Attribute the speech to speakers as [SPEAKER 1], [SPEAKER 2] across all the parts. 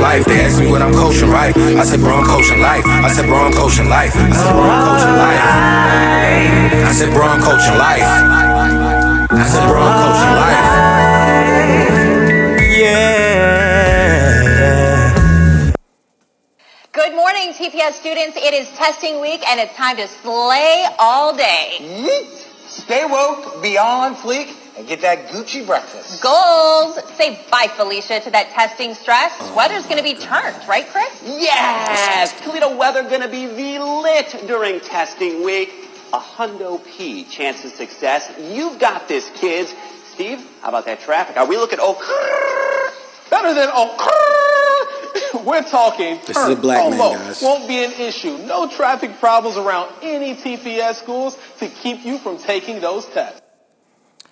[SPEAKER 1] life. They ask me what I'm coaching, right? I said, bro, I'm coaching life. I said, bro, I'm coaching life. I said, bro, I'm coaching life. I said, bro, I'm coaching life. I said, bro, I'm coaching life.
[SPEAKER 2] Good morning, TPS students. It is testing week and it's time to slay all day.
[SPEAKER 3] Yeet. Hmm? Stay woke, be on fleek, and get that Gucci breakfast.
[SPEAKER 2] Goals! Say bye, Felicia, to that testing stress. Weather's gonna be turned, right, Chris?
[SPEAKER 4] Yes! Toledo weather gonna be the lit during testing week. A hundo P chance of success. You've got this, kids. Steve, how about that traffic? Are we looking oh
[SPEAKER 5] Better than oh, we're talking.
[SPEAKER 6] This is a black man,
[SPEAKER 5] Almost
[SPEAKER 6] guys.
[SPEAKER 5] Won't be an issue. No traffic problems around any TPS schools to keep you from taking those tests.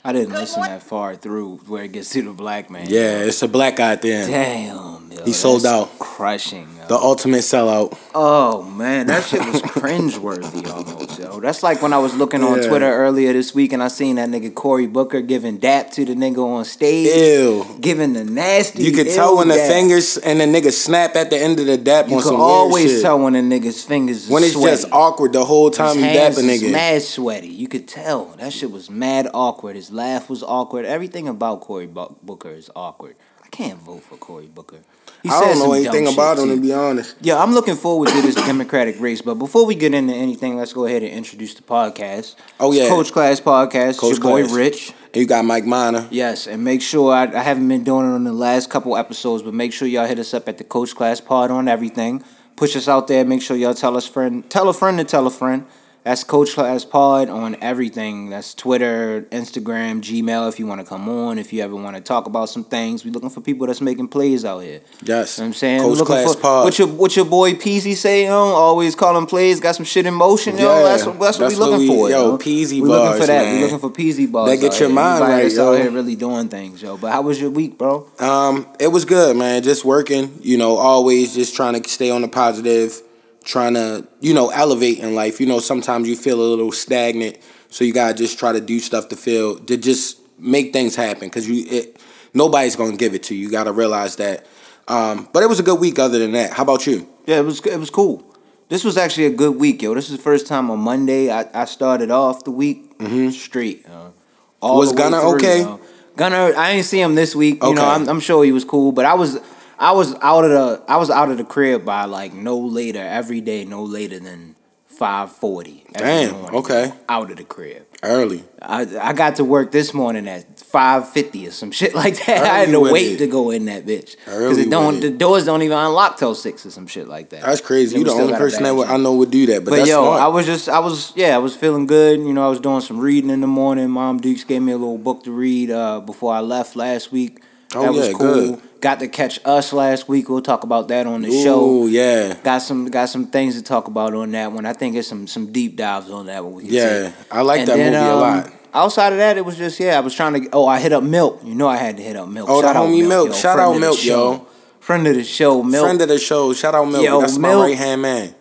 [SPEAKER 7] I didn't listen that far through where it gets to the black man.
[SPEAKER 6] Yeah, it's a black guy at the end.
[SPEAKER 7] Damn. Yo,
[SPEAKER 6] He sold
[SPEAKER 7] that's
[SPEAKER 6] out.
[SPEAKER 7] Crushing. Yo.
[SPEAKER 6] The ultimate sellout.
[SPEAKER 7] Oh man, that shit was cringeworthy almost, yo. That's like when I was looking on
[SPEAKER 6] Yeah.
[SPEAKER 7] Twitter earlier this week and I seen that nigga Cory Booker giving dap to the nigga on stage.
[SPEAKER 6] Ew.
[SPEAKER 7] Giving the nasty.
[SPEAKER 6] You could
[SPEAKER 7] ew
[SPEAKER 6] tell when the
[SPEAKER 7] dap.
[SPEAKER 6] fingers and the nigga snap at the end of the dap
[SPEAKER 7] You
[SPEAKER 6] on
[SPEAKER 7] could
[SPEAKER 6] some
[SPEAKER 7] always
[SPEAKER 6] weird shit.
[SPEAKER 7] tell when a nigga's fingers is
[SPEAKER 6] when it's
[SPEAKER 7] sweaty.
[SPEAKER 6] just awkward the whole time
[SPEAKER 7] His
[SPEAKER 6] you dap
[SPEAKER 7] hands
[SPEAKER 6] a
[SPEAKER 7] is
[SPEAKER 6] nigga.
[SPEAKER 7] mad sweaty. You could tell that shit was mad awkward. His laugh was awkward. Everything about Cory Bu- Booker is awkward. I can't vote for Cory Booker. He
[SPEAKER 6] I
[SPEAKER 7] said
[SPEAKER 6] don't know
[SPEAKER 7] some
[SPEAKER 6] anything
[SPEAKER 7] dumb
[SPEAKER 6] about
[SPEAKER 7] shit,
[SPEAKER 6] him to
[SPEAKER 7] too.
[SPEAKER 6] be honest.
[SPEAKER 7] Yeah, I'm looking forward to this Democratic race. But before we get into anything, let's go ahead and introduce the podcast.
[SPEAKER 6] Oh,
[SPEAKER 7] It's
[SPEAKER 6] yeah.
[SPEAKER 7] Coach Class Podcast.
[SPEAKER 6] Coach
[SPEAKER 7] Coach your boy
[SPEAKER 6] Class.
[SPEAKER 7] Rich.
[SPEAKER 6] And you got Mike Miner.
[SPEAKER 7] Yes, and make sure I, I haven't been doing it on the last couple episodes, but make sure y'all hit us up at the Coach Class Pod on everything. Push us out there. Make sure y'all tell us friend, tell a friend to tell a friend. That's Coach Class Pod on everything. That's Twitter, Instagram, Gmail. If you want to come on, if you ever want to talk about some things, we looking for people that's making plays out here.
[SPEAKER 6] Yes.
[SPEAKER 7] You know what I'm saying,
[SPEAKER 6] Coach
[SPEAKER 7] Looking
[SPEAKER 6] Class
[SPEAKER 7] for,
[SPEAKER 6] Pod.
[SPEAKER 7] What your what your boy PZ say? You know, always calling plays. Got some shit in motion. Yo,
[SPEAKER 6] Yeah,
[SPEAKER 7] that's, that's, what
[SPEAKER 6] that's
[SPEAKER 7] we looking
[SPEAKER 6] what we-
[SPEAKER 7] for.
[SPEAKER 6] yo,
[SPEAKER 7] know?
[SPEAKER 6] Peasy
[SPEAKER 7] we looking for
[SPEAKER 6] bars,
[SPEAKER 7] that.
[SPEAKER 6] man.
[SPEAKER 7] We looking for PZ balls.
[SPEAKER 6] That get
[SPEAKER 7] out
[SPEAKER 6] your
[SPEAKER 7] here.
[SPEAKER 6] mind
[SPEAKER 7] Anybody
[SPEAKER 6] right,
[SPEAKER 7] that's
[SPEAKER 6] yo.
[SPEAKER 7] out here really doing things, yo. But how was your week, bro?
[SPEAKER 6] Um, it was good, man. Just working, you know, always just trying to stay on the positive, trying to, you know, elevate in life. You know, sometimes you feel a little stagnant, so you gotta just try to do stuff to feel to just make things happen because you it nobody's gonna give it to you. You gotta realize that. Um, but it was a good week. Other than that, how about you?
[SPEAKER 7] Yeah, it was it was cool. This was actually a good week, yo. This is the first time on Monday I, I started off the week straight. yo. All
[SPEAKER 6] Mm-hmm. Was
[SPEAKER 7] the way
[SPEAKER 6] Gunner
[SPEAKER 7] through,
[SPEAKER 6] okay?
[SPEAKER 7] yo. Gunner, I ain't see him this week. You
[SPEAKER 6] Okay.
[SPEAKER 7] know, I'm, I'm sure he was cool, but I was I was out of the I was out of the crib by like no later every day, no later than five forty.
[SPEAKER 6] Damn, okay.
[SPEAKER 7] Out of the crib.
[SPEAKER 6] Early.
[SPEAKER 7] I I got to work this morning at five fifty or some shit like that. I had to
[SPEAKER 6] Early with
[SPEAKER 7] wait
[SPEAKER 6] it.
[SPEAKER 7] to go in that bitch because
[SPEAKER 6] Early
[SPEAKER 7] it
[SPEAKER 6] with
[SPEAKER 7] don't
[SPEAKER 6] it.
[SPEAKER 7] the doors don't even unlock till six or some shit like that.
[SPEAKER 6] That's crazy.
[SPEAKER 7] Yeah,
[SPEAKER 6] You
[SPEAKER 7] we
[SPEAKER 6] the
[SPEAKER 7] still
[SPEAKER 6] only
[SPEAKER 7] got a
[SPEAKER 6] person that
[SPEAKER 7] bad
[SPEAKER 6] would, I
[SPEAKER 7] job.
[SPEAKER 6] know would do that. But,
[SPEAKER 7] But
[SPEAKER 6] that's
[SPEAKER 7] yo,
[SPEAKER 6] smart.
[SPEAKER 7] I was just I was yeah I was feeling good. You know I was doing some reading in the morning. Mom Dukes gave me a little book to read uh, before I left last week.
[SPEAKER 6] Oh,
[SPEAKER 7] that was
[SPEAKER 6] yeah,
[SPEAKER 7] cool.
[SPEAKER 6] good.
[SPEAKER 7] Got to catch us last week. We'll talk about that on the show.
[SPEAKER 6] Ooh, yeah,
[SPEAKER 7] Got some got some things to talk about on that one. I think there's some some deep dives on that one. We can
[SPEAKER 6] yeah.
[SPEAKER 7] take.
[SPEAKER 6] I like
[SPEAKER 7] And
[SPEAKER 6] that
[SPEAKER 7] then,
[SPEAKER 6] movie a
[SPEAKER 7] um,
[SPEAKER 6] lot.
[SPEAKER 7] Outside of that, it was just yeah. I was trying to. Oh, I hit up Milk. You know, I had to hit up Milk.
[SPEAKER 6] Oh, the
[SPEAKER 7] Shout out
[SPEAKER 6] homie Milk. Shout
[SPEAKER 7] Friend
[SPEAKER 6] out
[SPEAKER 7] of the
[SPEAKER 6] Milk,
[SPEAKER 7] show.
[SPEAKER 6] yo.
[SPEAKER 7] Friend of the show, Milk
[SPEAKER 6] Friend of the show, shout out Milk.
[SPEAKER 7] Yo,
[SPEAKER 6] That's my
[SPEAKER 7] Milk.
[SPEAKER 6] right hand man.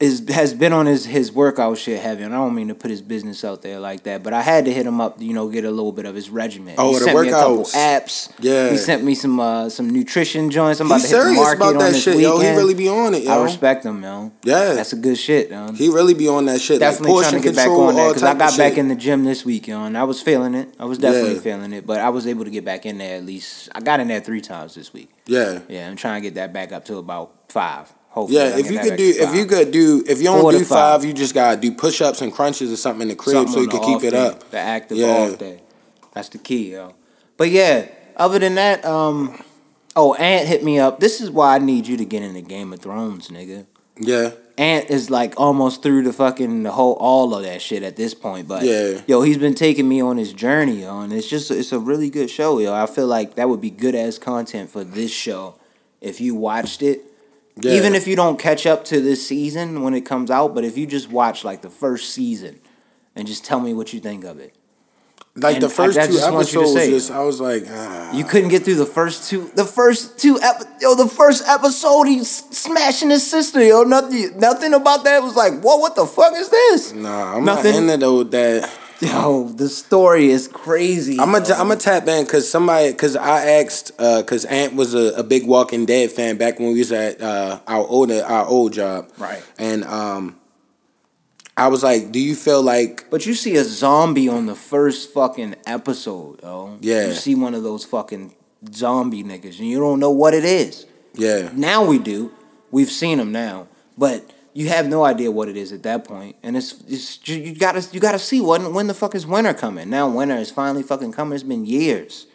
[SPEAKER 7] is has been on his his workout shit heavy, and I don't mean to put his business out there like that, but I had to hit him up, you know, get a little bit of his regimen.
[SPEAKER 6] Oh,
[SPEAKER 7] he
[SPEAKER 6] the
[SPEAKER 7] sent me a couple
[SPEAKER 6] workouts.
[SPEAKER 7] apps.
[SPEAKER 6] Yeah.
[SPEAKER 7] he sent me some uh, some nutrition joints. I'm about
[SPEAKER 6] He's
[SPEAKER 7] to hit the
[SPEAKER 6] serious
[SPEAKER 7] market
[SPEAKER 6] about
[SPEAKER 7] on
[SPEAKER 6] that
[SPEAKER 7] this
[SPEAKER 6] shit, yo.
[SPEAKER 7] weekend.
[SPEAKER 6] He really be on it, yo.
[SPEAKER 7] I respect him, yo.
[SPEAKER 6] Yeah.
[SPEAKER 7] that's a good shit, um. yo.
[SPEAKER 6] He really be on that shit.
[SPEAKER 7] Definitely
[SPEAKER 6] like
[SPEAKER 7] trying to
[SPEAKER 6] portion
[SPEAKER 7] get back
[SPEAKER 6] control,
[SPEAKER 7] on that
[SPEAKER 6] all
[SPEAKER 7] because I
[SPEAKER 6] type
[SPEAKER 7] got
[SPEAKER 6] of
[SPEAKER 7] back
[SPEAKER 6] shit.
[SPEAKER 7] in the gym this week, yo, and I was feeling it. I was definitely
[SPEAKER 6] Yeah.
[SPEAKER 7] feeling it, but I was able to get back in there at least. I got in there three times this week.
[SPEAKER 6] Yeah,
[SPEAKER 7] Yeah, I'm trying to get that back up to about five. Hopefully, I
[SPEAKER 6] yeah. If
[SPEAKER 7] get
[SPEAKER 6] you
[SPEAKER 7] that
[SPEAKER 6] could
[SPEAKER 7] back
[SPEAKER 6] do,
[SPEAKER 7] to
[SPEAKER 6] if
[SPEAKER 7] five.
[SPEAKER 6] you could do, if you
[SPEAKER 7] Four
[SPEAKER 6] don't
[SPEAKER 7] to
[SPEAKER 6] do
[SPEAKER 7] five.
[SPEAKER 6] five, you just gotta do push ups and crunches or something in the crib
[SPEAKER 7] Something
[SPEAKER 6] so you
[SPEAKER 7] on
[SPEAKER 6] can
[SPEAKER 7] the
[SPEAKER 6] keep
[SPEAKER 7] off
[SPEAKER 6] it
[SPEAKER 7] day,
[SPEAKER 6] up.
[SPEAKER 7] The active
[SPEAKER 6] Yeah.
[SPEAKER 7] off day. That's the key, yo. But yeah, other than that, um, oh, Ant hit me up. This is why I need you to get into Game of Thrones, nigga.
[SPEAKER 6] Yeah,
[SPEAKER 7] Ant is like almost through the fucking the whole all of that shit at this point, but
[SPEAKER 6] Yeah.
[SPEAKER 7] yo, he's been taking me on his journey, yo, and it's just it's a really good show, yo. I feel like that would be good as content for this show if you watched it.
[SPEAKER 6] yeah.
[SPEAKER 7] Even if you don't catch up to this season when it comes out, but if you just watch like the first season and just tell me what you think of it.
[SPEAKER 6] like the
[SPEAKER 7] and I-
[SPEAKER 6] first
[SPEAKER 7] I
[SPEAKER 6] two
[SPEAKER 7] just want you to
[SPEAKER 6] episodes,
[SPEAKER 7] say-
[SPEAKER 6] just, I was like, ah.
[SPEAKER 7] You couldn't get through the first two, the first two, epi- yo, the first episode, he's smashing his sister, yo. Nothing, nothing about that was like, whoa, what the fuck is this?
[SPEAKER 6] Nah, I'm
[SPEAKER 7] Nothing?
[SPEAKER 6] not into though that.
[SPEAKER 7] Yo, the story is crazy.
[SPEAKER 6] I'm a I'm a tap in because somebody because I asked because Ant was a, a big Walking Dead fan back when we was at uh, our older our old job
[SPEAKER 7] Right.
[SPEAKER 6] and um I was like do you feel like
[SPEAKER 7] But you see a zombie on the first fucking episode, yo.
[SPEAKER 6] Yeah.
[SPEAKER 7] You see one of those fucking zombie niggas, and you don't know what it is.
[SPEAKER 6] yeah
[SPEAKER 7] Now we do. We've seen them now, but you have no idea what it is at that point, and it's, it's you- you gotta you gotta see when when the fuck is winter coming. Now winter is finally fucking coming. It's been years.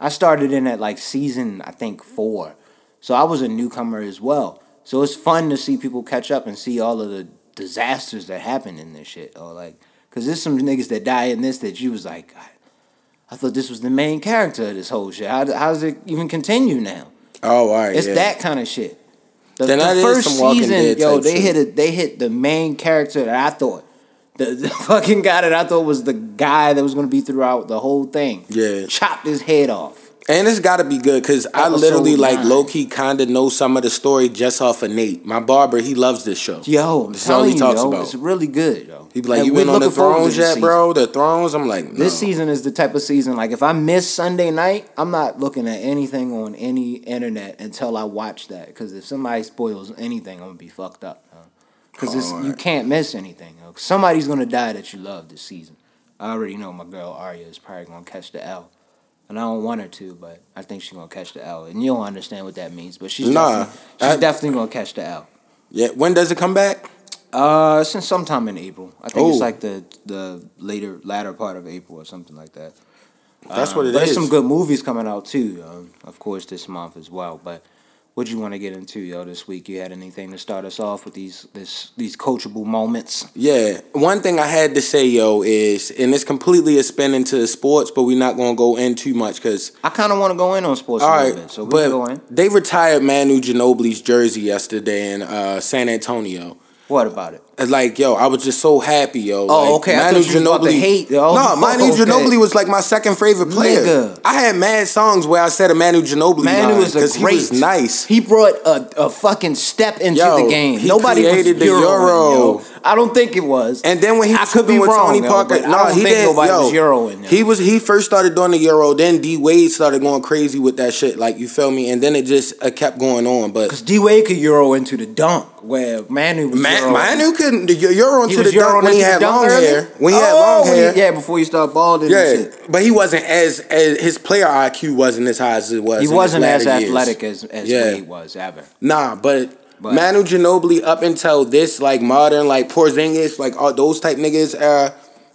[SPEAKER 7] I started in at like season I think four, so I was a newcomer as well. So it's fun to see people catch up and see all of the disasters that happen in this shit. Or like, cause there's some niggas that die in this that you was like, I, I thought this was the main character of this whole shit. How how does it even continue now?
[SPEAKER 6] oh all right
[SPEAKER 7] It's
[SPEAKER 6] yeah.
[SPEAKER 7] that kind of shit. The,
[SPEAKER 6] Then
[SPEAKER 7] the
[SPEAKER 6] that is
[SPEAKER 7] first
[SPEAKER 6] some Walking
[SPEAKER 7] season,
[SPEAKER 6] Dead
[SPEAKER 7] yo,
[SPEAKER 6] type
[SPEAKER 7] they
[SPEAKER 6] shit.
[SPEAKER 7] hit a, they hit the main character that I thought, the, the fucking guy that I thought was the guy that was gonna be throughout the whole thing.
[SPEAKER 6] Yeah.
[SPEAKER 7] chopped his head off.
[SPEAKER 6] And it's got to be good because I
[SPEAKER 7] Episode
[SPEAKER 6] literally like
[SPEAKER 7] nine.
[SPEAKER 6] low key kind of know some of the story just off of Nate. My barber, he loves this show.
[SPEAKER 7] Yo, I'm
[SPEAKER 6] This is all
[SPEAKER 7] telling
[SPEAKER 6] he
[SPEAKER 7] you,
[SPEAKER 6] talks
[SPEAKER 7] yo,
[SPEAKER 6] about.
[SPEAKER 7] it's really good. Yo,
[SPEAKER 6] He be like,
[SPEAKER 7] And
[SPEAKER 6] "You
[SPEAKER 7] we're
[SPEAKER 6] been on the
[SPEAKER 7] looking forward to
[SPEAKER 6] thrones
[SPEAKER 7] this
[SPEAKER 6] yet, bro? The thrones." I'm like, no.
[SPEAKER 7] This season is the type of season like if I miss Sunday night, I'm not looking at anything on any internet until I watch that. Because if somebody spoils anything, I'm gonna be fucked up. Because it's you
[SPEAKER 6] Alright.
[SPEAKER 7] can't miss anything. yo. Somebody's gonna die that you love this season. I already know my girl Arya is probably gonna catch the L, and I don't want her to, but I think she's gonna catch the L, and you don't understand what that means. But she's
[SPEAKER 6] Nah,
[SPEAKER 7] definitely,
[SPEAKER 6] I-
[SPEAKER 7] she's definitely gonna catch the L.
[SPEAKER 6] Yeah. When does it come back?
[SPEAKER 7] Uh, since sometime in April, I think
[SPEAKER 6] Oh.
[SPEAKER 7] it's like the the later latter part of April or something like that.
[SPEAKER 6] That's what it is.
[SPEAKER 7] There's Um, some good movies coming out too, um, of course, this month as well. But what you want to get into, yo, this week? You had anything to start us off with these this these coachable moments?
[SPEAKER 6] Yeah. One thing I had to say, yo, is and it's completely a spin into sports, but we're not gonna go in too much because
[SPEAKER 7] I kind of want to go in on sports
[SPEAKER 6] all
[SPEAKER 7] a
[SPEAKER 6] right,
[SPEAKER 7] little bit, so we
[SPEAKER 6] but
[SPEAKER 7] can go in.
[SPEAKER 6] they retired Manu Ginobili's jersey yesterday in uh, San Antonio.
[SPEAKER 7] What about it?
[SPEAKER 6] It's like, yo, I was just so happy, yo.
[SPEAKER 7] Oh,
[SPEAKER 6] like,
[SPEAKER 7] okay, I thought you was about to hate, yo.
[SPEAKER 6] No, Manu
[SPEAKER 7] Okay.
[SPEAKER 6] Ginobili was like my second favorite player.
[SPEAKER 7] Nigga.
[SPEAKER 6] I had mad songs where I said a Manu Ginobili
[SPEAKER 7] Manu is a
[SPEAKER 6] because
[SPEAKER 7] great.
[SPEAKER 6] he was nice.
[SPEAKER 7] He brought a, a fucking step into
[SPEAKER 6] Yo,
[SPEAKER 7] the game.
[SPEAKER 6] he
[SPEAKER 7] Nobody
[SPEAKER 6] created
[SPEAKER 7] was
[SPEAKER 6] the
[SPEAKER 7] Euro.
[SPEAKER 6] Euro.
[SPEAKER 7] yo. I don't think it was.
[SPEAKER 6] and then when he
[SPEAKER 7] I
[SPEAKER 6] was
[SPEAKER 7] could be
[SPEAKER 6] hooping with
[SPEAKER 7] wrong,
[SPEAKER 6] Tony
[SPEAKER 7] yo,
[SPEAKER 6] Parker,
[SPEAKER 7] but I
[SPEAKER 6] no,
[SPEAKER 7] don't
[SPEAKER 6] he
[SPEAKER 7] think
[SPEAKER 6] didn't.
[SPEAKER 7] nobody
[SPEAKER 6] yo,
[SPEAKER 7] was Euroing him.
[SPEAKER 6] he was he first started doing the Euro. Then D Wade started going crazy with that shit. Like you feel me? And then it just uh, kept going on. But
[SPEAKER 7] Because D Wade could euro into the dunk where Manu was
[SPEAKER 6] Ma-
[SPEAKER 7] euro.
[SPEAKER 6] Manu couldn't. The Euro
[SPEAKER 7] He
[SPEAKER 6] into
[SPEAKER 7] was
[SPEAKER 6] the dunk
[SPEAKER 7] euroing
[SPEAKER 6] when he
[SPEAKER 7] into the
[SPEAKER 6] had
[SPEAKER 7] dunk
[SPEAKER 6] long
[SPEAKER 7] early?
[SPEAKER 6] hair. When he had
[SPEAKER 7] Oh,
[SPEAKER 6] long
[SPEAKER 7] when he-
[SPEAKER 6] hair.
[SPEAKER 7] yeah, before he started balding. Yeah,
[SPEAKER 6] Yeah,
[SPEAKER 7] and shit.
[SPEAKER 6] but he wasn't as, as his player IQ wasn't as high as it was.
[SPEAKER 7] he
[SPEAKER 6] in his
[SPEAKER 7] wasn't as
[SPEAKER 6] latter years.
[SPEAKER 7] athletic as as
[SPEAKER 6] Yeah.
[SPEAKER 7] Wade was ever.
[SPEAKER 6] Nah, but,
[SPEAKER 7] But-
[SPEAKER 6] Manu Ginobili up until this like modern like Porzingis like all those type niggas uh,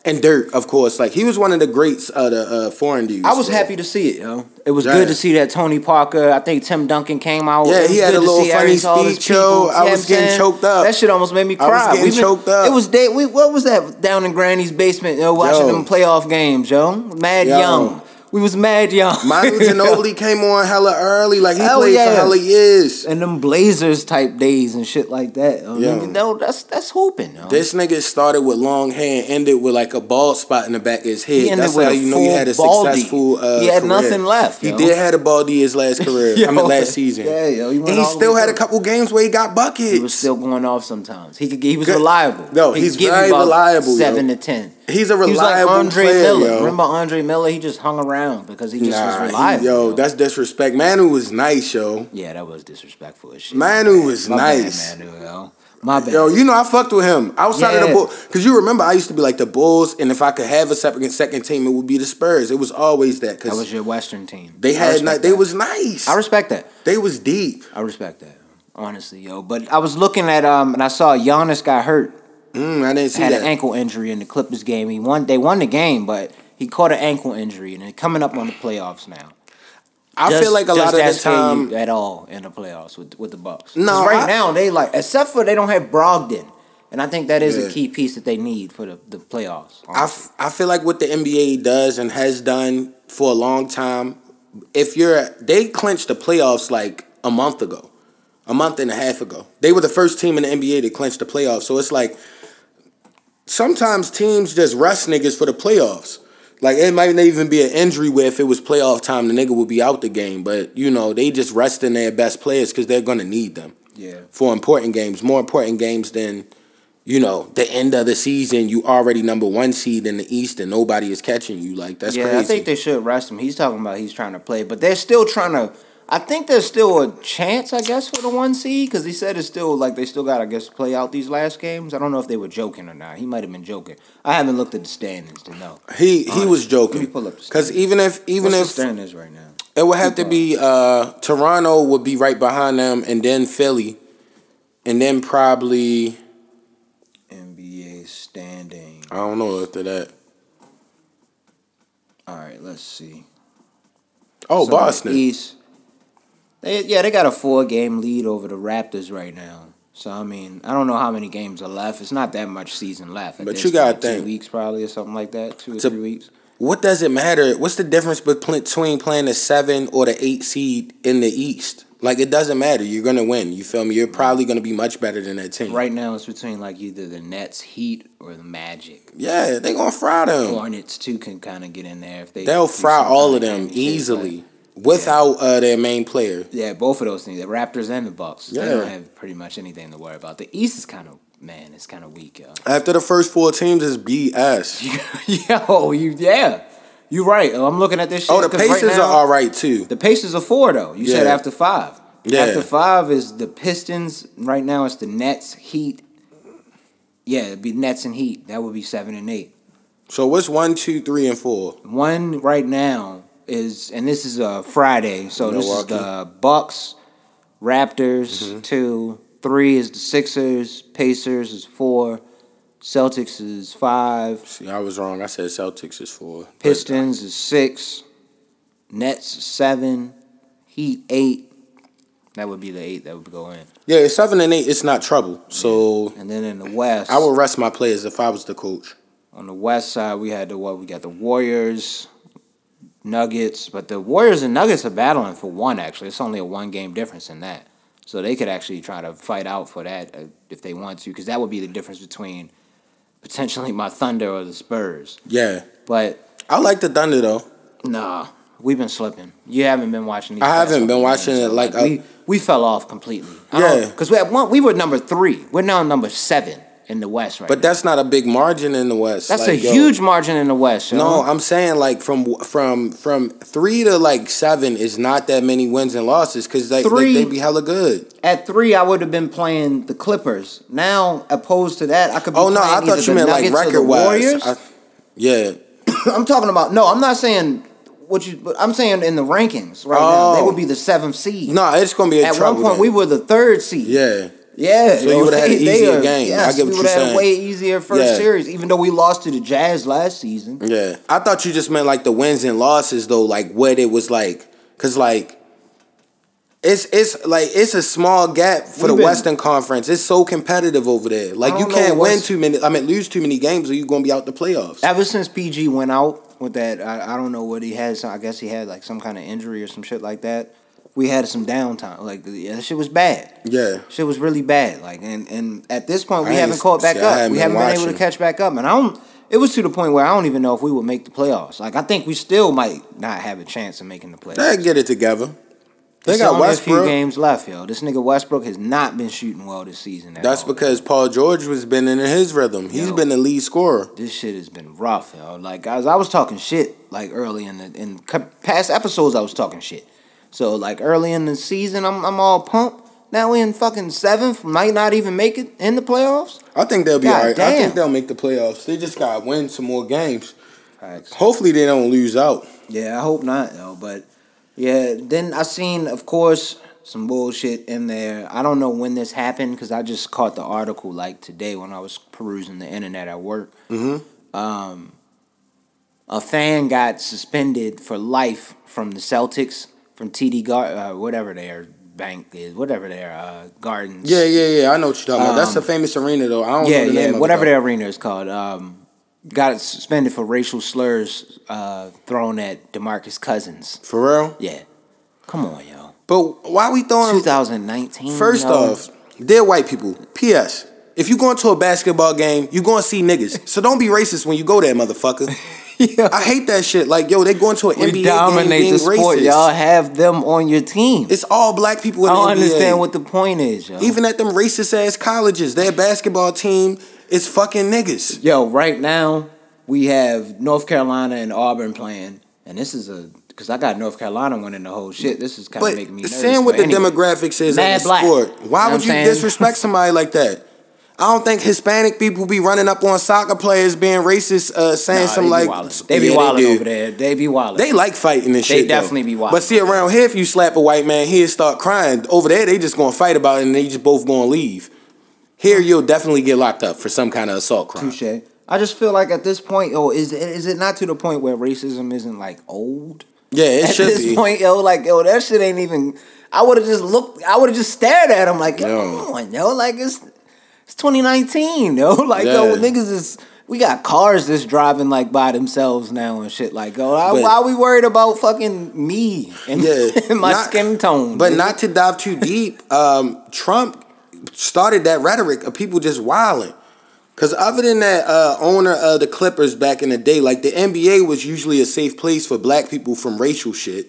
[SPEAKER 6] and Dirk of course like he was one of the greats of the uh, foreign dudes.
[SPEAKER 7] I was
[SPEAKER 6] bro.
[SPEAKER 7] happy to see it, yo. It was
[SPEAKER 6] Yeah.
[SPEAKER 7] good to see that Tony Parker. I think Tim Duncan came out.
[SPEAKER 6] Yeah,
[SPEAKER 7] It was
[SPEAKER 6] he had a
[SPEAKER 7] good to
[SPEAKER 6] little
[SPEAKER 7] see
[SPEAKER 6] funny
[SPEAKER 7] Aries, all his
[SPEAKER 6] speech, yo.
[SPEAKER 7] people,
[SPEAKER 6] I
[SPEAKER 7] you
[SPEAKER 6] was
[SPEAKER 7] know
[SPEAKER 6] getting
[SPEAKER 7] what I'm saying?
[SPEAKER 6] choked up.
[SPEAKER 7] That shit almost made me
[SPEAKER 6] I
[SPEAKER 7] cry.
[SPEAKER 6] was getting
[SPEAKER 7] We been-
[SPEAKER 6] choked up.
[SPEAKER 7] It was day. We, what was that down in Granny's basement? Yo, watching
[SPEAKER 6] Yo.
[SPEAKER 7] them playoff games, yo. Mad
[SPEAKER 6] Yo.
[SPEAKER 7] young. We was mad young.
[SPEAKER 6] Manu Ginobili came on hella early like he
[SPEAKER 7] Hell
[SPEAKER 6] played
[SPEAKER 7] yeah.
[SPEAKER 6] for hella years.
[SPEAKER 7] and them Blazers type days and shit like that. yo.
[SPEAKER 6] Yeah.
[SPEAKER 7] You know, that's that's hooping. yo.
[SPEAKER 6] This nigga started with long hair and ended with like a bald spot in the back of his head.
[SPEAKER 7] ended
[SPEAKER 6] That's
[SPEAKER 7] with
[SPEAKER 6] how
[SPEAKER 7] a
[SPEAKER 6] you know he
[SPEAKER 7] full
[SPEAKER 6] had a
[SPEAKER 7] baldy.
[SPEAKER 6] successful. Uh,
[SPEAKER 7] He had
[SPEAKER 6] career.
[SPEAKER 7] nothing left,
[SPEAKER 6] He
[SPEAKER 7] yo.
[SPEAKER 6] did had a baldy his last career. I mean
[SPEAKER 7] Yo.
[SPEAKER 6] last season.
[SPEAKER 7] Yeah, yo, he
[SPEAKER 6] and
[SPEAKER 7] went
[SPEAKER 6] he
[SPEAKER 7] all the
[SPEAKER 6] still
[SPEAKER 7] way
[SPEAKER 6] had a
[SPEAKER 7] through.
[SPEAKER 6] couple games where he got buckets.
[SPEAKER 7] he was still going off sometimes. He could, he was
[SPEAKER 6] Good.
[SPEAKER 7] reliable.
[SPEAKER 6] No,
[SPEAKER 7] He
[SPEAKER 6] he's
[SPEAKER 7] could give you
[SPEAKER 6] very
[SPEAKER 7] about
[SPEAKER 6] reliable, yo.
[SPEAKER 7] Seven to ten.
[SPEAKER 6] He's a
[SPEAKER 7] He was like
[SPEAKER 6] reliable
[SPEAKER 7] Andre
[SPEAKER 6] player,
[SPEAKER 7] Miller.
[SPEAKER 6] yo.
[SPEAKER 7] Remember Andre Miller? He just hung around because he just was
[SPEAKER 6] nah, he-
[SPEAKER 7] reliable.
[SPEAKER 6] yo,
[SPEAKER 7] yo.
[SPEAKER 6] that's disrespect. Manu was nice, yo.
[SPEAKER 7] yeah, that was disrespectful as shit.
[SPEAKER 6] Manu was
[SPEAKER 7] My
[SPEAKER 6] nice.
[SPEAKER 7] bad, Manu, yo. My bad.
[SPEAKER 6] Yo, you know I fucked with him outside of the
[SPEAKER 7] Yeah.
[SPEAKER 6] bull. Cause you remember I used to be like the Bulls, and if I could have a second second team, it would be the Spurs. It was always that.
[SPEAKER 7] that
[SPEAKER 6] Cause
[SPEAKER 7] was your Western team.
[SPEAKER 6] they
[SPEAKER 7] I
[SPEAKER 6] had
[SPEAKER 7] respect
[SPEAKER 6] ni- they
[SPEAKER 7] that.
[SPEAKER 6] was nice.
[SPEAKER 7] I respect that.
[SPEAKER 6] they was deep.
[SPEAKER 7] I respect that. Honestly, yo. But I was looking at um, and I saw Giannis got hurt.
[SPEAKER 6] Mm, I didn't see
[SPEAKER 7] had
[SPEAKER 6] that.
[SPEAKER 7] an ankle injury in the Clippers game. He won. They won the game, but he caught an ankle injury, and they're coming up on the playoffs now.
[SPEAKER 6] I
[SPEAKER 7] Does-
[SPEAKER 6] feel like a
[SPEAKER 7] does
[SPEAKER 6] lot of the
[SPEAKER 7] that scare you
[SPEAKER 6] time.
[SPEAKER 7] at all in the playoffs with with the Bucks.
[SPEAKER 6] No,
[SPEAKER 7] No, right
[SPEAKER 6] I-
[SPEAKER 7] now they like except for they don't have Brogdon, and I think that is
[SPEAKER 6] Yeah.
[SPEAKER 7] a key piece that they need for the the playoffs.
[SPEAKER 6] I, f- I feel like what the NBA does and has done for a long time, if you're they clinched the playoffs like a month ago, a month and a half ago. They were the first team in the NBA to clinch the playoffs. So it's like sometimes teams just rush niggas for the playoffs. Like it might not even be an injury where if it was playoff time, the nigga would be out the game. But you know they just resting their best players because they're gonna need them
[SPEAKER 7] yeah,
[SPEAKER 6] for important games, more important games than you know, the end of the season, you already number one seed in the East and nobody is catching you. Like that's
[SPEAKER 7] yeah,
[SPEAKER 6] crazy.
[SPEAKER 7] I think they should rest him. He's talking about he's trying to play, but they're still trying to. I think there's still a chance, I guess, for the one seed because he said it's still like they still got, I guess, play out these last games. I don't know if they were joking or not. He might have been joking. I haven't looked at the standings to know.
[SPEAKER 6] he he was
[SPEAKER 7] Let
[SPEAKER 6] joking.
[SPEAKER 7] me pull up the
[SPEAKER 6] Because even if even
[SPEAKER 7] What's the
[SPEAKER 6] if
[SPEAKER 7] standings right now?
[SPEAKER 6] It would have to be uh, Toronto would be right behind them, and then Philly, and then probably
[SPEAKER 7] NBA standing.
[SPEAKER 6] I don't know after that.
[SPEAKER 7] All right, let's see.
[SPEAKER 6] Oh,
[SPEAKER 7] So, E
[SPEAKER 6] Boston.
[SPEAKER 7] East. They, yeah, they got a four game lead over the Raptors right now. So I mean, I don't know how many games are left. It's not that much season left. at
[SPEAKER 6] But
[SPEAKER 7] this
[SPEAKER 6] you gotta
[SPEAKER 7] point. two
[SPEAKER 6] think.
[SPEAKER 7] weeks probably or something like that. Two or
[SPEAKER 6] To-
[SPEAKER 7] three weeks.
[SPEAKER 6] What does it matter? What's the difference between playing the seven or the eight seed in the East? Like it doesn't matter. You're gonna win. You feel me? You're probably gonna be much better than that team.
[SPEAKER 7] Right now, it's between like either the Nets, Heat, or the Magic.
[SPEAKER 6] Yeah, they gonna fry them.
[SPEAKER 7] Hornets too can kind of get in there if they.
[SPEAKER 6] Oh. They'll
[SPEAKER 7] do
[SPEAKER 6] fry
[SPEAKER 7] some
[SPEAKER 6] all of
[SPEAKER 7] kinda
[SPEAKER 6] them
[SPEAKER 7] game shape,
[SPEAKER 6] easily
[SPEAKER 7] but-
[SPEAKER 6] without uh, their main player.
[SPEAKER 7] yeah, both of those things, the Raptors and the Bucks. They
[SPEAKER 6] Yeah.
[SPEAKER 7] don't have pretty much anything to worry about. The East is kind of man, it's kind of weak, yo.
[SPEAKER 6] After the first four teams is BS.
[SPEAKER 7] Yo, you yeah, you right. I'm looking at this. Shit
[SPEAKER 6] Oh, the
[SPEAKER 7] 'cause right
[SPEAKER 6] Pacers
[SPEAKER 7] now-
[SPEAKER 6] are all right too.
[SPEAKER 7] The Pacers are four though. You said
[SPEAKER 6] Yeah.
[SPEAKER 7] after five.
[SPEAKER 6] Yeah.
[SPEAKER 7] After five is the Pistons. Right now it's the Nets, Heat. Yeah, it'd be Nets and Heat. That would be seven and eight.
[SPEAKER 6] So what's one, two, three, and four?
[SPEAKER 7] One right now is, and this is a Friday, so this is
[SPEAKER 6] Milwaukee. Mm-hmm.
[SPEAKER 7] the Bucks, Raptors. Two, three is the Sixers, Pacers is four, Celtics is five,
[SPEAKER 6] See, I was wrong. I said Celtics is four. But
[SPEAKER 7] Pistons is six, Nets is seven, Heat eight. That would be the eight that would go in.
[SPEAKER 6] yeah, it's seven and eight. It's not trouble. So
[SPEAKER 7] And then in the West,
[SPEAKER 6] I would rest my players if I was the coach.
[SPEAKER 7] on the West side, we had the what? We got the Warriors, Nuggets, but the Warriors and Nuggets are battling for one. Actually, it's only a one game difference in that, so they could actually try to fight out for that uh, if they want to, because that would be the difference between potentially my Thunder or the Spurs.
[SPEAKER 6] Yeah,
[SPEAKER 7] But
[SPEAKER 6] I like the Thunder though.
[SPEAKER 7] Nah, we've been slipping. You haven't been watching these.
[SPEAKER 6] I
[SPEAKER 7] past
[SPEAKER 6] haven't been
[SPEAKER 7] couple
[SPEAKER 6] watching
[SPEAKER 7] games,
[SPEAKER 6] it
[SPEAKER 7] so,
[SPEAKER 6] like I-
[SPEAKER 7] we we fell off completely.
[SPEAKER 6] Yeah.
[SPEAKER 7] because we at one we were number three. We're now number seven in the West right
[SPEAKER 6] But
[SPEAKER 7] now.
[SPEAKER 6] that's not a big margin in the West.
[SPEAKER 7] that's
[SPEAKER 6] Like,
[SPEAKER 7] a
[SPEAKER 6] yo,
[SPEAKER 7] huge margin in the West. yo.
[SPEAKER 6] No, I'm saying like from from from three to like seven is not that many wins and losses because like,
[SPEAKER 7] Three-
[SPEAKER 6] they be hella good.
[SPEAKER 7] at three I would have been playing the Clippers. Now opposed to that, I could. Be
[SPEAKER 6] Oh no,
[SPEAKER 7] playing
[SPEAKER 6] I
[SPEAKER 7] either
[SPEAKER 6] thought
[SPEAKER 7] the
[SPEAKER 6] you meant like
[SPEAKER 7] Nuggets or the
[SPEAKER 6] record wise.
[SPEAKER 7] Warriors.
[SPEAKER 6] I- Yeah,
[SPEAKER 7] I'm talking about no. I'm not saying what you. But I'm saying in the rankings right now they
[SPEAKER 6] Oh.
[SPEAKER 7] would be the seventh seed.
[SPEAKER 6] no, it's gonna be a
[SPEAKER 7] at one
[SPEAKER 6] trouble
[SPEAKER 7] point
[SPEAKER 6] then.
[SPEAKER 7] we were the third seed.
[SPEAKER 6] Yeah,
[SPEAKER 7] Yeah,
[SPEAKER 6] So you
[SPEAKER 7] yo,
[SPEAKER 6] would've had
[SPEAKER 7] they-
[SPEAKER 6] an
[SPEAKER 7] they
[SPEAKER 6] easier
[SPEAKER 7] are-
[SPEAKER 6] game. I
[SPEAKER 7] yes,
[SPEAKER 6] get what
[SPEAKER 7] we
[SPEAKER 6] you're
[SPEAKER 7] would've had a
[SPEAKER 6] saying.
[SPEAKER 7] way easier first
[SPEAKER 6] Yeah.
[SPEAKER 7] series, even though we lost to the Jazz last season.
[SPEAKER 6] Yeah. I thought you just meant like the wins and losses though, like what it was like. Cause like it's it's like it's a small gap for
[SPEAKER 7] We've
[SPEAKER 6] the
[SPEAKER 7] been-
[SPEAKER 6] Western Conference. It's so competitive over there. Like you
[SPEAKER 7] don't know
[SPEAKER 6] can't win
[SPEAKER 7] what's-
[SPEAKER 6] too many I mean lose too many games or you're gonna be out the playoffs.
[SPEAKER 7] Ever since PG went out with that, I, I don't know what he had. So I guess he had like some kind of injury or some shit like that. We had some downtime. Like yeah, that shit was bad.
[SPEAKER 6] Yeah.
[SPEAKER 7] Shit was really bad. Like and and at this point we
[SPEAKER 6] I ain't
[SPEAKER 7] haven't
[SPEAKER 6] s-
[SPEAKER 7] caught back
[SPEAKER 6] see, I
[SPEAKER 7] up.
[SPEAKER 6] haven't
[SPEAKER 7] we
[SPEAKER 6] been
[SPEAKER 7] haven't been able to
[SPEAKER 6] watching.
[SPEAKER 7] catch back up. And I don't. It was to the point where I don't even know if we would make the playoffs. Like I think we still might not have a chance of making the playoffs.
[SPEAKER 6] They get it together. They
[SPEAKER 7] It's
[SPEAKER 6] got
[SPEAKER 7] only a few
[SPEAKER 6] Westbrook.
[SPEAKER 7] games left, yo. This nigga Westbrook has not been shooting well this season. at
[SPEAKER 6] That's
[SPEAKER 7] all,
[SPEAKER 6] because
[SPEAKER 7] yo.
[SPEAKER 6] Paul George was been in his rhythm. He's
[SPEAKER 7] Yo.
[SPEAKER 6] been the lead scorer.
[SPEAKER 7] this shit has been rough, yo. Like guys, I was talking shit like early in the in cu- past episodes. I was talking shit. So like early in the season, I'm I'm all pumped. Now we in fucking seventh, might not even make it in the playoffs.
[SPEAKER 6] I think they'll be
[SPEAKER 7] God
[SPEAKER 6] alright. I
[SPEAKER 7] damn.
[SPEAKER 6] think they'll make the playoffs. They just gotta win some more games. Hopefully they don't lose out.
[SPEAKER 7] Yeah, I hope not though. But yeah, then I seen, of course, some bullshit in there. I don't know when this happened because I just caught the article like today when I was perusing the internet at work. Mm-hmm. Um, a fan got suspended for life from the Celtics from TD Gar uh, whatever their bank is, whatever their uh, gardens.
[SPEAKER 6] Yeah, yeah, yeah. I know what you're talking about. That's
[SPEAKER 7] Um,
[SPEAKER 6] the famous arena though. I don't
[SPEAKER 7] yeah,
[SPEAKER 6] know the
[SPEAKER 7] yeah,
[SPEAKER 6] name of
[SPEAKER 7] whatever
[SPEAKER 6] it, though.
[SPEAKER 7] the arena is called. Um, got suspended for racial slurs uh, thrown at Demarcus Cousins.
[SPEAKER 6] For real?
[SPEAKER 7] Yeah. Come on, yo.
[SPEAKER 6] But why we throwing?
[SPEAKER 7] 2019.
[SPEAKER 6] Um, First
[SPEAKER 7] yo.
[SPEAKER 6] off, they're white people. P.S. If you going to a basketball game, you going to see niggas. So don't be racist when you go there, motherfucker.
[SPEAKER 7] Yeah.
[SPEAKER 6] I hate that shit. Like, yo, they going to an
[SPEAKER 7] We
[SPEAKER 6] NBA game
[SPEAKER 7] dominate
[SPEAKER 6] being
[SPEAKER 7] the sport.
[SPEAKER 6] racist.
[SPEAKER 7] Y'all have them on your team.
[SPEAKER 6] It's all black people in
[SPEAKER 7] I don't
[SPEAKER 6] the NBA.
[SPEAKER 7] understand what the point is, yo.
[SPEAKER 6] Even at them racist ass colleges, their basketball team is fucking niggas.
[SPEAKER 7] Yo, right now we have North Carolina and Auburn playing, and this is a because I got North Carolina winning the whole shit. This is kind of
[SPEAKER 6] But
[SPEAKER 7] making me nervous.
[SPEAKER 6] seeing what
[SPEAKER 7] but
[SPEAKER 6] the
[SPEAKER 7] anyway.
[SPEAKER 6] demographics is in
[SPEAKER 7] Mad
[SPEAKER 6] the
[SPEAKER 7] black.
[SPEAKER 6] sport,
[SPEAKER 7] You
[SPEAKER 6] why
[SPEAKER 7] know
[SPEAKER 6] would
[SPEAKER 7] what
[SPEAKER 6] you
[SPEAKER 7] I'm saying?
[SPEAKER 6] disrespect somebody like that? I don't think Hispanic people be running up on soccer players being racist, uh, saying
[SPEAKER 7] Nah,
[SPEAKER 6] some
[SPEAKER 7] they
[SPEAKER 6] like
[SPEAKER 7] be wildin'. they be
[SPEAKER 6] Yeah,
[SPEAKER 7] wilding
[SPEAKER 6] do.
[SPEAKER 7] over there. They be wilding.
[SPEAKER 6] They like fighting and shit. though.
[SPEAKER 7] definitely be wild.
[SPEAKER 6] But see, around here, if you slap a white man, he'll start crying. Over there, they just gonna fight about it and they just both gonna leave. Here, you'll definitely get locked up for some kind of assault crime.
[SPEAKER 7] Touche. I just feel like at this point, oh, is is it not to the point where racism isn't like old?
[SPEAKER 6] Yeah, it
[SPEAKER 7] at
[SPEAKER 6] should
[SPEAKER 7] this
[SPEAKER 6] be.
[SPEAKER 7] point, yo, like yo, that shit ain't even. I would have just looked. I would have just stared at him like, yo,
[SPEAKER 6] Yo.
[SPEAKER 7] come on, yo, like it's it's 2019, yo, like yo,
[SPEAKER 6] Yeah.
[SPEAKER 7] niggas is. We got cars that's driving like by themselves now and shit. Like, oh, why,
[SPEAKER 6] But-
[SPEAKER 7] why we worried about fucking me and,
[SPEAKER 6] Yeah,
[SPEAKER 7] and my
[SPEAKER 6] not-
[SPEAKER 7] skin tone?
[SPEAKER 6] But
[SPEAKER 7] nigga?
[SPEAKER 6] not to dive too deep, um, Trump started that rhetoric of people just wilding. Because other than that, uh, owner of the Clippers back in the day, like the NBA was usually a safe place for black people from racial shit.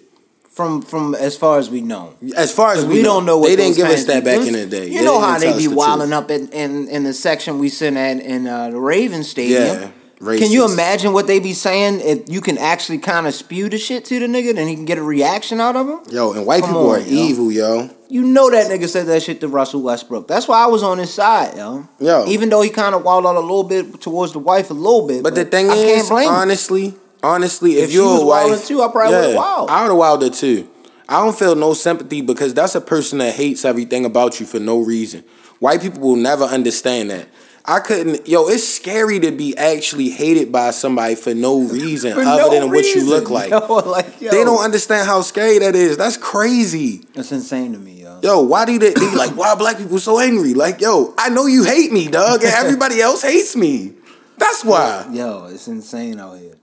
[SPEAKER 7] from from as far as we know.
[SPEAKER 6] As far as
[SPEAKER 7] Because
[SPEAKER 6] we,
[SPEAKER 7] we,
[SPEAKER 6] know,
[SPEAKER 7] don't know what
[SPEAKER 6] they didn't
[SPEAKER 7] those
[SPEAKER 6] give us
[SPEAKER 7] fans
[SPEAKER 6] that
[SPEAKER 7] be
[SPEAKER 6] back
[SPEAKER 7] doing.
[SPEAKER 6] in the day.
[SPEAKER 7] You know
[SPEAKER 6] didn't
[SPEAKER 7] how
[SPEAKER 6] tell
[SPEAKER 7] they
[SPEAKER 6] us
[SPEAKER 7] be
[SPEAKER 6] the
[SPEAKER 7] wilding
[SPEAKER 6] truth.
[SPEAKER 7] up in, in in the section we sent at in uh, the Ravens Stadium.
[SPEAKER 6] Yeah,
[SPEAKER 7] Can you
[SPEAKER 6] racist.
[SPEAKER 7] imagine what they be saying if you can actually kind of spew the shit to the nigga, then he can get a reaction out of him?
[SPEAKER 6] Yo, and white
[SPEAKER 7] Come
[SPEAKER 6] people
[SPEAKER 7] on,
[SPEAKER 6] are
[SPEAKER 7] yo.
[SPEAKER 6] evil, yo.
[SPEAKER 7] You know that nigga said that shit to Russell Westbrook. That's why I was on his side, yo.
[SPEAKER 6] Yo.
[SPEAKER 7] Even though he kind of walled out a little bit towards the wife a little bit.
[SPEAKER 6] But the thing
[SPEAKER 7] I
[SPEAKER 6] is,
[SPEAKER 7] can't blame him.
[SPEAKER 6] honestly, honestly, if,
[SPEAKER 7] If she
[SPEAKER 6] you're
[SPEAKER 7] was
[SPEAKER 6] a
[SPEAKER 7] wildin'
[SPEAKER 6] wife,
[SPEAKER 7] too, I probably would've wilded.
[SPEAKER 6] I would have wilded too. I don't feel no sympathy because that's a person that hates everything about you for no reason. White people will never understand that. I couldn't, yo. It's scary to be actually hated by somebody for no reason
[SPEAKER 7] For
[SPEAKER 6] other
[SPEAKER 7] no
[SPEAKER 6] than what you look
[SPEAKER 7] reason,
[SPEAKER 6] like.
[SPEAKER 7] yo. Like, yo.
[SPEAKER 6] They don't understand how scary that is. That's crazy.
[SPEAKER 7] That's insane to me, yo.
[SPEAKER 6] Yo, why do they, they be like, why black people so angry? Like, yo, I know you hate me, dog, and everybody else hates me. That's why.
[SPEAKER 7] Yo, it's insane out here.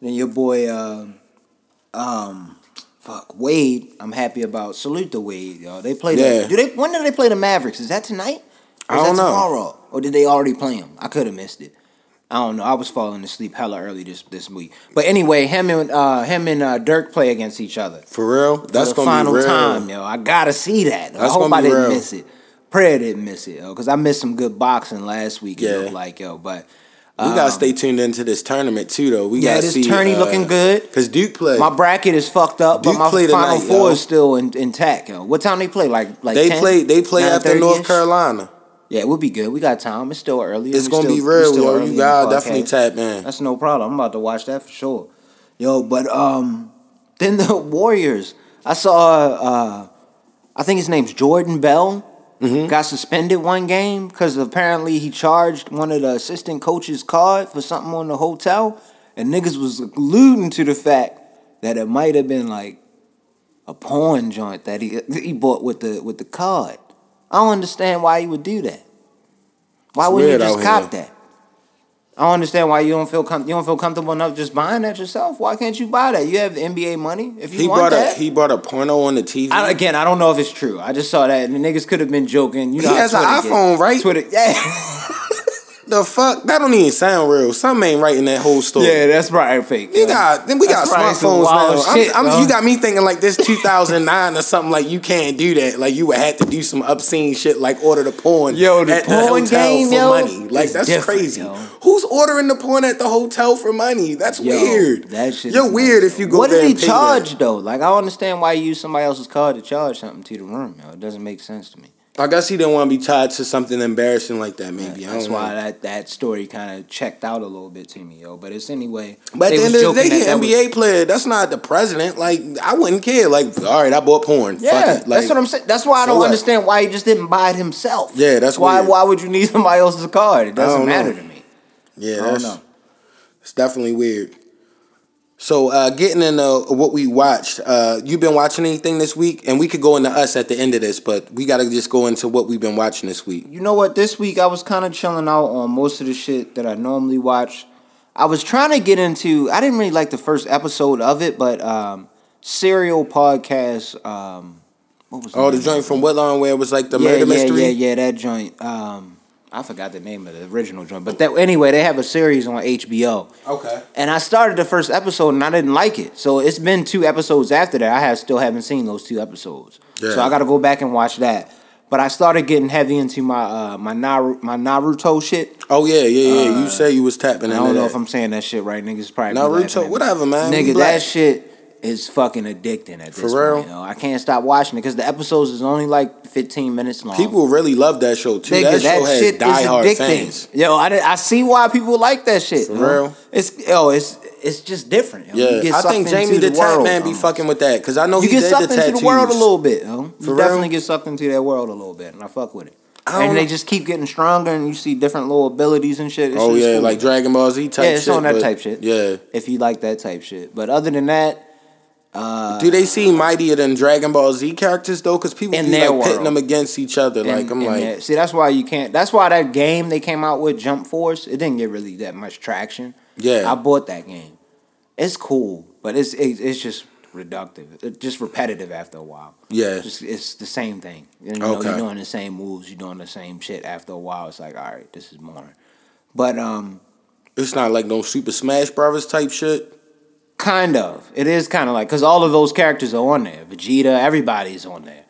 [SPEAKER 7] Then your boy, um, um, fuck Wade. I'm happy about. Salute the Wade, yo. They play.
[SPEAKER 6] Yeah.
[SPEAKER 7] The, do they? When do they play the Mavericks? Is that tonight? Or
[SPEAKER 6] I
[SPEAKER 7] is
[SPEAKER 6] don't
[SPEAKER 7] that
[SPEAKER 6] know.
[SPEAKER 7] Tomorrow, or did they already play him? I could have missed it. I don't know. I was falling asleep hella early this this week. But anyway, him and uh, him and uh, Dirk play against each other.
[SPEAKER 6] For real? That's
[SPEAKER 7] for the
[SPEAKER 6] gonna
[SPEAKER 7] final
[SPEAKER 6] be real.
[SPEAKER 7] time, yo. I gotta see that. I
[SPEAKER 6] That's
[SPEAKER 7] hope
[SPEAKER 6] gonna
[SPEAKER 7] I
[SPEAKER 6] be
[SPEAKER 7] didn't
[SPEAKER 6] real.
[SPEAKER 7] miss it. Prayer didn't miss it, yo, because I missed some good boxing last week. Yeah,
[SPEAKER 6] Yeah.
[SPEAKER 7] like yo, but
[SPEAKER 6] We gotta stay tuned into this tournament too, though. We
[SPEAKER 7] Um, Yeah,
[SPEAKER 6] gotta
[SPEAKER 7] this
[SPEAKER 6] see. uh,
[SPEAKER 7] tourney looking good.
[SPEAKER 6] Cause Duke played.
[SPEAKER 7] My bracket is fucked up,
[SPEAKER 6] Duke
[SPEAKER 7] but my
[SPEAKER 6] play
[SPEAKER 7] final
[SPEAKER 6] tonight,
[SPEAKER 7] four
[SPEAKER 6] yo.
[SPEAKER 7] is still in, intact. Yo. What time they play? Like like
[SPEAKER 6] they
[SPEAKER 7] 10?
[SPEAKER 6] play. They play after
[SPEAKER 7] 9:30 -ish?
[SPEAKER 6] North Carolina.
[SPEAKER 7] Yeah, we'll be good. We got time. It's still early.
[SPEAKER 6] It's
[SPEAKER 7] We
[SPEAKER 6] gonna
[SPEAKER 7] still-
[SPEAKER 6] be
[SPEAKER 7] we
[SPEAKER 6] real,
[SPEAKER 7] still
[SPEAKER 6] yo.
[SPEAKER 7] early in
[SPEAKER 6] You
[SPEAKER 7] the
[SPEAKER 6] gotta
[SPEAKER 7] podcast.
[SPEAKER 6] definitely tap in.
[SPEAKER 7] That's no problem. I'm about to watch that for sure. Yo, but um, then the Warriors. I saw. uh I think his name's Jordan Bell.
[SPEAKER 6] Mm-hmm.
[SPEAKER 7] Got suspended one game because apparently he charged one of the assistant coaches' card for something on the hotel, and niggas was alluding to the fact that it might have been like a porn joint that he he bought with the with the card. I don't understand why you would do that. Why
[SPEAKER 6] It's
[SPEAKER 7] wouldn't you
[SPEAKER 6] weird
[SPEAKER 7] just
[SPEAKER 6] out
[SPEAKER 7] cop
[SPEAKER 6] here.
[SPEAKER 7] that? I don't understand why you don't feel com- you don't feel comfortable enough just buying that yourself. Why can't you buy that? You have NBA money. If you
[SPEAKER 6] He
[SPEAKER 7] want
[SPEAKER 6] brought
[SPEAKER 7] that,
[SPEAKER 6] a he brought a porno on the TV.
[SPEAKER 7] I, again, I don't know if it's true. I just saw that, and the niggas could have been joking. You know,
[SPEAKER 6] He
[SPEAKER 7] how
[SPEAKER 6] has an
[SPEAKER 7] Twitter get.
[SPEAKER 6] iPhone, right?
[SPEAKER 7] Twitter, yeah,
[SPEAKER 6] the fuck? That don't even sound real. Something ain't right in that whole story.
[SPEAKER 7] yeah, that's right, fake.
[SPEAKER 6] You got then we got
[SPEAKER 7] That's probably some
[SPEAKER 6] smartphones
[SPEAKER 7] wild
[SPEAKER 6] now. I'm-
[SPEAKER 7] shit,
[SPEAKER 6] I'm,
[SPEAKER 7] bro.
[SPEAKER 6] you got me thinking like this 2009 or something like you can't do that. Like you would have to do some obscene shit like order the porn.
[SPEAKER 7] Yo, the
[SPEAKER 6] at
[SPEAKER 7] porn
[SPEAKER 6] hotel
[SPEAKER 7] game,
[SPEAKER 6] for
[SPEAKER 7] yo,
[SPEAKER 6] money. Like
[SPEAKER 7] is
[SPEAKER 6] that's
[SPEAKER 7] different,
[SPEAKER 6] crazy.
[SPEAKER 7] yo.
[SPEAKER 6] Who's ordering the porn at the hotel for money? That's
[SPEAKER 7] Yo,
[SPEAKER 6] weird.
[SPEAKER 7] That shit.
[SPEAKER 6] You're
[SPEAKER 7] is
[SPEAKER 6] weird
[SPEAKER 7] nuts,
[SPEAKER 6] if
[SPEAKER 7] yo.
[SPEAKER 6] you go.
[SPEAKER 7] What
[SPEAKER 6] there
[SPEAKER 7] did
[SPEAKER 6] and
[SPEAKER 7] he
[SPEAKER 6] pay
[SPEAKER 7] charge
[SPEAKER 6] that.
[SPEAKER 7] though? Like, I don't understand why you use somebody else's card to charge something to the room. Yo, it doesn't make sense to me.
[SPEAKER 6] I guess he didn't want to be tied to something embarrassing like that. Maybe I
[SPEAKER 7] That's
[SPEAKER 6] don't
[SPEAKER 7] why
[SPEAKER 6] know.
[SPEAKER 7] that, that story kind of checked out a little bit to me, yo. But it's anyway.
[SPEAKER 6] But at
[SPEAKER 7] they
[SPEAKER 6] the end
[SPEAKER 7] was
[SPEAKER 6] of the day,
[SPEAKER 7] joking
[SPEAKER 6] he
[SPEAKER 7] that that
[SPEAKER 6] an
[SPEAKER 7] was-
[SPEAKER 6] NBA player. That's not the president. Like I wouldn't care. Like all right, I bought porn. Fuck
[SPEAKER 7] Yeah,
[SPEAKER 6] it. Like,
[SPEAKER 7] that's what I'm saying. That's why I
[SPEAKER 6] so
[SPEAKER 7] don't
[SPEAKER 6] what?
[SPEAKER 7] understand why he just didn't buy it himself.
[SPEAKER 6] Yeah, that's
[SPEAKER 7] why.
[SPEAKER 6] weird.
[SPEAKER 7] Why would you need somebody else's card? It doesn't
[SPEAKER 6] don't
[SPEAKER 7] matter
[SPEAKER 6] know.
[SPEAKER 7] to me.
[SPEAKER 6] Yeah,
[SPEAKER 7] I don't
[SPEAKER 6] that's,
[SPEAKER 7] know.
[SPEAKER 6] It's definitely weird. So, uh, getting into what we watched, uh, you've been watching anything this week? And we could go into us at the end of this, but we got to just go into what we've been watching this week.
[SPEAKER 7] You know what? This week I was kind of chilling out on most of the shit that I normally watch. I was trying to get into. I didn't really like the first episode of it, but um, serial podcast. Um, what was
[SPEAKER 6] Oh, the
[SPEAKER 7] name?
[SPEAKER 6] joint from Whitlaw where it was like the
[SPEAKER 7] yeah,
[SPEAKER 6] murder
[SPEAKER 7] yeah,
[SPEAKER 6] mystery?
[SPEAKER 7] Yeah, yeah, that joint. Um, I forgot the name of the original joint, but that anyway, they have a series on HBO.
[SPEAKER 6] Okay.
[SPEAKER 7] And I started the first episode and I didn't like it. So it's been two episodes after that. I have still haven't seen those two episodes.
[SPEAKER 6] Yeah.
[SPEAKER 7] So I got to go back and watch that. But I started getting heavy into my uh, my Naru- my Naruto shit.
[SPEAKER 6] Oh yeah, yeah, yeah. you say you was tapping.
[SPEAKER 7] Uh,
[SPEAKER 6] into
[SPEAKER 7] I don't know
[SPEAKER 6] that.
[SPEAKER 7] if I'm saying that shit right. Niggas probably be
[SPEAKER 6] Naruto,
[SPEAKER 7] laughing at me.
[SPEAKER 6] whatever, man. We
[SPEAKER 7] Nigga,
[SPEAKER 6] black.
[SPEAKER 7] that shit is fucking addicting at this
[SPEAKER 6] For real?
[SPEAKER 7] point. yo. I can't stop watching it because the episodes is only like 15 minutes long.
[SPEAKER 6] People really love that show too. that
[SPEAKER 7] Nigga,
[SPEAKER 6] show has diehard fans.
[SPEAKER 7] Yo, I, did- I see why people like that shit.
[SPEAKER 6] For
[SPEAKER 7] yo.
[SPEAKER 6] real?
[SPEAKER 7] It's yo, it's it's just different. Yo. You
[SPEAKER 6] Yeah,
[SPEAKER 7] get
[SPEAKER 6] I
[SPEAKER 7] sucked
[SPEAKER 6] think
[SPEAKER 7] into
[SPEAKER 6] Jamie the, Tap
[SPEAKER 7] world,
[SPEAKER 6] Man be
[SPEAKER 7] yo.
[SPEAKER 6] fucking with that because I know
[SPEAKER 7] You
[SPEAKER 6] he
[SPEAKER 7] get
[SPEAKER 6] did
[SPEAKER 7] sucked
[SPEAKER 6] the
[SPEAKER 7] into
[SPEAKER 6] tattoos.
[SPEAKER 7] the world a little bit. Yo. You
[SPEAKER 6] For real?
[SPEAKER 7] definitely get sucked into that world a little bit, and I fuck with it.
[SPEAKER 6] I don't
[SPEAKER 7] And they
[SPEAKER 6] know.
[SPEAKER 7] just keep getting stronger, and you see different little abilities and shit. It's
[SPEAKER 6] Oh
[SPEAKER 7] just
[SPEAKER 6] yeah,
[SPEAKER 7] cool.
[SPEAKER 6] like Dragon Ball Z type.
[SPEAKER 7] yeah, it's
[SPEAKER 6] shit,
[SPEAKER 7] on that
[SPEAKER 6] but-
[SPEAKER 7] type shit.
[SPEAKER 6] Yeah.
[SPEAKER 7] if you like that type shit. But other than that,
[SPEAKER 6] Do they seem mightier than Dragon Ball Z characters though? Because people
[SPEAKER 7] In
[SPEAKER 6] be
[SPEAKER 7] their
[SPEAKER 6] like pitting
[SPEAKER 7] world.
[SPEAKER 6] them against each other. like
[SPEAKER 7] and-
[SPEAKER 6] I'm
[SPEAKER 7] and
[SPEAKER 6] like,
[SPEAKER 7] that- see, that's why you can't. That's why that game they came out with, Jump Force, it didn't get really that much traction.
[SPEAKER 6] Yeah.
[SPEAKER 7] I bought that game. It's cool, but it's it, it's just reductive, It's just repetitive after a while.
[SPEAKER 6] Yeah.
[SPEAKER 7] just, it's the same thing. You know,
[SPEAKER 6] Okay.
[SPEAKER 7] you're doing the same moves, you're doing the same shit. After a while, it's like, all right, this is boring. But um,
[SPEAKER 6] it's not like no Super Smash Brothers type shit.
[SPEAKER 7] Kind of. It is kind of like because all of those characters are on there. Vegeta, everybody's on there.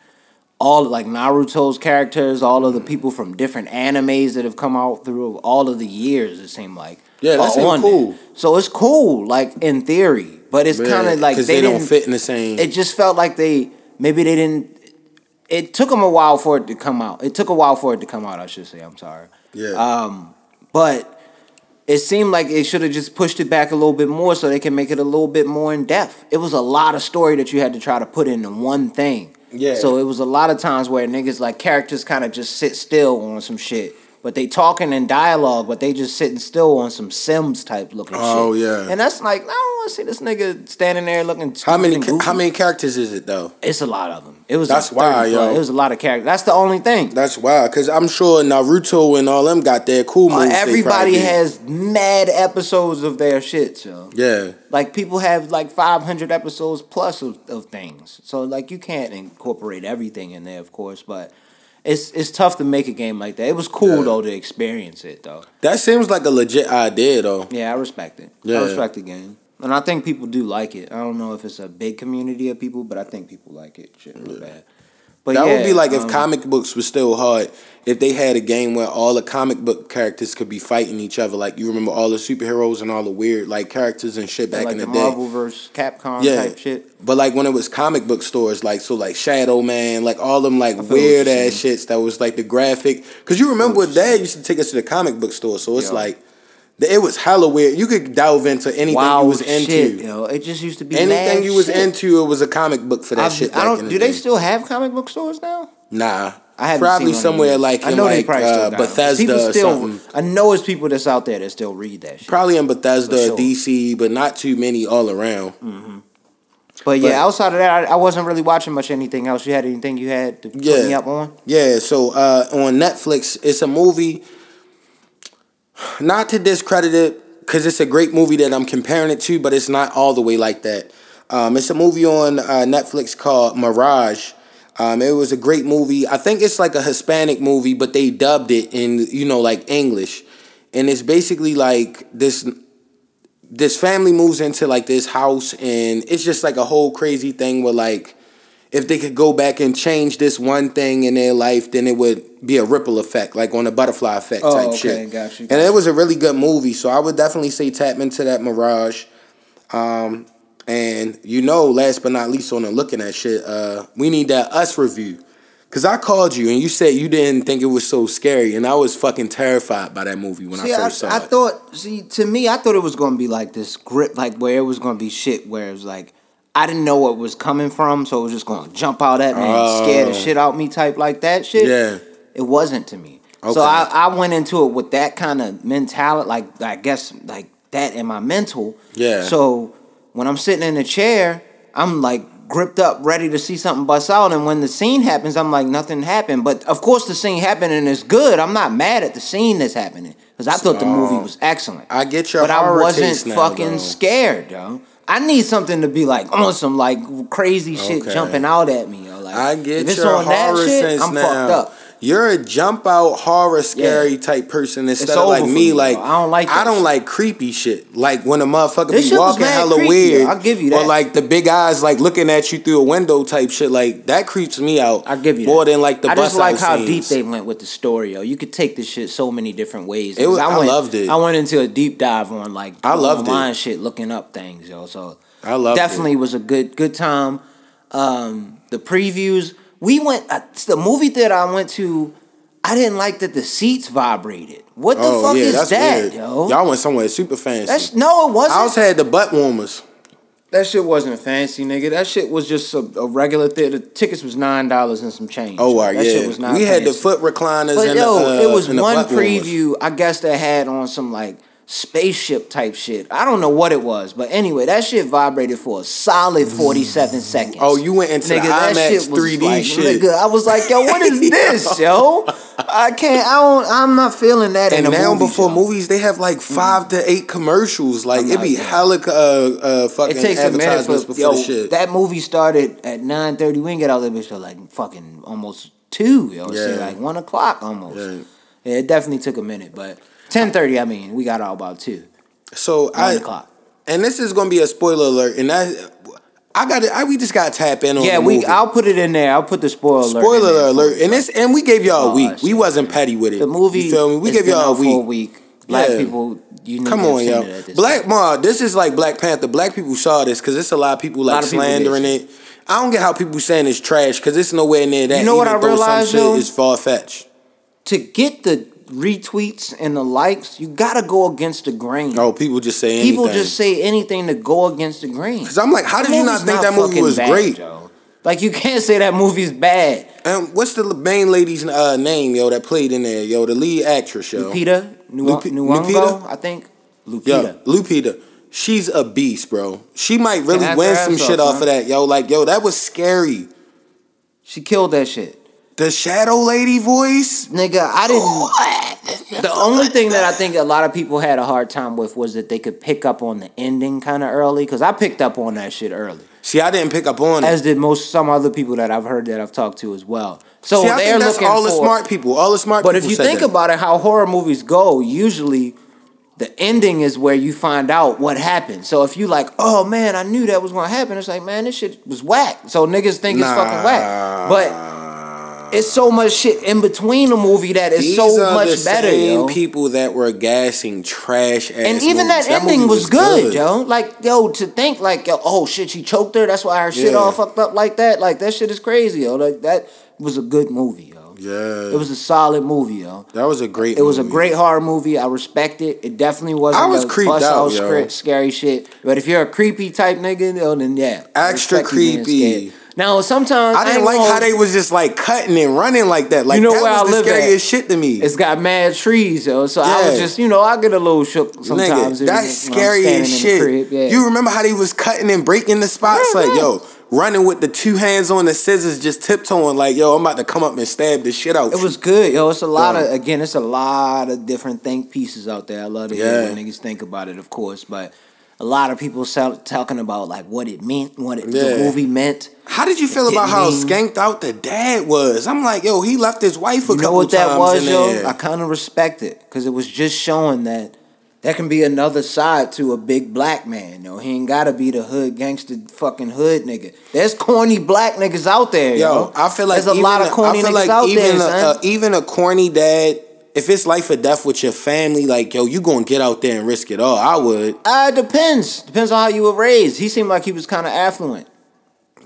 [SPEAKER 7] All like Naruto's characters, all of the people from different animes that have come out through all of the years. It seemed like
[SPEAKER 6] Yeah, that
[SPEAKER 7] are
[SPEAKER 6] seem
[SPEAKER 7] on
[SPEAKER 6] cool.
[SPEAKER 7] there. So it's cool, like in theory, but it's kind of like
[SPEAKER 6] because
[SPEAKER 7] they,
[SPEAKER 6] they, don't
[SPEAKER 7] didn't-
[SPEAKER 6] fit in the same.
[SPEAKER 7] It just felt like they maybe they didn't. It took them a while for it to come out. It took a while for it to come out. I should say. I'm sorry
[SPEAKER 6] yeah,
[SPEAKER 7] uh, Um, but it seemed like it should have just pushed it back a little bit more so they can make it a little bit more in depth. It was a lot of story that you had to try to put into one thing.
[SPEAKER 6] Yeah.
[SPEAKER 7] So it was a lot of times where niggas like characters kind of just sit still on some shit. But they talking in dialogue, but they just sitting still on some Sims type looking
[SPEAKER 6] Oh,
[SPEAKER 7] shit.
[SPEAKER 6] yeah.
[SPEAKER 7] And that's like, I don't want to see this nigga standing there looking.
[SPEAKER 6] how many
[SPEAKER 7] stupid
[SPEAKER 6] ca-
[SPEAKER 7] and
[SPEAKER 6] how
[SPEAKER 7] goofy.
[SPEAKER 6] many characters is it though?
[SPEAKER 7] It's a lot of them. It was.
[SPEAKER 6] That's
[SPEAKER 7] like
[SPEAKER 6] why,
[SPEAKER 7] 30 plus.
[SPEAKER 6] yo.
[SPEAKER 7] It was a lot of characters. That's the only thing.
[SPEAKER 6] That's wild because I'm sure Naruto and all them got their cool
[SPEAKER 7] Uh,
[SPEAKER 6] moves. they
[SPEAKER 7] everybody
[SPEAKER 6] probably-
[SPEAKER 7] has mad episodes of their shit, yo.
[SPEAKER 6] Yeah,
[SPEAKER 7] Like people have like 500 episodes plus of, of things. So like you can't incorporate everything in there, of course, but it's it's tough to make a game like that. It was cool
[SPEAKER 6] Yeah.
[SPEAKER 7] though to experience it though.
[SPEAKER 6] that seems like a legit idea though.
[SPEAKER 7] Yeah, I respect it.
[SPEAKER 6] Yeah.
[SPEAKER 7] I respect the game. And I think people do like it. I don't know if it's a big community of people, but I think people like it. Shit, not bad. But
[SPEAKER 6] That would
[SPEAKER 7] yeah,
[SPEAKER 6] be like if
[SPEAKER 7] um,
[SPEAKER 6] comic books were still hard. If they had a game where all the comic book characters could be fighting each other, like you remember all the superheroes and all the weird like characters and shit back
[SPEAKER 7] like
[SPEAKER 6] in
[SPEAKER 7] the,
[SPEAKER 6] the, day.
[SPEAKER 7] Marvel versus Capcom
[SPEAKER 6] Yeah.
[SPEAKER 7] type shit.
[SPEAKER 6] But like when it was comic book stores, like so like Shadow Man, like all them like
[SPEAKER 7] what you're
[SPEAKER 6] weird ass shits that was like the graphic. Cause you remember with dad used to take us to the comic book store, so it's
[SPEAKER 7] Yeah.
[SPEAKER 6] like th- it was hella weird. You could delve into anything you
[SPEAKER 7] Wow,
[SPEAKER 6] was
[SPEAKER 7] shit,
[SPEAKER 6] into.
[SPEAKER 7] yo. It just used to be
[SPEAKER 6] Anything
[SPEAKER 7] mad
[SPEAKER 6] you was
[SPEAKER 7] shit.
[SPEAKER 6] into, it was a comic book for that
[SPEAKER 7] I've-
[SPEAKER 6] shit.
[SPEAKER 7] I
[SPEAKER 6] back
[SPEAKER 7] don't.
[SPEAKER 6] in the
[SPEAKER 7] do they
[SPEAKER 6] day.
[SPEAKER 7] still have comic book stores now?
[SPEAKER 6] Nah,
[SPEAKER 7] I haven't
[SPEAKER 6] probably
[SPEAKER 7] seen one in
[SPEAKER 6] somewhere
[SPEAKER 7] years.
[SPEAKER 6] like in
[SPEAKER 7] I know they
[SPEAKER 6] like
[SPEAKER 7] probably
[SPEAKER 6] uh,
[SPEAKER 7] still got 'em. People
[SPEAKER 6] Bethesda or
[SPEAKER 7] still-
[SPEAKER 6] something.
[SPEAKER 7] I know it's people that's out there that still read that shit.
[SPEAKER 6] Probably in Bethesda,
[SPEAKER 7] For
[SPEAKER 6] or
[SPEAKER 7] sure. Mm.
[SPEAKER 6] DC, but not too many all around.
[SPEAKER 7] But yeah,
[SPEAKER 6] but-
[SPEAKER 7] outside of that, I, I wasn't really watching much anything else. You had anything you had to
[SPEAKER 6] Yeah.
[SPEAKER 7] put me up on?
[SPEAKER 6] Yeah, so uh, on Netflix, it's a movie. Not to discredit it, because it's a great movie that I'm comparing it to, but it's not all the way like that. Um, it's a movie on uh, Netflix called Mirage. Um, it was a great movie. I think it's like a Hispanic movie, but they dubbed it in you know like English, and it's basically like this this family moves into like this house and it's just like a whole crazy thing where like if they could go back and change this one thing in their life then it would be a ripple effect like on a butterfly effect
[SPEAKER 7] Oh,
[SPEAKER 6] type
[SPEAKER 7] okay,
[SPEAKER 6] shit
[SPEAKER 7] got you,
[SPEAKER 6] and
[SPEAKER 7] got
[SPEAKER 6] it was a really good movie so i would definitely say tap into that mirage um and you know last but not least on the looking at shit uh we need that us review because i called you and you said you didn't think it was so scary and i was fucking terrified by that movie when
[SPEAKER 7] See,
[SPEAKER 6] i
[SPEAKER 7] I,
[SPEAKER 6] first saw
[SPEAKER 7] I
[SPEAKER 6] it
[SPEAKER 7] thought, see, to me, I thought it was gonna be like this grip, like where it was gonna be shit, where it was like I didn't know what was coming from, so it was just gonna jump out at me, and scare the
[SPEAKER 6] Oh.
[SPEAKER 7] shit out me, type like that shit.
[SPEAKER 6] Yeah.
[SPEAKER 7] it wasn't to me.
[SPEAKER 6] Okay.
[SPEAKER 7] So I, I went into it with that kind of mentality, like I guess like that in my mental.
[SPEAKER 6] Yeah.
[SPEAKER 7] So when I'm sitting in the chair, I'm like gripped up, ready to see something bust out, and when the scene happens, I'm like nothing happened. But of course, the scene happened and it's good. I'm not mad at the scene that's happening because I thought the movie was excellent.
[SPEAKER 6] I get your
[SPEAKER 7] but I
[SPEAKER 6] horror
[SPEAKER 7] wasn't
[SPEAKER 6] taste now,
[SPEAKER 7] fucking
[SPEAKER 6] though.
[SPEAKER 7] scared, yo. I need something to be like on some like crazy shit
[SPEAKER 6] Okay.
[SPEAKER 7] jumping out at me. Yo. Like
[SPEAKER 6] I get
[SPEAKER 7] if it's
[SPEAKER 6] your
[SPEAKER 7] on that
[SPEAKER 6] horror
[SPEAKER 7] shit,
[SPEAKER 6] sense
[SPEAKER 7] I'm
[SPEAKER 6] now.
[SPEAKER 7] fucked up.
[SPEAKER 6] You're a jump out horror scary
[SPEAKER 7] Yeah.
[SPEAKER 6] type person instead of
[SPEAKER 7] over
[SPEAKER 6] like
[SPEAKER 7] for
[SPEAKER 6] me.
[SPEAKER 7] me,
[SPEAKER 6] Like
[SPEAKER 7] bro. I don't like
[SPEAKER 6] I
[SPEAKER 7] this.
[SPEAKER 6] don't like creepy shit. Like when a motherfucker
[SPEAKER 7] This
[SPEAKER 6] be
[SPEAKER 7] shit was
[SPEAKER 6] walking
[SPEAKER 7] mad
[SPEAKER 6] hella
[SPEAKER 7] creepy,
[SPEAKER 6] weird.
[SPEAKER 7] I'll give you
[SPEAKER 6] Or
[SPEAKER 7] that.
[SPEAKER 6] like the big eyes like looking at you through a window type shit. Like that creeps me out.
[SPEAKER 7] I give you
[SPEAKER 6] more
[SPEAKER 7] that.
[SPEAKER 6] than like the
[SPEAKER 7] I
[SPEAKER 6] bus
[SPEAKER 7] just like
[SPEAKER 6] out
[SPEAKER 7] how
[SPEAKER 6] scenes.
[SPEAKER 7] deep they went with the story. Yo, you could take this shit so many different ways.
[SPEAKER 6] It was- I
[SPEAKER 7] went-
[SPEAKER 6] loved it.
[SPEAKER 7] I went into a deep dive on like
[SPEAKER 6] I loved it.
[SPEAKER 7] online shit, looking up things, yo. So
[SPEAKER 6] I loved it.
[SPEAKER 7] definitely was a good good time. Um, the previews we went uh, the movie theater I went to. I didn't like that the seats vibrated. What the
[SPEAKER 6] Oh,
[SPEAKER 7] fuck
[SPEAKER 6] yeah,
[SPEAKER 7] is
[SPEAKER 6] that's
[SPEAKER 7] that,
[SPEAKER 6] weird.
[SPEAKER 7] yo?
[SPEAKER 6] Y'all went somewhere super fancy.
[SPEAKER 7] that's no, it wasn't.
[SPEAKER 6] I also had the butt warmers.
[SPEAKER 7] that shit wasn't fancy, nigga. That shit was just a, a regular theater. Tickets was nine dollars and some change.
[SPEAKER 6] Oh, wow,
[SPEAKER 7] that
[SPEAKER 6] yeah.
[SPEAKER 7] Shit was not
[SPEAKER 6] we had the
[SPEAKER 7] fancy.
[SPEAKER 6] foot recliners
[SPEAKER 7] But
[SPEAKER 6] and
[SPEAKER 7] yo,
[SPEAKER 6] the, uh,
[SPEAKER 7] it was
[SPEAKER 6] and the
[SPEAKER 7] one
[SPEAKER 6] butt warmers.
[SPEAKER 7] preview, I guess, that had on some like spaceship type shit. I don't know what it was, but anyway, that shit vibrated for a solid 47 seconds.
[SPEAKER 6] Oh, you went into the IMAX 3D
[SPEAKER 7] like,
[SPEAKER 6] shit.
[SPEAKER 7] Nigga, I was like, yo, what is this, yo? I can't, I don't, I'm not feeling that
[SPEAKER 6] And
[SPEAKER 7] in a
[SPEAKER 6] now
[SPEAKER 7] movie,
[SPEAKER 6] before
[SPEAKER 7] yo.
[SPEAKER 6] movies, they have like 5 to eight commercials. Like it
[SPEAKER 7] not-
[SPEAKER 6] be
[SPEAKER 7] yeah.
[SPEAKER 6] hella uh, uh, fucking
[SPEAKER 7] It takes a minute
[SPEAKER 6] advertisements
[SPEAKER 7] for
[SPEAKER 6] before
[SPEAKER 7] yo,
[SPEAKER 6] the shit.
[SPEAKER 7] that movie started at nine thirty. We didn't get out of that bitch till like fucking almost two. Yo, yeah.
[SPEAKER 6] Yeah.
[SPEAKER 7] like one o'clock almost.
[SPEAKER 6] Yeah.
[SPEAKER 7] Yeah. it definitely took a minute, but ten thirty. I mean, we got out about two.
[SPEAKER 6] so
[SPEAKER 7] Nine
[SPEAKER 6] I
[SPEAKER 7] o'clock.
[SPEAKER 6] and this is gonna be a spoiler alert. And I, I got I we just got to tap in on
[SPEAKER 7] Yeah,
[SPEAKER 6] the
[SPEAKER 7] we.
[SPEAKER 6] movie.
[SPEAKER 7] I'll put it in there. I'll put the spoiler. alert in
[SPEAKER 6] spoiler
[SPEAKER 7] there for
[SPEAKER 6] alert.
[SPEAKER 7] you.
[SPEAKER 6] And this and we gave y'all a
[SPEAKER 7] Oh,
[SPEAKER 6] week. We
[SPEAKER 7] shit.
[SPEAKER 6] wasn't petty with it.
[SPEAKER 7] the movie.
[SPEAKER 6] You feel me? We
[SPEAKER 7] has
[SPEAKER 6] gave
[SPEAKER 7] been
[SPEAKER 6] y'all
[SPEAKER 7] out
[SPEAKER 6] a
[SPEAKER 7] for
[SPEAKER 6] week.
[SPEAKER 7] week. Black
[SPEAKER 6] Yeah.
[SPEAKER 7] people, you need
[SPEAKER 6] Come
[SPEAKER 7] to have
[SPEAKER 6] on,
[SPEAKER 7] seen
[SPEAKER 6] y'all.
[SPEAKER 7] it at this
[SPEAKER 6] Black
[SPEAKER 7] point.
[SPEAKER 6] Ma, this is like Black Panther. Black people saw this because it's a lot of people like
[SPEAKER 7] Lot of people did.
[SPEAKER 6] slandering it. I don't get how people saying it's trash because it's nowhere near that.
[SPEAKER 7] You know what
[SPEAKER 6] even
[SPEAKER 7] I
[SPEAKER 6] though some
[SPEAKER 7] realized,
[SPEAKER 6] shit
[SPEAKER 7] though?
[SPEAKER 6] is far fetched.
[SPEAKER 7] To get the retweets and the likes, you gotta go against the grain.
[SPEAKER 6] Oh, people just say anything.
[SPEAKER 7] People just say anything to go against the grain.
[SPEAKER 6] 'Cause I'm like, how
[SPEAKER 7] The
[SPEAKER 6] did you not
[SPEAKER 7] movie's
[SPEAKER 6] think that movie
[SPEAKER 7] fucking
[SPEAKER 6] was
[SPEAKER 7] bad,
[SPEAKER 6] great?
[SPEAKER 7] yo. Like you can't say that movie's bad.
[SPEAKER 6] And what's the main lady's uh, name, yo, that played in there, yo, the lead actress, yo,
[SPEAKER 7] Lupita Nu-
[SPEAKER 6] Lupi-
[SPEAKER 7] Nyong'o,
[SPEAKER 6] Lupita?
[SPEAKER 7] I think. Lupita.
[SPEAKER 6] yo, Lupita. She's a beast, bro. She might really
[SPEAKER 7] that's
[SPEAKER 6] win
[SPEAKER 7] her
[SPEAKER 6] some
[SPEAKER 7] ass
[SPEAKER 6] shit
[SPEAKER 7] off,
[SPEAKER 6] off of
[SPEAKER 7] man.
[SPEAKER 6] that, yo. Like, yo, that was scary.
[SPEAKER 7] She killed that shit.
[SPEAKER 6] The Shadow Lady voice.
[SPEAKER 7] Nigga, I didn't. The only thing that I think a lot of people had a hard time with was that they could pick up on the ending kind of early. Cause I picked up on that shit early,
[SPEAKER 6] See, I didn't pick up on it.
[SPEAKER 7] as did most some other people that I've heard that I've talked to as well. So
[SPEAKER 6] See, I
[SPEAKER 7] they're
[SPEAKER 6] think that's
[SPEAKER 7] looking
[SPEAKER 6] all
[SPEAKER 7] for
[SPEAKER 6] the smart people. All the smart
[SPEAKER 7] But
[SPEAKER 6] people.
[SPEAKER 7] if you
[SPEAKER 6] said
[SPEAKER 7] think
[SPEAKER 6] that.
[SPEAKER 7] about it, how horror movies go, usually the ending is where you find out what happened. So if you like, oh man, I knew that was gonna happen, it's like, man, this shit was whack. So niggas think it's fucking whack. But it's so much shit in between the movie that is
[SPEAKER 6] These
[SPEAKER 7] so
[SPEAKER 6] are
[SPEAKER 7] much
[SPEAKER 6] the
[SPEAKER 7] better,
[SPEAKER 6] same
[SPEAKER 7] yo.
[SPEAKER 6] people that were gassing trash ass.
[SPEAKER 7] And even that,
[SPEAKER 6] movies.
[SPEAKER 7] ending
[SPEAKER 6] movie
[SPEAKER 7] was, good, yo. Like, yo, to think like, yo, oh shit, she choked her. That's why her shit
[SPEAKER 6] Yeah.
[SPEAKER 7] all fucked up like that. Like that shit is crazy, yo. Like that was a good movie, yo.
[SPEAKER 6] Yeah,
[SPEAKER 7] It was a solid movie, yo.
[SPEAKER 6] that was a great.
[SPEAKER 7] It was a
[SPEAKER 6] movie.
[SPEAKER 7] great horror movie. I respect it. It definitely wasn't
[SPEAKER 6] I was
[SPEAKER 7] the
[SPEAKER 6] creeped
[SPEAKER 7] bust
[SPEAKER 6] out,
[SPEAKER 7] out
[SPEAKER 6] yo.
[SPEAKER 7] script, scary shit. But if you're a creepy type nigga, yo, then yeah, I
[SPEAKER 6] Extra
[SPEAKER 7] respect you being
[SPEAKER 6] creepy.
[SPEAKER 7] scared. Now sometimes
[SPEAKER 6] I didn't
[SPEAKER 7] ain't
[SPEAKER 6] like
[SPEAKER 7] gonna-
[SPEAKER 6] how they was just like cutting and running like that. Like
[SPEAKER 7] You know
[SPEAKER 6] that
[SPEAKER 7] where
[SPEAKER 6] was
[SPEAKER 7] I
[SPEAKER 6] the
[SPEAKER 7] live at.
[SPEAKER 6] scariest shit to me.
[SPEAKER 7] It's got mad trees, yo. So I was
[SPEAKER 6] Yeah.
[SPEAKER 7] just, you know, I get a little shook sometimes.
[SPEAKER 6] Nigga,
[SPEAKER 7] if-
[SPEAKER 6] that's
[SPEAKER 7] when I'm
[SPEAKER 6] scary as
[SPEAKER 7] standing in
[SPEAKER 6] shit.
[SPEAKER 7] the crib, yeah.
[SPEAKER 6] You remember how they was cutting and breaking the spots?
[SPEAKER 7] Yeah,
[SPEAKER 6] like,
[SPEAKER 7] yeah.
[SPEAKER 6] yo, running with the two hands on the scissors, just tiptoeing, like, yo, I'm about to come up and stab this shit out.
[SPEAKER 7] It
[SPEAKER 6] you.
[SPEAKER 7] was good, yo. It's a lot
[SPEAKER 6] Yeah.
[SPEAKER 7] of again, it's a lot of different think pieces out there. I love to
[SPEAKER 6] Yeah.
[SPEAKER 7] hear what niggas think about it, of course, but a lot of people sell, talking about like what it meant, what it,
[SPEAKER 6] Yeah.
[SPEAKER 7] the movie meant.
[SPEAKER 6] How did you feel
[SPEAKER 7] It
[SPEAKER 6] about how
[SPEAKER 7] didn't
[SPEAKER 6] skanked out the dad was? I'm like, yo, he left his wife a
[SPEAKER 7] you know
[SPEAKER 6] couple
[SPEAKER 7] what that
[SPEAKER 6] times
[SPEAKER 7] was,
[SPEAKER 6] in
[SPEAKER 7] yo?
[SPEAKER 6] there.
[SPEAKER 7] I kind of respect it because it was just showing that there can be another side to a big black man. Yo, he ain't gotta be the hood gangster fucking hood nigga. There's corny black niggas out there, yo.
[SPEAKER 6] Yo, I feel like
[SPEAKER 7] there's a
[SPEAKER 6] even
[SPEAKER 7] lot of corny
[SPEAKER 6] I feel
[SPEAKER 7] niggas
[SPEAKER 6] like
[SPEAKER 7] out
[SPEAKER 6] even
[SPEAKER 7] there,
[SPEAKER 6] a,
[SPEAKER 7] son.
[SPEAKER 6] a- even a corny dad, if it's life or death with your family, like yo, you gonna get out there and risk it all. I would.
[SPEAKER 7] Uh, it depends. Depends on how you were raised. He seemed like he was kind of affluent.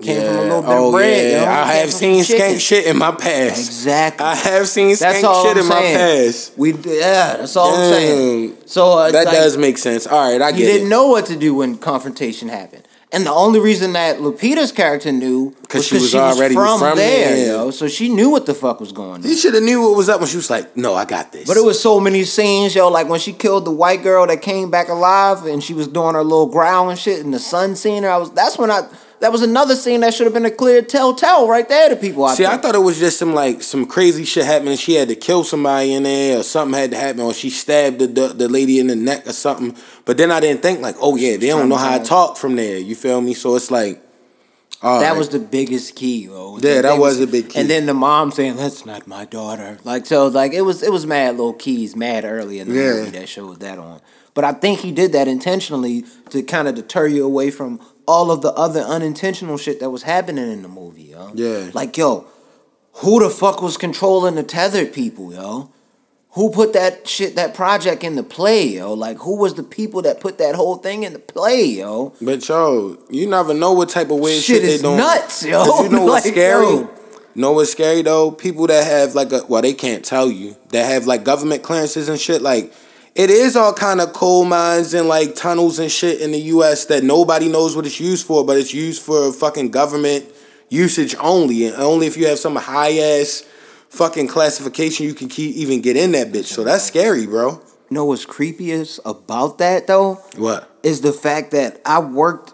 [SPEAKER 7] Came from a little bit
[SPEAKER 6] oh,
[SPEAKER 7] of bread.
[SPEAKER 6] yeah. I
[SPEAKER 7] yo. Came
[SPEAKER 6] have
[SPEAKER 7] from
[SPEAKER 6] seen
[SPEAKER 7] chicken.
[SPEAKER 6] skank shit in my past.
[SPEAKER 7] Exactly.
[SPEAKER 6] I have seen skank
[SPEAKER 7] that's all
[SPEAKER 6] shit
[SPEAKER 7] I'm
[SPEAKER 6] in
[SPEAKER 7] saying.
[SPEAKER 6] my past.
[SPEAKER 7] We yeah, that's all I'm saying.
[SPEAKER 6] Damn.
[SPEAKER 7] So uh,
[SPEAKER 6] That
[SPEAKER 7] like,
[SPEAKER 6] does make sense. All right, I
[SPEAKER 7] You
[SPEAKER 6] get
[SPEAKER 7] didn't
[SPEAKER 6] it.
[SPEAKER 7] know what to do when confrontation happened, and the only reason that Lupita's character knew
[SPEAKER 6] 'Cause
[SPEAKER 7] was
[SPEAKER 6] she was
[SPEAKER 7] because she,
[SPEAKER 6] already
[SPEAKER 7] was from,
[SPEAKER 6] from
[SPEAKER 7] there,
[SPEAKER 6] there.
[SPEAKER 7] yo. So she knew what the fuck was going on.
[SPEAKER 6] You should have knew what was up when she was like, "No, I got this."
[SPEAKER 7] But it was so many scenes, yo. Like when she killed the white girl that came back alive, and she was doing her little growl and shit, and the sun seen her. I was. That's when I. That was another scene that should have been a clear telltale right there to people. out
[SPEAKER 6] See, I
[SPEAKER 7] there.
[SPEAKER 6] thought it was just some like some crazy shit happening. She had to kill somebody in there, or something had to happen, or she stabbed the the, the lady in the neck or something. But then I didn't think like, oh yeah, they don't know how to talk from there. You feel me? So it's like All
[SPEAKER 7] that
[SPEAKER 6] right.
[SPEAKER 7] was the biggest key, bro.
[SPEAKER 6] Yeah,
[SPEAKER 7] They-
[SPEAKER 6] that
[SPEAKER 7] they
[SPEAKER 6] was a big key.
[SPEAKER 7] And then the mom saying, "That's not my daughter." Like so, like it was it was mad little keys, mad early in the
[SPEAKER 6] Yeah.
[SPEAKER 7] movie that showed that on. But I think he did that intentionally to kind of deter you away from all of the other unintentional shit that was happening in the movie, yo.
[SPEAKER 6] Yeah.
[SPEAKER 7] Like yo, who the fuck was controlling the tethered people, yo? Who put that shit, that project into play, yo? Like, who was the people that put that whole thing into play, yo?
[SPEAKER 6] But yo, you never know what type of weird shit,
[SPEAKER 7] Shit
[SPEAKER 6] they
[SPEAKER 7] is
[SPEAKER 6] doing.
[SPEAKER 7] nuts, yo.
[SPEAKER 6] 'Cause You know what's
[SPEAKER 7] Like,
[SPEAKER 6] scary?
[SPEAKER 7] yo.
[SPEAKER 6] Know what's scary though? People that have like a well, they can't tell you that have like government clearances and shit. Like, it is all kind of coal mines and like tunnels and shit in the U.S. that nobody knows what it's used for, but it's used for fucking government usage only, and only if you have some high ass fucking classification you can keep even get in that bitch. So that's scary, bro.
[SPEAKER 7] You know what's creepiest about that, though?
[SPEAKER 6] What?
[SPEAKER 7] is the fact that I worked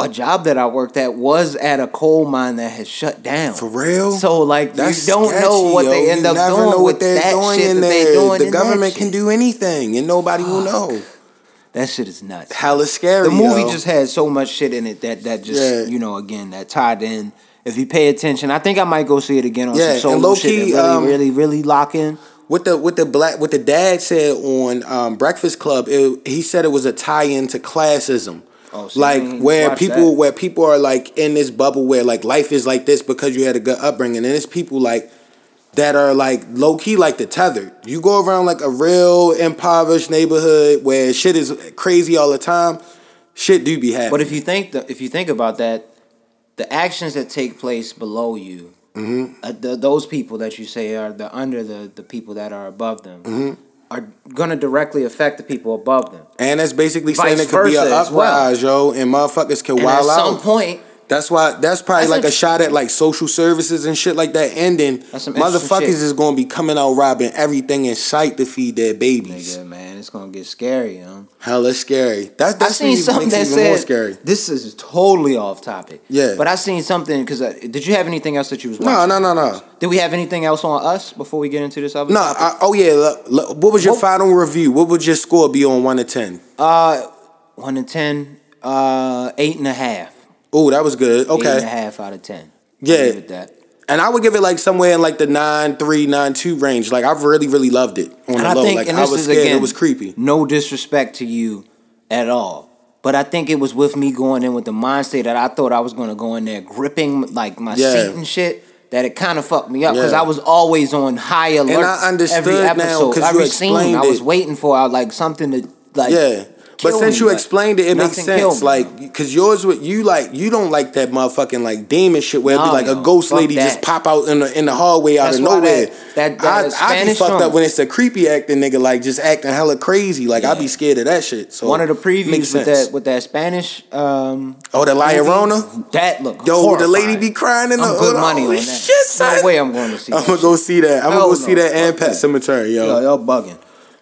[SPEAKER 7] a job that I worked at was at a coal mine that has shut down.
[SPEAKER 6] For real?
[SPEAKER 7] So like
[SPEAKER 6] That's
[SPEAKER 7] you don't
[SPEAKER 6] sketchy,
[SPEAKER 7] know what
[SPEAKER 6] yo.
[SPEAKER 7] they end
[SPEAKER 6] you
[SPEAKER 7] up
[SPEAKER 6] never
[SPEAKER 7] doing
[SPEAKER 6] know
[SPEAKER 7] with
[SPEAKER 6] what they're
[SPEAKER 7] that
[SPEAKER 6] doing
[SPEAKER 7] shit
[SPEAKER 6] in
[SPEAKER 7] that
[SPEAKER 6] there.
[SPEAKER 7] they doing.
[SPEAKER 6] the
[SPEAKER 7] in that
[SPEAKER 6] government
[SPEAKER 7] shit.
[SPEAKER 6] can do anything, and nobody will know.
[SPEAKER 7] that shit is nuts.
[SPEAKER 6] Hella scary.
[SPEAKER 7] the movie
[SPEAKER 6] yo.
[SPEAKER 7] just had so much shit in it that that just
[SPEAKER 6] Yeah.
[SPEAKER 7] you know again that tied in. If you pay attention, I think I might go see it again on
[SPEAKER 6] Yeah,
[SPEAKER 7] some solo
[SPEAKER 6] and low
[SPEAKER 7] shit.
[SPEAKER 6] key,
[SPEAKER 7] and really,
[SPEAKER 6] um,
[SPEAKER 7] really, really lock in.
[SPEAKER 6] what the what the black what the dad said on um, Breakfast Club. It, he said it was a tie-in to classism.
[SPEAKER 7] Oh, so you
[SPEAKER 6] like
[SPEAKER 7] ain't
[SPEAKER 6] where
[SPEAKER 7] watched
[SPEAKER 6] people
[SPEAKER 7] that.
[SPEAKER 6] where people are like in this bubble where like life is like this because you had a good upbringing and it's people like that are like low key like the tethered. You go around like a real impoverished neighborhood where shit is crazy all the time. Shit do be happening.
[SPEAKER 7] But if you think the, if you think about that, the actions that take place below you,
[SPEAKER 6] Mm-hmm.
[SPEAKER 7] uh, the, those people that you say are the under the the people that are above them,
[SPEAKER 6] Mm-hmm.
[SPEAKER 7] are gonna directly affect the people above them.
[SPEAKER 6] and that's basically
[SPEAKER 7] Vice
[SPEAKER 6] saying it could be an
[SPEAKER 7] versa as well.
[SPEAKER 6] uprise, yo, and motherfuckers can
[SPEAKER 7] And
[SPEAKER 6] wild
[SPEAKER 7] at
[SPEAKER 6] out.
[SPEAKER 7] some point,
[SPEAKER 6] That's why. That's probably
[SPEAKER 7] That's
[SPEAKER 6] like a
[SPEAKER 7] int-
[SPEAKER 6] shot at like social services and shit like that. And then
[SPEAKER 7] That's some interesting
[SPEAKER 6] motherfuckers
[SPEAKER 7] shit.
[SPEAKER 6] is gonna be coming out robbing everything in sight to feed their babies.
[SPEAKER 7] nigga, man, it's gonna get scary. Huh?
[SPEAKER 6] Hella scary. That's
[SPEAKER 7] I
[SPEAKER 6] that's
[SPEAKER 7] seen something that
[SPEAKER 6] even
[SPEAKER 7] said
[SPEAKER 6] more scary.
[SPEAKER 7] this is totally off topic.
[SPEAKER 6] Yeah.
[SPEAKER 7] but I seen something because did you have anything else that you was
[SPEAKER 6] No,
[SPEAKER 7] watching?
[SPEAKER 6] no, no, no,
[SPEAKER 7] Did we have anything else on us before we get into this other
[SPEAKER 6] no.
[SPEAKER 7] topic?
[SPEAKER 6] I, oh yeah. Look, look, what was your
[SPEAKER 7] What-
[SPEAKER 6] final review? What would your score be on one to ten?
[SPEAKER 7] Uh, one to ten, uh, eight and a half.
[SPEAKER 6] Oh, that was good.
[SPEAKER 7] Eight and a
[SPEAKER 6] Okay.
[SPEAKER 7] half out of ten.
[SPEAKER 6] Yeah.
[SPEAKER 7] Leave it at that.
[SPEAKER 6] And I would give it like somewhere in like the nine three nine two range. Like I really really loved it on
[SPEAKER 7] And
[SPEAKER 6] the
[SPEAKER 7] I
[SPEAKER 6] low.
[SPEAKER 7] think,
[SPEAKER 6] like
[SPEAKER 7] and
[SPEAKER 6] I
[SPEAKER 7] this
[SPEAKER 6] was
[SPEAKER 7] is
[SPEAKER 6] scared.
[SPEAKER 7] again,
[SPEAKER 6] it was creepy.
[SPEAKER 7] No disrespect to you at all, but I think it was with me going in with the mindset that I thought I was going to go in there gripping like my
[SPEAKER 6] Yeah.
[SPEAKER 7] seat and shit. That it kind of fucked me up because
[SPEAKER 6] Yeah.
[SPEAKER 7] I was always on high alert.
[SPEAKER 6] I understood
[SPEAKER 7] every
[SPEAKER 6] now
[SPEAKER 7] episode,
[SPEAKER 6] 'cause you
[SPEAKER 7] every scene.
[SPEAKER 6] explained
[SPEAKER 7] I was
[SPEAKER 6] it.
[SPEAKER 7] waiting for I, like something to like.
[SPEAKER 6] yeah. But
[SPEAKER 7] kill
[SPEAKER 6] since
[SPEAKER 7] me,
[SPEAKER 6] you
[SPEAKER 7] like,
[SPEAKER 6] explained it, it makes
[SPEAKER 7] nothing killed
[SPEAKER 6] sense.
[SPEAKER 7] me.
[SPEAKER 6] like, because yours, would you like, you don't like that motherfucking like demon shit where it be
[SPEAKER 7] No,
[SPEAKER 6] like a
[SPEAKER 7] no,
[SPEAKER 6] ghost
[SPEAKER 7] fuck
[SPEAKER 6] lady just
[SPEAKER 7] that.
[SPEAKER 6] pop out in the in the hallway out
[SPEAKER 7] That's
[SPEAKER 6] of
[SPEAKER 7] why
[SPEAKER 6] nowhere.
[SPEAKER 7] that- that- that
[SPEAKER 6] I, I be
[SPEAKER 7] Spanish
[SPEAKER 6] fucked up
[SPEAKER 7] drunk.
[SPEAKER 6] when it's a creepy acting nigga like just acting hella crazy. Like I be
[SPEAKER 7] Yeah.
[SPEAKER 6] scared of that shit. So
[SPEAKER 7] one of the
[SPEAKER 6] makes
[SPEAKER 7] previews with
[SPEAKER 6] sense.
[SPEAKER 7] that with that Spanish. Um,
[SPEAKER 6] Oh, the
[SPEAKER 7] movie,
[SPEAKER 6] Liarona?
[SPEAKER 7] That look.
[SPEAKER 6] Yo,
[SPEAKER 7] horrifying.
[SPEAKER 6] the lady be crying in the
[SPEAKER 7] I'm good
[SPEAKER 6] oh,
[SPEAKER 7] money on
[SPEAKER 6] holy
[SPEAKER 7] that.
[SPEAKER 6] Shit, son.
[SPEAKER 7] no way I'm going to see.
[SPEAKER 6] I'm
[SPEAKER 7] that
[SPEAKER 6] gonna go see that. I'm gonna
[SPEAKER 7] Hell
[SPEAKER 6] go
[SPEAKER 7] no,
[SPEAKER 6] see that and
[SPEAKER 7] fuck
[SPEAKER 6] Pet
[SPEAKER 7] that.
[SPEAKER 6] Cemetery, yo.
[SPEAKER 7] Yo, y'all bugging.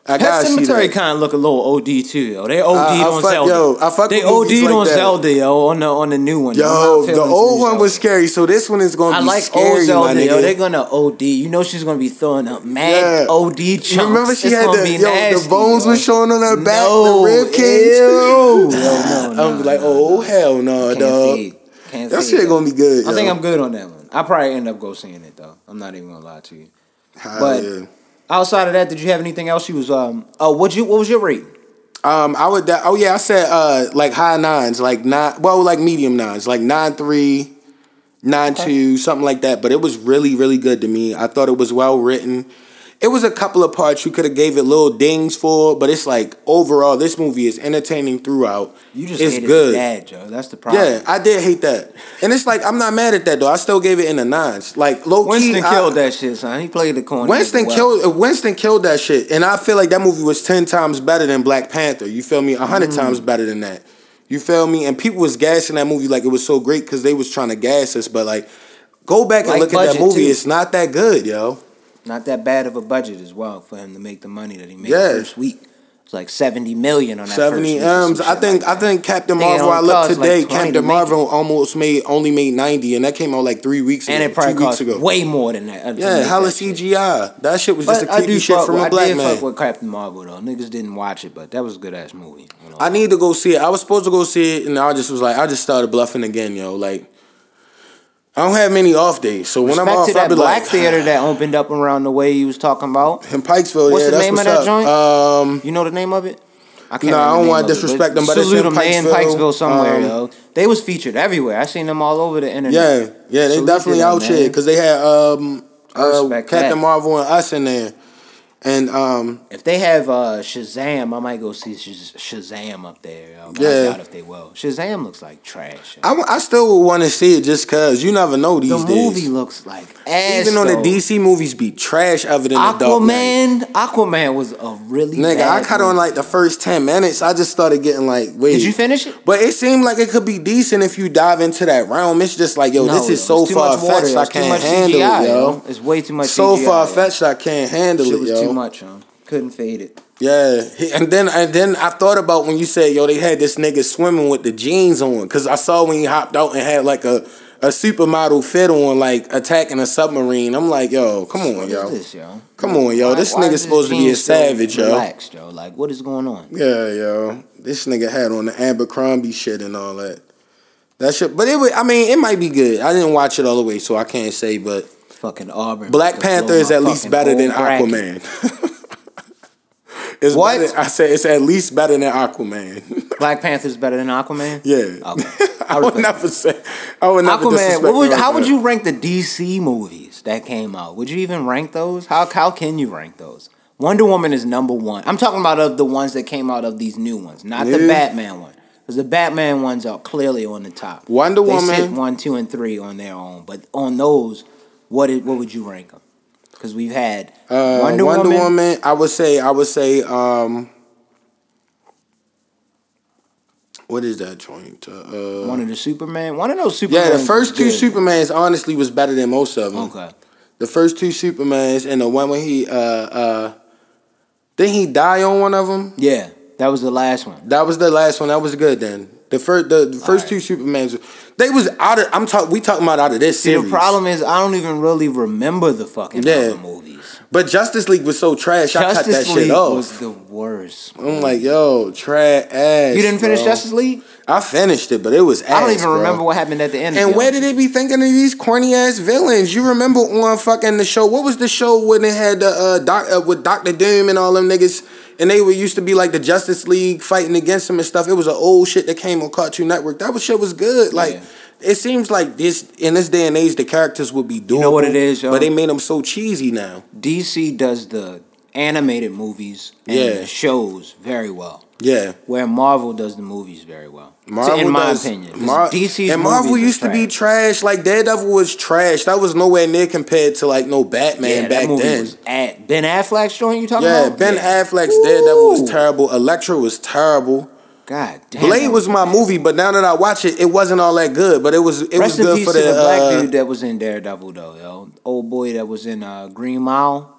[SPEAKER 6] I
[SPEAKER 7] Pet
[SPEAKER 6] gotta see
[SPEAKER 7] Cemetery
[SPEAKER 6] that.
[SPEAKER 7] kind of look a little OD too. Yo. They OD'd
[SPEAKER 6] I
[SPEAKER 7] on
[SPEAKER 6] fuck-
[SPEAKER 7] Zelda.
[SPEAKER 6] yo, I fuck with
[SPEAKER 7] they
[SPEAKER 6] movies
[SPEAKER 7] OD'd
[SPEAKER 6] like
[SPEAKER 7] on
[SPEAKER 6] that.
[SPEAKER 7] Zelda, yo, on the on the new one. I'm
[SPEAKER 6] Yo,
[SPEAKER 7] not
[SPEAKER 6] the
[SPEAKER 7] feeling
[SPEAKER 6] old
[SPEAKER 7] new
[SPEAKER 6] one
[SPEAKER 7] Zelda.
[SPEAKER 6] was scary, so this one is gonna
[SPEAKER 7] I
[SPEAKER 6] be
[SPEAKER 7] like
[SPEAKER 6] scary,
[SPEAKER 7] old
[SPEAKER 6] my
[SPEAKER 7] Zelda,
[SPEAKER 6] nigga.
[SPEAKER 7] yo. They're gonna OD. You know she's gonna be throwing up mad
[SPEAKER 6] Yeah.
[SPEAKER 7] OD chunks.
[SPEAKER 6] You remember she
[SPEAKER 7] It's
[SPEAKER 6] had
[SPEAKER 7] gonna
[SPEAKER 6] the,
[SPEAKER 7] be
[SPEAKER 6] yo,
[SPEAKER 7] nasty,
[SPEAKER 6] the bones
[SPEAKER 7] yo.
[SPEAKER 6] were showing on her back,
[SPEAKER 7] No,
[SPEAKER 6] the rib cage.
[SPEAKER 7] ew. Yo, no, no,
[SPEAKER 6] I'm be like,
[SPEAKER 7] no,
[SPEAKER 6] oh hell no,
[SPEAKER 7] Can't
[SPEAKER 6] dog.
[SPEAKER 7] feed. Can't
[SPEAKER 6] That
[SPEAKER 7] feed,
[SPEAKER 6] shit
[SPEAKER 7] yo.
[SPEAKER 6] gonna be good.
[SPEAKER 7] I
[SPEAKER 6] yo.
[SPEAKER 7] think I'm good on that one. I probably end up go seeing it though. I'm not even gonna lie to you.
[SPEAKER 6] Hell
[SPEAKER 7] But
[SPEAKER 6] yeah.
[SPEAKER 7] outside of that, did you have anything else? You was um. Oh, what you? What was your rating?
[SPEAKER 6] Um, I would. da- Oh yeah, I said uh, like high nines, like nine. Well, like medium nines, like nine three, nine two, something like that. But it was really, really good to me. I thought it was well written. It was a couple of parts you could have gave it little dings for, but it's like overall, this movie is entertaining throughout.
[SPEAKER 7] You just
[SPEAKER 6] it's
[SPEAKER 7] hated
[SPEAKER 6] good.
[SPEAKER 7] dad, Joe. That's the problem.
[SPEAKER 6] Yeah, I did hate that, and it's like I'm not mad at that though. I still gave it in the nines. Like low
[SPEAKER 7] Winston
[SPEAKER 6] key,
[SPEAKER 7] killed
[SPEAKER 6] I,
[SPEAKER 7] that shit, son. He played the corner.
[SPEAKER 6] uh, Winston
[SPEAKER 7] well.
[SPEAKER 6] killed. uh, Winston killed that shit, and I feel like that movie was ten times better than Black Panther. You feel me? A
[SPEAKER 7] Mm.
[SPEAKER 6] hundred times better than that. You feel me? And people was gassing that movie like it was so great because they was trying to gas us. But like, go back and
[SPEAKER 7] Like
[SPEAKER 6] look at that
[SPEAKER 7] budget,
[SPEAKER 6] movie.
[SPEAKER 7] too.
[SPEAKER 6] It's not that good, yo.
[SPEAKER 7] Not that bad of a budget as well for him to make the money that he made
[SPEAKER 6] Yeah.
[SPEAKER 7] the first week. It's like seventy million on that
[SPEAKER 6] Seventy
[SPEAKER 7] first week or some
[SPEAKER 6] M's. I
[SPEAKER 7] shit
[SPEAKER 6] think.
[SPEAKER 7] like
[SPEAKER 6] I
[SPEAKER 7] that.
[SPEAKER 6] think Captain
[SPEAKER 7] Think it
[SPEAKER 6] Marvel.
[SPEAKER 7] only
[SPEAKER 6] I looked
[SPEAKER 7] cost, like,
[SPEAKER 6] today.
[SPEAKER 7] 20 to
[SPEAKER 6] Captain
[SPEAKER 7] make it.
[SPEAKER 6] Marvel almost made only made ninety, and that came out like three weeks
[SPEAKER 7] and
[SPEAKER 6] ago,
[SPEAKER 7] it probably
[SPEAKER 6] two weeks
[SPEAKER 7] cost
[SPEAKER 6] ago.
[SPEAKER 7] way more than that. uh, to
[SPEAKER 6] yeah,
[SPEAKER 7] make
[SPEAKER 6] hella
[SPEAKER 7] that shit.
[SPEAKER 6] CGI. That shit was just
[SPEAKER 7] But
[SPEAKER 6] a
[SPEAKER 7] I
[SPEAKER 6] creepy
[SPEAKER 7] do
[SPEAKER 6] shit
[SPEAKER 7] fuck,
[SPEAKER 6] from
[SPEAKER 7] I
[SPEAKER 6] a black
[SPEAKER 7] did
[SPEAKER 6] man.
[SPEAKER 7] fuck with Captain Marvel though. Niggas didn't watch it, but that was a good ass movie. you know.
[SPEAKER 6] I need to go see it. I was supposed to go see it, and I just was like, I just started bluffing again, yo. Like, I don't have many off days, so when I'm
[SPEAKER 7] Back
[SPEAKER 6] off,
[SPEAKER 7] to
[SPEAKER 6] I
[SPEAKER 7] that
[SPEAKER 6] be
[SPEAKER 7] black
[SPEAKER 6] like
[SPEAKER 7] theater that opened up around the way you was talking about.
[SPEAKER 6] in Pikesville.
[SPEAKER 7] What's
[SPEAKER 6] yeah,
[SPEAKER 7] the
[SPEAKER 6] that's
[SPEAKER 7] name
[SPEAKER 6] what's
[SPEAKER 7] of that
[SPEAKER 6] up.
[SPEAKER 7] joint?
[SPEAKER 6] Um,
[SPEAKER 7] You know the name of it?
[SPEAKER 6] Nah,
[SPEAKER 7] I remember
[SPEAKER 6] I
[SPEAKER 7] the
[SPEAKER 6] don't
[SPEAKER 7] name
[SPEAKER 6] wanna
[SPEAKER 7] of it,
[SPEAKER 6] disrespect them, but it's
[SPEAKER 7] salute
[SPEAKER 6] in
[SPEAKER 7] them. They in
[SPEAKER 6] Pikesville.
[SPEAKER 7] Pikesville somewhere,
[SPEAKER 6] Um,
[SPEAKER 7] yo. They was featured everywhere. I seen them all over the internet.
[SPEAKER 6] yeah, yeah, they
[SPEAKER 7] Salute
[SPEAKER 6] definitely
[SPEAKER 7] to them,
[SPEAKER 6] out here
[SPEAKER 7] man.
[SPEAKER 6] because they had um, uh,
[SPEAKER 7] Respect
[SPEAKER 6] Captain
[SPEAKER 7] that.
[SPEAKER 6] Marvel and us in there, and um,
[SPEAKER 7] If they have uh, Shazam, I might go see Shaz- Shazam up there. Yo. But I
[SPEAKER 6] Yeah.
[SPEAKER 7] doubt if they will. Shazam looks like trash. yo.
[SPEAKER 6] I, w- I still would want to see it just cause you never know these
[SPEAKER 7] the
[SPEAKER 6] days.
[SPEAKER 7] movie looks like ass.
[SPEAKER 6] Even though the
[SPEAKER 7] though.
[SPEAKER 6] DC movies be trash, other than the Dark Knight.
[SPEAKER 7] Aquaman, Aquaman was a really
[SPEAKER 6] Nigga, I
[SPEAKER 7] bad
[SPEAKER 6] caught on
[SPEAKER 7] movie.
[SPEAKER 6] like the first ten minutes. I just started getting like, wait.
[SPEAKER 7] Did you finish it?
[SPEAKER 6] But it seemed like it could be decent if you dive into that realm. It's just like, yo,
[SPEAKER 7] No,
[SPEAKER 6] this is
[SPEAKER 7] yo,
[SPEAKER 6] so
[SPEAKER 7] it's too much
[SPEAKER 6] far
[SPEAKER 7] water,
[SPEAKER 6] fetched.
[SPEAKER 7] yo.
[SPEAKER 6] I
[SPEAKER 7] It's too
[SPEAKER 6] can't
[SPEAKER 7] much
[SPEAKER 6] handle
[SPEAKER 7] CGI,
[SPEAKER 6] it, yo.
[SPEAKER 7] yo. It's way too much
[SPEAKER 6] So
[SPEAKER 7] CGI, yo.
[SPEAKER 6] far fetched, I can't handle
[SPEAKER 7] Shit
[SPEAKER 6] it,
[SPEAKER 7] was
[SPEAKER 6] yo.
[SPEAKER 7] too much, yo. Couldn't fade it.
[SPEAKER 6] Yeah, He- and then and then I thought about when you said, yo, they had this nigga swimming with the jeans on, cause I saw when he hopped out and had like a a supermodel fit on, like attacking a submarine. I'm like, yo, come on,
[SPEAKER 7] What
[SPEAKER 6] yo.
[SPEAKER 7] is this, yo?
[SPEAKER 6] Come on, yo.
[SPEAKER 7] Why-
[SPEAKER 6] This
[SPEAKER 7] why is
[SPEAKER 6] nigga's supposed to be
[SPEAKER 7] jeans
[SPEAKER 6] a
[SPEAKER 7] so
[SPEAKER 6] savage, yo.
[SPEAKER 7] Relaxed, yo. Like, what is going on?
[SPEAKER 6] Yeah, yo. This nigga had on the Abercrombie shit and all that. That shit, but it was, I mean, it might be good. I didn't watch it all the way, so I can't say, but
[SPEAKER 7] Fucking Auburn.
[SPEAKER 6] Black
[SPEAKER 7] Just
[SPEAKER 6] Panther
[SPEAKER 7] blow
[SPEAKER 6] is
[SPEAKER 7] my
[SPEAKER 6] at least
[SPEAKER 7] fucking
[SPEAKER 6] better than
[SPEAKER 7] whole bracket.
[SPEAKER 6] Aquaman. it's
[SPEAKER 7] What?
[SPEAKER 6] better- I said it's at least better than Aquaman.
[SPEAKER 7] Black Panther's better than Aquaman.
[SPEAKER 6] yeah.
[SPEAKER 7] Okay.
[SPEAKER 6] I would
[SPEAKER 7] respect
[SPEAKER 6] never say. I would never
[SPEAKER 7] Aquaman.
[SPEAKER 6] disrespect
[SPEAKER 7] What would,
[SPEAKER 6] Black
[SPEAKER 7] how would
[SPEAKER 6] Panther.
[SPEAKER 7] you rank the DC movies that came out? Would you even rank those? How how can you rank those? Wonder Woman is number one. I'm talking about of the ones that came out of these new ones, not the
[SPEAKER 6] Yeah.
[SPEAKER 7] Batman one, because the Batman ones are clearly on the top.
[SPEAKER 6] Wonder
[SPEAKER 7] They sit
[SPEAKER 6] Woman.
[SPEAKER 7] one, two, and three on their own, but on those, what it, what would you rank them? Because we've had
[SPEAKER 6] Uh,
[SPEAKER 7] Wonder, Woman,
[SPEAKER 6] I would say. I would say. um What is that joint? Uh,
[SPEAKER 7] one of the Superman, one of those Superman.
[SPEAKER 6] yeah, the first two Supermans honestly was better than most of them.
[SPEAKER 7] Okay.
[SPEAKER 6] The first two Supermans and the one when he uh uh didn't he die on one of them?
[SPEAKER 7] Yeah, that was the last one.
[SPEAKER 6] That was the last one. That was good then. The first the, the first
[SPEAKER 7] Alright.
[SPEAKER 6] two Supermans they was out of I'm talking we talking about out of this
[SPEAKER 7] See,
[SPEAKER 6] series.
[SPEAKER 7] the problem is I don't even really remember the fucking
[SPEAKER 6] Yeah.
[SPEAKER 7] other movies.
[SPEAKER 6] But Justice League was so trash I cut that
[SPEAKER 7] Justice
[SPEAKER 6] shit
[SPEAKER 7] League
[SPEAKER 6] off.
[SPEAKER 7] was the worst.
[SPEAKER 6] I'm like, yo, trash ass.
[SPEAKER 7] you didn't finish
[SPEAKER 6] bro.
[SPEAKER 7] Justice League?
[SPEAKER 6] I finished it, but it was ass.
[SPEAKER 7] I don't even
[SPEAKER 6] bro.
[SPEAKER 7] remember what happened at the end. to
[SPEAKER 6] And
[SPEAKER 7] be
[SPEAKER 6] where
[SPEAKER 7] honest.
[SPEAKER 6] did they be thinking of these corny ass villains? You remember on fucking the show? What was the show when they had the uh, doc uh, with Doctor Doom and all them niggas? And they were used to be like the Justice League fighting against them and stuff. It was an old shit that came on Cartoon Network. That was shit was good. Like
[SPEAKER 7] Yeah.
[SPEAKER 6] it seems like this in this day and age, the characters would be doing.
[SPEAKER 7] know what it is, yo?
[SPEAKER 6] But they made them so cheesy now.
[SPEAKER 7] DC does the animated movies and
[SPEAKER 6] Yeah.
[SPEAKER 7] the shows very well,
[SPEAKER 6] Yeah,
[SPEAKER 7] where Marvel does the movies very well.
[SPEAKER 6] Marvel
[SPEAKER 7] in my
[SPEAKER 6] does-
[SPEAKER 7] opinion, 'Cause
[SPEAKER 6] Mar-
[SPEAKER 7] DC's
[SPEAKER 6] and Marvel
[SPEAKER 7] movies are
[SPEAKER 6] used to be
[SPEAKER 7] trash.
[SPEAKER 6] trash. Like Daredevil was trash. That was nowhere near compared to like no Batman
[SPEAKER 7] yeah,
[SPEAKER 6] back
[SPEAKER 7] that movie
[SPEAKER 6] then.
[SPEAKER 7] was at Ben Affleck's joint. You talking
[SPEAKER 6] Yeah,
[SPEAKER 7] about?
[SPEAKER 6] Ben Affleck's
[SPEAKER 7] Ooh.
[SPEAKER 6] Daredevil was terrible. Elektra was terrible.
[SPEAKER 7] God damn.
[SPEAKER 6] Blade
[SPEAKER 7] that
[SPEAKER 6] was my movie, but now that I watch it, it wasn't all that good. But it was it was
[SPEAKER 7] Rest in
[SPEAKER 6] good
[SPEAKER 7] peace
[SPEAKER 6] for
[SPEAKER 7] to
[SPEAKER 6] the,
[SPEAKER 7] the black
[SPEAKER 6] uh,
[SPEAKER 7] dude that was in Daredevil though, yo. Old boy that was in uh, Green Mile.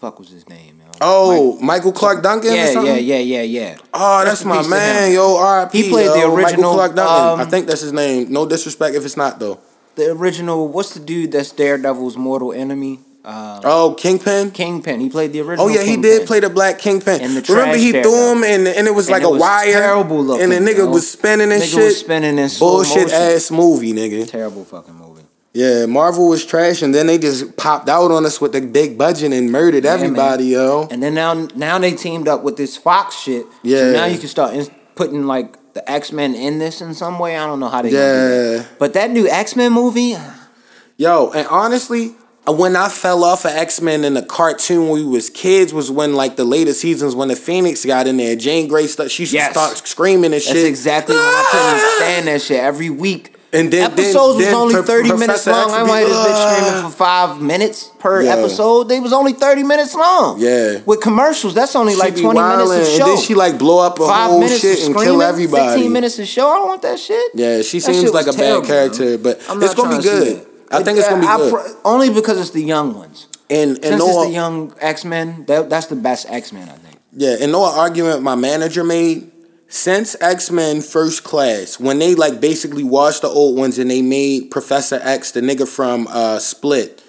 [SPEAKER 7] Fuck was his name, yo?
[SPEAKER 6] oh Michael Clark Duncan. or
[SPEAKER 7] yeah,
[SPEAKER 6] something?
[SPEAKER 7] yeah, yeah, yeah, yeah.
[SPEAKER 6] Oh,
[SPEAKER 7] Rest
[SPEAKER 6] that's
[SPEAKER 7] in
[SPEAKER 6] my
[SPEAKER 7] peace to
[SPEAKER 6] man,
[SPEAKER 7] him.
[SPEAKER 6] yo. R.I.P.
[SPEAKER 7] He played the
[SPEAKER 6] yo, Michael
[SPEAKER 7] original,
[SPEAKER 6] Clark Duncan.
[SPEAKER 7] um,
[SPEAKER 6] I think that's his name. No disrespect if it's not though.
[SPEAKER 7] The original. What's the dude that's Daredevil's mortal enemy? Uh,
[SPEAKER 6] Oh, Kingpin.
[SPEAKER 7] Kingpin. He played the original.
[SPEAKER 6] Oh yeah, he
[SPEAKER 7] Kingpin.
[SPEAKER 6] did play the black Kingpin.
[SPEAKER 7] And the
[SPEAKER 6] Remember
[SPEAKER 7] trash
[SPEAKER 6] he
[SPEAKER 7] Daredevil.
[SPEAKER 6] threw him and and it was
[SPEAKER 7] And
[SPEAKER 6] like
[SPEAKER 7] it
[SPEAKER 6] a
[SPEAKER 7] was
[SPEAKER 6] wire.
[SPEAKER 7] terrible
[SPEAKER 6] and
[SPEAKER 7] looking,
[SPEAKER 6] the nigga
[SPEAKER 7] yo.
[SPEAKER 6] was spinning and
[SPEAKER 7] Nigga
[SPEAKER 6] shit.
[SPEAKER 7] was spinning in slow
[SPEAKER 6] Bullshit
[SPEAKER 7] motion.
[SPEAKER 6] ass movie, nigga.
[SPEAKER 7] Terrible fucking movie.
[SPEAKER 6] Yeah, Marvel was trash, and then they just popped out on us with the big budget and murdered
[SPEAKER 7] Yeah,
[SPEAKER 6] everybody,
[SPEAKER 7] man.
[SPEAKER 6] yo.
[SPEAKER 7] And then now, now they teamed up with this Fox shit.
[SPEAKER 6] Yeah.
[SPEAKER 7] So now you can start in, putting like the X Men in this in some way. I don't know how they.
[SPEAKER 6] Yeah.
[SPEAKER 7] Yeah. But that new X Men movie,
[SPEAKER 6] Yo, and honestly, when I fell off of X Men in the cartoon when we was kids was when like the later seasons when the Phoenix got in there, Jane Grey stuff. She should
[SPEAKER 7] Yes.
[SPEAKER 6] start screaming and shit. Ah!
[SPEAKER 7] that's exactly when I couldn't stand that shit every week.
[SPEAKER 6] And then- then-
[SPEAKER 7] episodes
[SPEAKER 6] then
[SPEAKER 7] was
[SPEAKER 6] Pro-
[SPEAKER 7] only thirty minutes
[SPEAKER 6] Professor
[SPEAKER 7] long.
[SPEAKER 6] X
[SPEAKER 7] I
[SPEAKER 6] be,
[SPEAKER 7] might have
[SPEAKER 6] "Ah."
[SPEAKER 7] been streaming for five minutes per
[SPEAKER 6] Yeah.
[SPEAKER 7] episode. They was only thirty minutes long.
[SPEAKER 6] Yeah.
[SPEAKER 7] With commercials, that's only
[SPEAKER 6] She
[SPEAKER 7] like
[SPEAKER 6] be
[SPEAKER 7] twenty minutes
[SPEAKER 6] wildin',
[SPEAKER 7] of show.
[SPEAKER 6] and then she like blow up a
[SPEAKER 7] five
[SPEAKER 6] whole
[SPEAKER 7] minutes
[SPEAKER 6] shit
[SPEAKER 7] of
[SPEAKER 6] and
[SPEAKER 7] screaming,
[SPEAKER 6] kill everybody.
[SPEAKER 7] Fifteen minutes of show. I don't want that shit.
[SPEAKER 6] Yeah, she
[SPEAKER 7] That
[SPEAKER 6] seems
[SPEAKER 7] shit
[SPEAKER 6] like
[SPEAKER 7] was
[SPEAKER 6] a bad
[SPEAKER 7] terrible,
[SPEAKER 6] character,
[SPEAKER 7] man.
[SPEAKER 6] but
[SPEAKER 7] I'm
[SPEAKER 6] it's
[SPEAKER 7] not
[SPEAKER 6] gonna be
[SPEAKER 7] trying to see
[SPEAKER 6] good.
[SPEAKER 7] that.
[SPEAKER 6] I think it's gonna be
[SPEAKER 7] I
[SPEAKER 6] good.
[SPEAKER 7] pro- only because it's the young ones.
[SPEAKER 6] and and
[SPEAKER 7] Since
[SPEAKER 6] no,
[SPEAKER 7] it's the young X Men, that, that's the best X Men I think.
[SPEAKER 6] Yeah, and no argument my manager made. Since X Men First Class, when they like basically washed the old ones and they made Professor X, the nigga from uh, Split,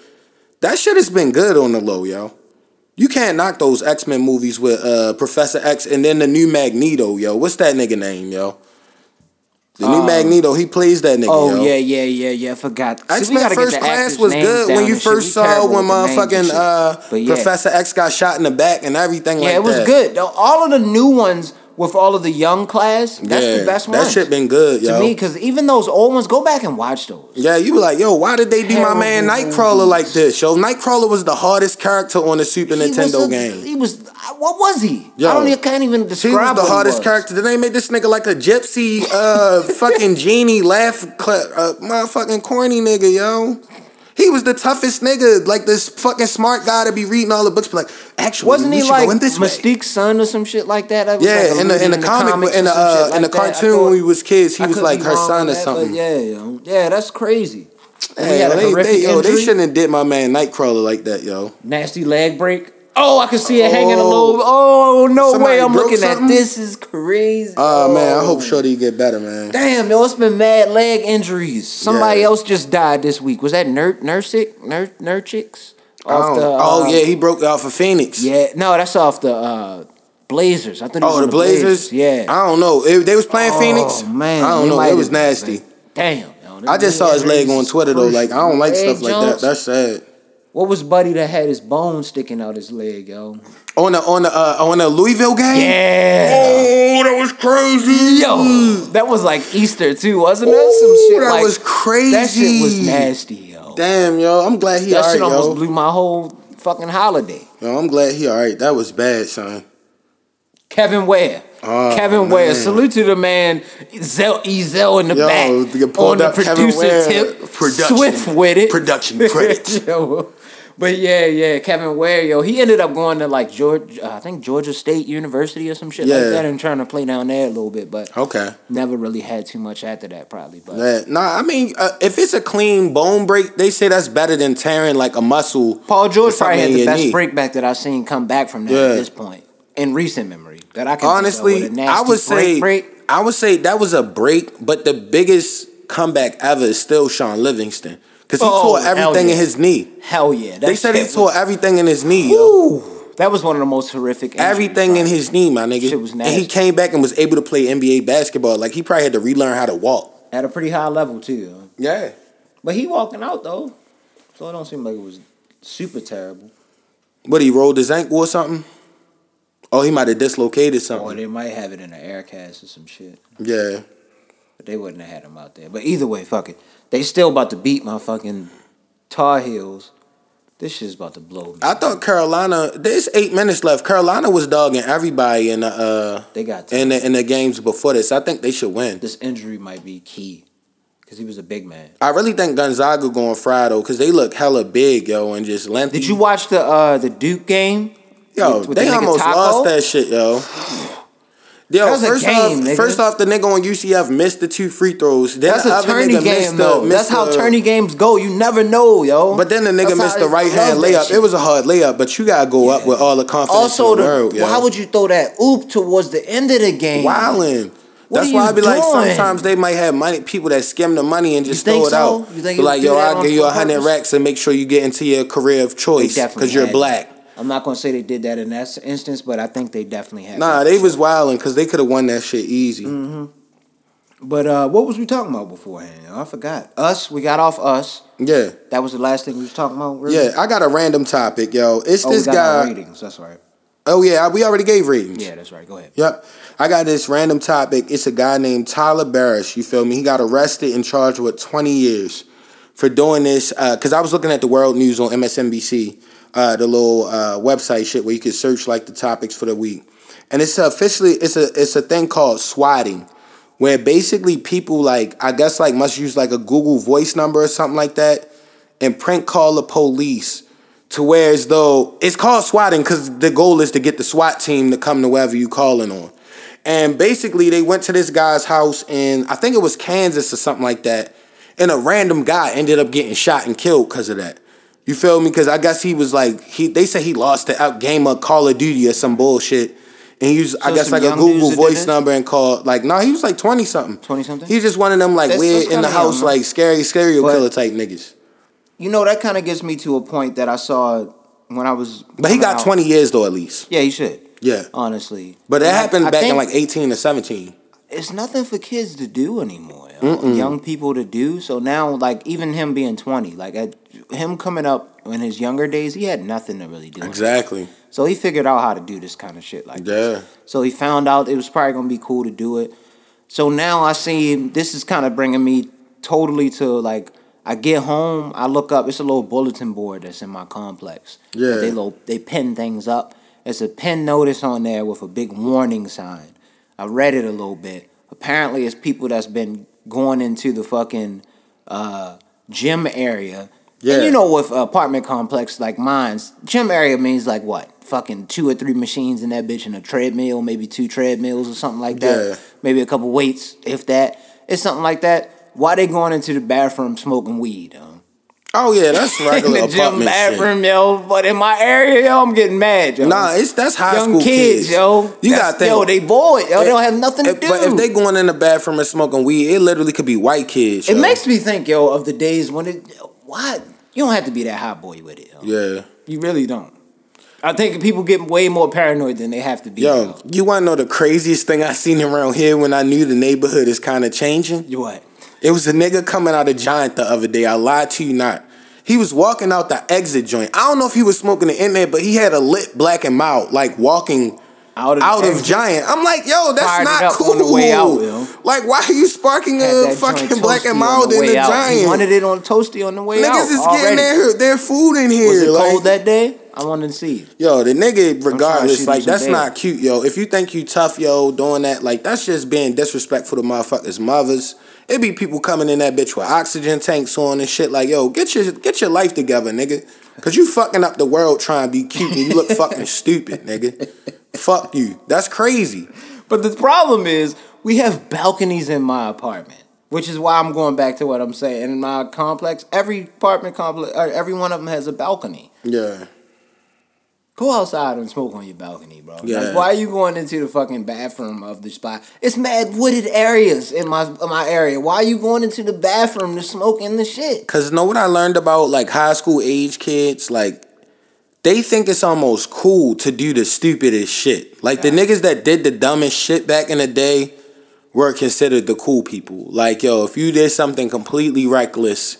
[SPEAKER 6] that shit has been good on the low, yo. You can't knock those X Men movies with uh, Professor X and then the new Magneto, yo. What's that nigga name, yo? The new Magneto, he plays that nigga.
[SPEAKER 7] Um, Oh
[SPEAKER 6] yo.
[SPEAKER 7] yeah, yeah, yeah, yeah. I forgot. See, we
[SPEAKER 6] X Men
[SPEAKER 7] gotta get
[SPEAKER 6] First
[SPEAKER 7] the
[SPEAKER 6] Class
[SPEAKER 7] actors'
[SPEAKER 6] was
[SPEAKER 7] names
[SPEAKER 6] good
[SPEAKER 7] down
[SPEAKER 6] when you
[SPEAKER 7] and shit.
[SPEAKER 6] first
[SPEAKER 7] We
[SPEAKER 6] saw
[SPEAKER 7] terrible
[SPEAKER 6] when
[SPEAKER 7] with the names and
[SPEAKER 6] motherfucking
[SPEAKER 7] shit.
[SPEAKER 6] uh,
[SPEAKER 7] But yeah.
[SPEAKER 6] Professor X got shot in the back and everything
[SPEAKER 7] Yeah,
[SPEAKER 6] like
[SPEAKER 7] it was
[SPEAKER 6] that.
[SPEAKER 7] good. Though, All of the new ones with all of the young class. That's
[SPEAKER 6] yeah,
[SPEAKER 7] the best one.
[SPEAKER 6] That shit been good,
[SPEAKER 7] to
[SPEAKER 6] yo.
[SPEAKER 7] me because even those old ones, go back and watch those.
[SPEAKER 6] yeah, you be like, yo, why did they do my man
[SPEAKER 7] Terrible
[SPEAKER 6] Nightcrawler
[SPEAKER 7] movies.
[SPEAKER 6] like this? Yo, Nightcrawler was the hardest character on the Super
[SPEAKER 7] He was
[SPEAKER 6] Nintendo
[SPEAKER 7] a-
[SPEAKER 6] game.
[SPEAKER 7] He was. What was he?
[SPEAKER 6] Yo,
[SPEAKER 7] I don't. even can't even
[SPEAKER 6] She
[SPEAKER 7] describe.
[SPEAKER 6] was the
[SPEAKER 7] what he
[SPEAKER 6] hardest
[SPEAKER 7] was.
[SPEAKER 6] character. Then they made this nigga like a gypsy, uh, fucking genie laugh, cl- uh, motherfucking corny nigga, yo. He was the toughest nigga, like this fucking smart guy to be reading all the books. Be like, actually,
[SPEAKER 7] Wasn't
[SPEAKER 6] we
[SPEAKER 7] he
[SPEAKER 6] should
[SPEAKER 7] like
[SPEAKER 6] go in this way."
[SPEAKER 7] Mystique's son or some shit like that? That was,
[SPEAKER 6] Yeah,
[SPEAKER 7] like,
[SPEAKER 6] in the in
[SPEAKER 7] alluded
[SPEAKER 6] the comic book-
[SPEAKER 7] comics
[SPEAKER 6] in
[SPEAKER 7] or
[SPEAKER 6] the
[SPEAKER 7] some
[SPEAKER 6] uh,
[SPEAKER 7] shit
[SPEAKER 6] in the
[SPEAKER 7] like that. I
[SPEAKER 6] cartoon when
[SPEAKER 7] thought-
[SPEAKER 6] we was kids, he
[SPEAKER 7] I
[SPEAKER 6] was
[SPEAKER 7] could
[SPEAKER 6] like
[SPEAKER 7] be
[SPEAKER 6] her
[SPEAKER 7] wrong on
[SPEAKER 6] son or
[SPEAKER 7] that, but
[SPEAKER 6] something.
[SPEAKER 7] Yeah, yo. yeah, that's crazy. And he
[SPEAKER 6] Yeah,
[SPEAKER 7] had a
[SPEAKER 6] they,
[SPEAKER 7] horrific
[SPEAKER 6] they, yo, they
[SPEAKER 7] injury.
[SPEAKER 6] shouldn't have did my man Nightcrawler like that, yo.
[SPEAKER 7] nasty leg break. Oh, I can see it hanging a
[SPEAKER 6] Oh.
[SPEAKER 7] lobe. Oh no
[SPEAKER 6] Somebody
[SPEAKER 7] way! I'm
[SPEAKER 6] broke
[SPEAKER 7] looking
[SPEAKER 6] something?
[SPEAKER 7] at this is crazy.
[SPEAKER 6] Oh man, I hope Shorty get better, man.
[SPEAKER 7] Damn, yo, it's been mad leg injuries. Somebody
[SPEAKER 6] Yeah.
[SPEAKER 7] else just died this week. Was that Ner Nursic Ner Nurchicks?
[SPEAKER 6] I don't- oh yeah, he broke off of Phoenix.
[SPEAKER 7] uh, um, yeah. No, that's off the uh, Blazers. I think.
[SPEAKER 6] Oh, the Blazers.
[SPEAKER 7] Yeah.
[SPEAKER 6] I don't know. If they was playing Phoenix.
[SPEAKER 7] Oh, man,
[SPEAKER 6] I
[SPEAKER 7] they
[SPEAKER 6] don't know.
[SPEAKER 7] might
[SPEAKER 6] It was
[SPEAKER 7] have-
[SPEAKER 6] nasty.
[SPEAKER 7] Damn. yo,
[SPEAKER 6] I just saw his leg on Twitter though. Like I don't like
[SPEAKER 7] Leg
[SPEAKER 6] stuff like that.
[SPEAKER 7] jumps.
[SPEAKER 6] That's sad.
[SPEAKER 7] What was Buddy that had his bone sticking out his leg, yo?
[SPEAKER 6] On the on the uh, on the Louisville game.
[SPEAKER 7] Yeah.
[SPEAKER 6] Oh, that was crazy.
[SPEAKER 7] Yo, that was like Easter too, wasn't that? Some
[SPEAKER 6] Mm. Ooh,
[SPEAKER 7] shit
[SPEAKER 6] that
[SPEAKER 7] like
[SPEAKER 6] was crazy.
[SPEAKER 7] That shit was nasty, yo.
[SPEAKER 6] Damn, yo, I'm glad he
[SPEAKER 7] that
[SPEAKER 6] alright,
[SPEAKER 7] shit almost
[SPEAKER 6] yo.
[SPEAKER 7] blew my whole fucking holiday.
[SPEAKER 6] Yo, I'm glad he alright. That was bad, son.
[SPEAKER 7] Kevin Ware.
[SPEAKER 6] Oh,
[SPEAKER 7] Kevin Ware.
[SPEAKER 6] man.
[SPEAKER 7] Salute to the man Ezel, Ezel in the
[SPEAKER 6] Yo,
[SPEAKER 7] back.
[SPEAKER 6] they pulled
[SPEAKER 7] on the
[SPEAKER 6] up Kevin
[SPEAKER 7] producer
[SPEAKER 6] Ware
[SPEAKER 7] tip.
[SPEAKER 6] production-
[SPEAKER 7] Swift with it.
[SPEAKER 6] production credits.
[SPEAKER 7] Yo, But yeah, yeah, Kevin Ware, yo, he ended up going to like George, uh, I think Georgia State University or some shit
[SPEAKER 6] Yeah.
[SPEAKER 7] like that, and trying to play down there a little bit, but
[SPEAKER 6] Okay.
[SPEAKER 7] never really had too much after that, probably. But
[SPEAKER 6] That, nah, I mean, uh, if it's a clean bone break, they say that's better than tearing like a muscle.
[SPEAKER 7] Paul George
[SPEAKER 6] or something
[SPEAKER 7] probably had
[SPEAKER 6] in
[SPEAKER 7] the
[SPEAKER 6] your
[SPEAKER 7] best
[SPEAKER 6] knee.
[SPEAKER 7] breakback that I've seen come back from that
[SPEAKER 6] Yeah.
[SPEAKER 7] at this point in recent memory. That I can think of
[SPEAKER 6] honestly,
[SPEAKER 7] with a
[SPEAKER 6] I
[SPEAKER 7] nasty
[SPEAKER 6] would say
[SPEAKER 7] break, break.
[SPEAKER 6] I would say that was a break, but the biggest comeback ever is still Sean Livingston because he
[SPEAKER 7] Oh,
[SPEAKER 6] tore
[SPEAKER 7] hell
[SPEAKER 6] everything
[SPEAKER 7] yeah.
[SPEAKER 6] in his knee.
[SPEAKER 7] Hell yeah! That
[SPEAKER 6] They said he
[SPEAKER 7] shit
[SPEAKER 6] tore
[SPEAKER 7] was-
[SPEAKER 6] everything in his knee, yo.
[SPEAKER 7] Ooh, that was one of the most horrific. injuries,
[SPEAKER 6] Everything in
[SPEAKER 7] probably.
[SPEAKER 6] his knee, my nigga.
[SPEAKER 7] Shit was
[SPEAKER 6] And he
[SPEAKER 7] nasty.
[SPEAKER 6] came back and was able to play NBA basketball. Like he probably had to relearn how to walk.
[SPEAKER 7] at a pretty high level too.
[SPEAKER 6] Yeah.
[SPEAKER 7] But he walking out though, so it don't seem like it was super terrible.
[SPEAKER 6] What he rolled his ankle or something? Oh, he might have dislocated
[SPEAKER 7] Or
[SPEAKER 6] something.
[SPEAKER 7] Oh, they might have it in an air cast or some shit,
[SPEAKER 6] yeah.
[SPEAKER 7] but they wouldn't have had him out there. But either way, fuck it. They still about to beat my fucking Tar Heels. This shit's about to blow me.
[SPEAKER 6] I thought Carolina. There's eight minutes left. Carolina was dogging everybody in the uh,
[SPEAKER 7] they got
[SPEAKER 6] in the, in the games before this. I think they should win.
[SPEAKER 7] this injury might be key because he was a big man.
[SPEAKER 6] I really think Gonzaga going fry though, because they look hella big, yo, and just lengthy.
[SPEAKER 7] Did you watch the uh the Duke game?
[SPEAKER 6] Yo,
[SPEAKER 7] with- with
[SPEAKER 6] they
[SPEAKER 7] the nigga
[SPEAKER 6] almost
[SPEAKER 7] Taco?
[SPEAKER 6] lost that shit, yo. Yo,
[SPEAKER 7] That was a
[SPEAKER 6] first
[SPEAKER 7] game,
[SPEAKER 6] off,
[SPEAKER 7] nigga.
[SPEAKER 6] first off, the nigga on UCF missed the two free throws. Then
[SPEAKER 7] That's
[SPEAKER 6] the
[SPEAKER 7] a
[SPEAKER 6] other
[SPEAKER 7] tourney
[SPEAKER 6] nigga missed
[SPEAKER 7] game
[SPEAKER 6] the-
[SPEAKER 7] though.
[SPEAKER 6] missed
[SPEAKER 7] That's how
[SPEAKER 6] the-
[SPEAKER 7] tourney games go. You never know, yo.
[SPEAKER 6] But then the
[SPEAKER 7] That's
[SPEAKER 6] nigga
[SPEAKER 7] how
[SPEAKER 6] missed the
[SPEAKER 7] I
[SPEAKER 6] right hand
[SPEAKER 7] love that
[SPEAKER 6] layup.
[SPEAKER 7] shit.
[SPEAKER 6] It was a hard layup, but you gotta go up with all the confidence
[SPEAKER 7] also
[SPEAKER 6] in
[SPEAKER 7] the,
[SPEAKER 6] the, world, yo.
[SPEAKER 7] how would you throw that oop towards the end of the game?
[SPEAKER 6] wildin'?
[SPEAKER 7] What
[SPEAKER 6] That's
[SPEAKER 7] are
[SPEAKER 6] why
[SPEAKER 7] you
[SPEAKER 6] I be like,
[SPEAKER 7] doing?
[SPEAKER 6] sometimes they might have money people that skim the money and just
[SPEAKER 7] You
[SPEAKER 6] throw
[SPEAKER 7] think
[SPEAKER 6] it
[SPEAKER 7] so?
[SPEAKER 6] out.
[SPEAKER 7] You think
[SPEAKER 6] Be
[SPEAKER 7] it was
[SPEAKER 6] like,
[SPEAKER 7] do
[SPEAKER 6] yo,
[SPEAKER 7] that
[SPEAKER 6] I'll
[SPEAKER 7] on-
[SPEAKER 6] give you a
[SPEAKER 7] on
[SPEAKER 6] hundred
[SPEAKER 7] purpose?
[SPEAKER 6] racks and make sure you get into your career of
[SPEAKER 7] They
[SPEAKER 6] choice
[SPEAKER 7] definitely
[SPEAKER 6] because you're
[SPEAKER 7] had
[SPEAKER 6] black.
[SPEAKER 7] that. I'm not gonna say they did that in that s- instance, but I think they definitely had.
[SPEAKER 6] Nah,
[SPEAKER 7] that.
[SPEAKER 6] they was wildin' because they could have won that shit easy.
[SPEAKER 7] Mm-hmm. But uh, what was we talking about beforehand? I forgot. Us. We got off us.
[SPEAKER 6] Yeah.
[SPEAKER 7] That was the last thing we was talking about. Really?
[SPEAKER 6] Yeah, I got a random topic, yo. It's
[SPEAKER 7] Oh, we
[SPEAKER 6] this
[SPEAKER 7] got our
[SPEAKER 6] guy.
[SPEAKER 7] ratings. That's right.
[SPEAKER 6] Oh yeah, we already gave ratings.
[SPEAKER 7] Yeah, that's right. Go ahead.
[SPEAKER 6] Yep. I got this random topic. It's a guy named Tyler Barris. You feel me? He got arrested and charged with 20 years for doing this. Because I was looking at the world news on MSNBC, uh, the little uh, website shit where you could search like the topics for the week. And it's officially it's a it's a thing called swatting, where basically people like I guess like must use like a Google Voice number or something like that, and prank call the police to where as though it's called swatting because the goal is to get the SWAT team to come to wherever you calling on. And basically, they went to this guy's house in I think it was Kansas or something like that, and a random guy ended up getting shot and killed because of that. You feel me? Because I guess he was like he. They say he lost the out game of Call of Duty or some bullshit. And he used, I
[SPEAKER 7] So
[SPEAKER 6] guess,
[SPEAKER 7] some
[SPEAKER 6] like a
[SPEAKER 7] young
[SPEAKER 6] Google
[SPEAKER 7] dudes that did
[SPEAKER 6] voice
[SPEAKER 7] this?
[SPEAKER 6] number and called, like, no, he was like 20 something.
[SPEAKER 7] 20-something?
[SPEAKER 6] He's just one of them, like,
[SPEAKER 7] That's-
[SPEAKER 6] weird
[SPEAKER 7] that's
[SPEAKER 6] in the
[SPEAKER 7] kinda
[SPEAKER 6] house,
[SPEAKER 7] young, man.
[SPEAKER 6] like, scary, scary
[SPEAKER 7] But-
[SPEAKER 6] killer type niggas.
[SPEAKER 7] You know, that kind of gets me to a point that I saw when I was.
[SPEAKER 6] But he
[SPEAKER 7] coming
[SPEAKER 6] got
[SPEAKER 7] out.
[SPEAKER 6] 20 years, though, at least.
[SPEAKER 7] Yeah, he should.
[SPEAKER 6] Yeah.
[SPEAKER 7] Honestly,
[SPEAKER 6] But that
[SPEAKER 7] And I-
[SPEAKER 6] happened
[SPEAKER 7] I
[SPEAKER 6] back in
[SPEAKER 7] think
[SPEAKER 6] like 18 or 17.
[SPEAKER 7] it's nothing for kids to do anymore. yo. Young people to do. So now, like even him being twenty, like at, him coming up in his younger days, he had nothing to really do.
[SPEAKER 6] Exactly.
[SPEAKER 7] So he figured out how to do this kind of shit. Like
[SPEAKER 6] Yeah.
[SPEAKER 7] so he found out it was probably gonna be cool to do it. So now I see this is kind of bringing me totally to like I get home, I look up. It's a little bulletin board that's in my complex.
[SPEAKER 6] Yeah.
[SPEAKER 7] they little they pin things up. There's a pin notice on there with a big warning sign. I read it a little bit. Apparently, it's people that's been going into the fucking uh, gym area.
[SPEAKER 6] Yeah.
[SPEAKER 7] And you know, with apartment complex like mine's, gym area means like what? Fucking two or three machines in that bitch and a treadmill, maybe two treadmills or something like that.
[SPEAKER 6] Yeah.
[SPEAKER 7] Maybe a couple weights, if that. It's something like that. Why they going into the bathroom smoking weed? Um?
[SPEAKER 6] Oh yeah, that's regular
[SPEAKER 7] in the gym
[SPEAKER 6] apartment shit.
[SPEAKER 7] bathroom, yo. But in my area, yo, I'm getting mad, yo.
[SPEAKER 6] Nah, it's that's high
[SPEAKER 7] young
[SPEAKER 6] school
[SPEAKER 7] kids, yo.
[SPEAKER 6] You
[SPEAKER 7] That's-
[SPEAKER 6] got that.
[SPEAKER 7] yo. They bored, yo. they don't have nothing to do.
[SPEAKER 6] But if they going in the bathroom and smoking weed, it literally could be white kids.
[SPEAKER 7] it
[SPEAKER 6] yo.
[SPEAKER 7] makes me think, yo, of the days when it. What you don't have to be that hot boy with it. Yo.
[SPEAKER 6] yeah.
[SPEAKER 7] You really don't. I think people get way more paranoid than they have to be.
[SPEAKER 6] Yo, you want to know the craziest thing I seen around here when I knew the neighborhood is kind of changing?
[SPEAKER 7] yo. what?
[SPEAKER 6] It was a nigga coming out of Giant the other day. I lied to you not. He was walking out the exit joint. I don't know if he was smoking it in there, but he had a lit black and mild, like walking
[SPEAKER 7] Out
[SPEAKER 6] out
[SPEAKER 7] of
[SPEAKER 6] of,
[SPEAKER 7] the exit.
[SPEAKER 6] Giant. I'm like, yo, that's
[SPEAKER 7] Fired it
[SPEAKER 6] not
[SPEAKER 7] up
[SPEAKER 6] cool.
[SPEAKER 7] on the way out, yo.
[SPEAKER 6] Like, why are you sparking
[SPEAKER 7] Had
[SPEAKER 6] a
[SPEAKER 7] that
[SPEAKER 6] fucking
[SPEAKER 7] joint
[SPEAKER 6] black
[SPEAKER 7] toasty on
[SPEAKER 6] and mild in
[SPEAKER 7] way
[SPEAKER 6] the
[SPEAKER 7] out. He wanted
[SPEAKER 6] Giant?
[SPEAKER 7] it on toasty on the way out.
[SPEAKER 6] Niggas is getting
[SPEAKER 7] already.
[SPEAKER 6] their their food in here.
[SPEAKER 7] Was it
[SPEAKER 6] like-
[SPEAKER 7] cold that day? I wanted to see. it.
[SPEAKER 6] Yo, the nigga,
[SPEAKER 7] shoot him
[SPEAKER 6] regardless, like
[SPEAKER 7] some
[SPEAKER 6] that's
[SPEAKER 7] dick.
[SPEAKER 6] not cute, yo. If you think you tough, yo, doing that, like that's just being disrespectful to motherfuckers' mothers. It be people coming in that bitch with oxygen tanks on and shit. Like, yo, get your get your life together, nigga. Cause you fucking up the world trying to be cute and you look fucking stupid, nigga. Fuck you. That's crazy.
[SPEAKER 7] But the problem is, we have balconies in my apartment, which is why I'm going back to what I'm saying. In my complex, every apartment complex, or every one of them has a balcony.
[SPEAKER 6] Yeah.
[SPEAKER 7] Go outside and smoke on your balcony, bro.
[SPEAKER 6] Yeah.
[SPEAKER 7] Like, why are you going into the fucking bathroom of the spot? It's mad wooded areas in my in my area. Why are you going into the bathroom to smoke in the shit?
[SPEAKER 6] Cause know what I learned about like high school age kids? Like they think it's almost cool to do the stupidest shit. Like the niggas that did the dumbest shit back in the day were considered the cool people. Like yo, if you did something completely reckless,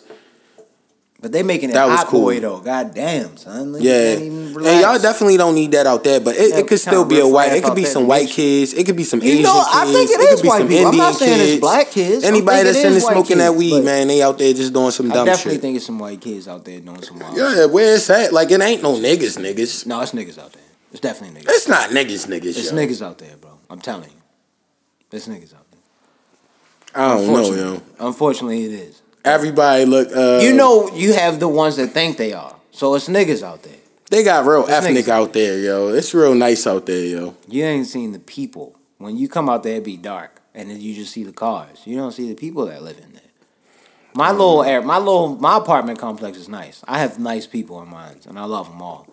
[SPEAKER 7] But they making it
[SPEAKER 6] That was
[SPEAKER 7] hot boy
[SPEAKER 6] cool.
[SPEAKER 7] though. God damn, son. Like, you
[SPEAKER 6] yeah,
[SPEAKER 7] can't even
[SPEAKER 6] and
[SPEAKER 7] relax.
[SPEAKER 6] y'all definitely don't need that out there. But it,
[SPEAKER 7] Yeah,
[SPEAKER 6] it could still
[SPEAKER 7] kinda
[SPEAKER 6] be a
[SPEAKER 7] riff
[SPEAKER 6] white.
[SPEAKER 7] raff
[SPEAKER 6] It could
[SPEAKER 7] out
[SPEAKER 6] be
[SPEAKER 7] there,
[SPEAKER 6] some white
[SPEAKER 7] bitch.
[SPEAKER 6] kids. It could be some
[SPEAKER 7] You
[SPEAKER 6] Asian
[SPEAKER 7] know,
[SPEAKER 6] kids.
[SPEAKER 7] I think it
[SPEAKER 6] it
[SPEAKER 7] is
[SPEAKER 6] could be
[SPEAKER 7] white
[SPEAKER 6] some
[SPEAKER 7] people.
[SPEAKER 6] Indian
[SPEAKER 7] I'm not saying it's
[SPEAKER 6] kids.
[SPEAKER 7] black kids. I
[SPEAKER 6] Anybody
[SPEAKER 7] think it
[SPEAKER 6] that's in
[SPEAKER 7] is
[SPEAKER 6] there
[SPEAKER 7] white
[SPEAKER 6] smoking that
[SPEAKER 7] kids,
[SPEAKER 6] weed,
[SPEAKER 7] but-
[SPEAKER 6] man, they out there just doing some
[SPEAKER 7] I
[SPEAKER 6] dumb
[SPEAKER 7] definitely
[SPEAKER 6] shit.
[SPEAKER 7] think it's some white kids out there doing some wild. shit.
[SPEAKER 6] yeah, where it's at. Like it ain't no niggas, niggas.
[SPEAKER 7] No, it's niggas out there. It's definitely niggas.
[SPEAKER 6] It's not niggas, niggas.
[SPEAKER 7] It's
[SPEAKER 6] yo.
[SPEAKER 7] niggas out there, bro. I'm telling you. It's niggas out there.
[SPEAKER 6] I don't know,
[SPEAKER 7] Unfortunately,
[SPEAKER 6] yo.
[SPEAKER 7] Unfortunately, it is.
[SPEAKER 6] Everybody look. Uh,
[SPEAKER 7] you know, you have the ones that think they are. So it's niggas out there.
[SPEAKER 6] they got real ethnic
[SPEAKER 7] niggas.
[SPEAKER 6] out there, yo. It's real nice out there, yo.
[SPEAKER 7] You ain't seen the people. When you come out there, it be dark, and then you just see the cars. You don't see the people that live in there. My little air, my little, my apartment complex is nice. I have nice people in mine, and I love them all.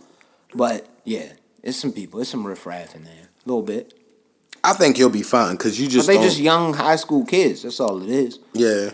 [SPEAKER 7] But yeah, it's some people. It's some riffraff in there, a little bit.
[SPEAKER 6] I think you'll be fine because you
[SPEAKER 7] But
[SPEAKER 6] just
[SPEAKER 7] they
[SPEAKER 6] don't.
[SPEAKER 7] just young high school kids. That's all it is.
[SPEAKER 6] yeah,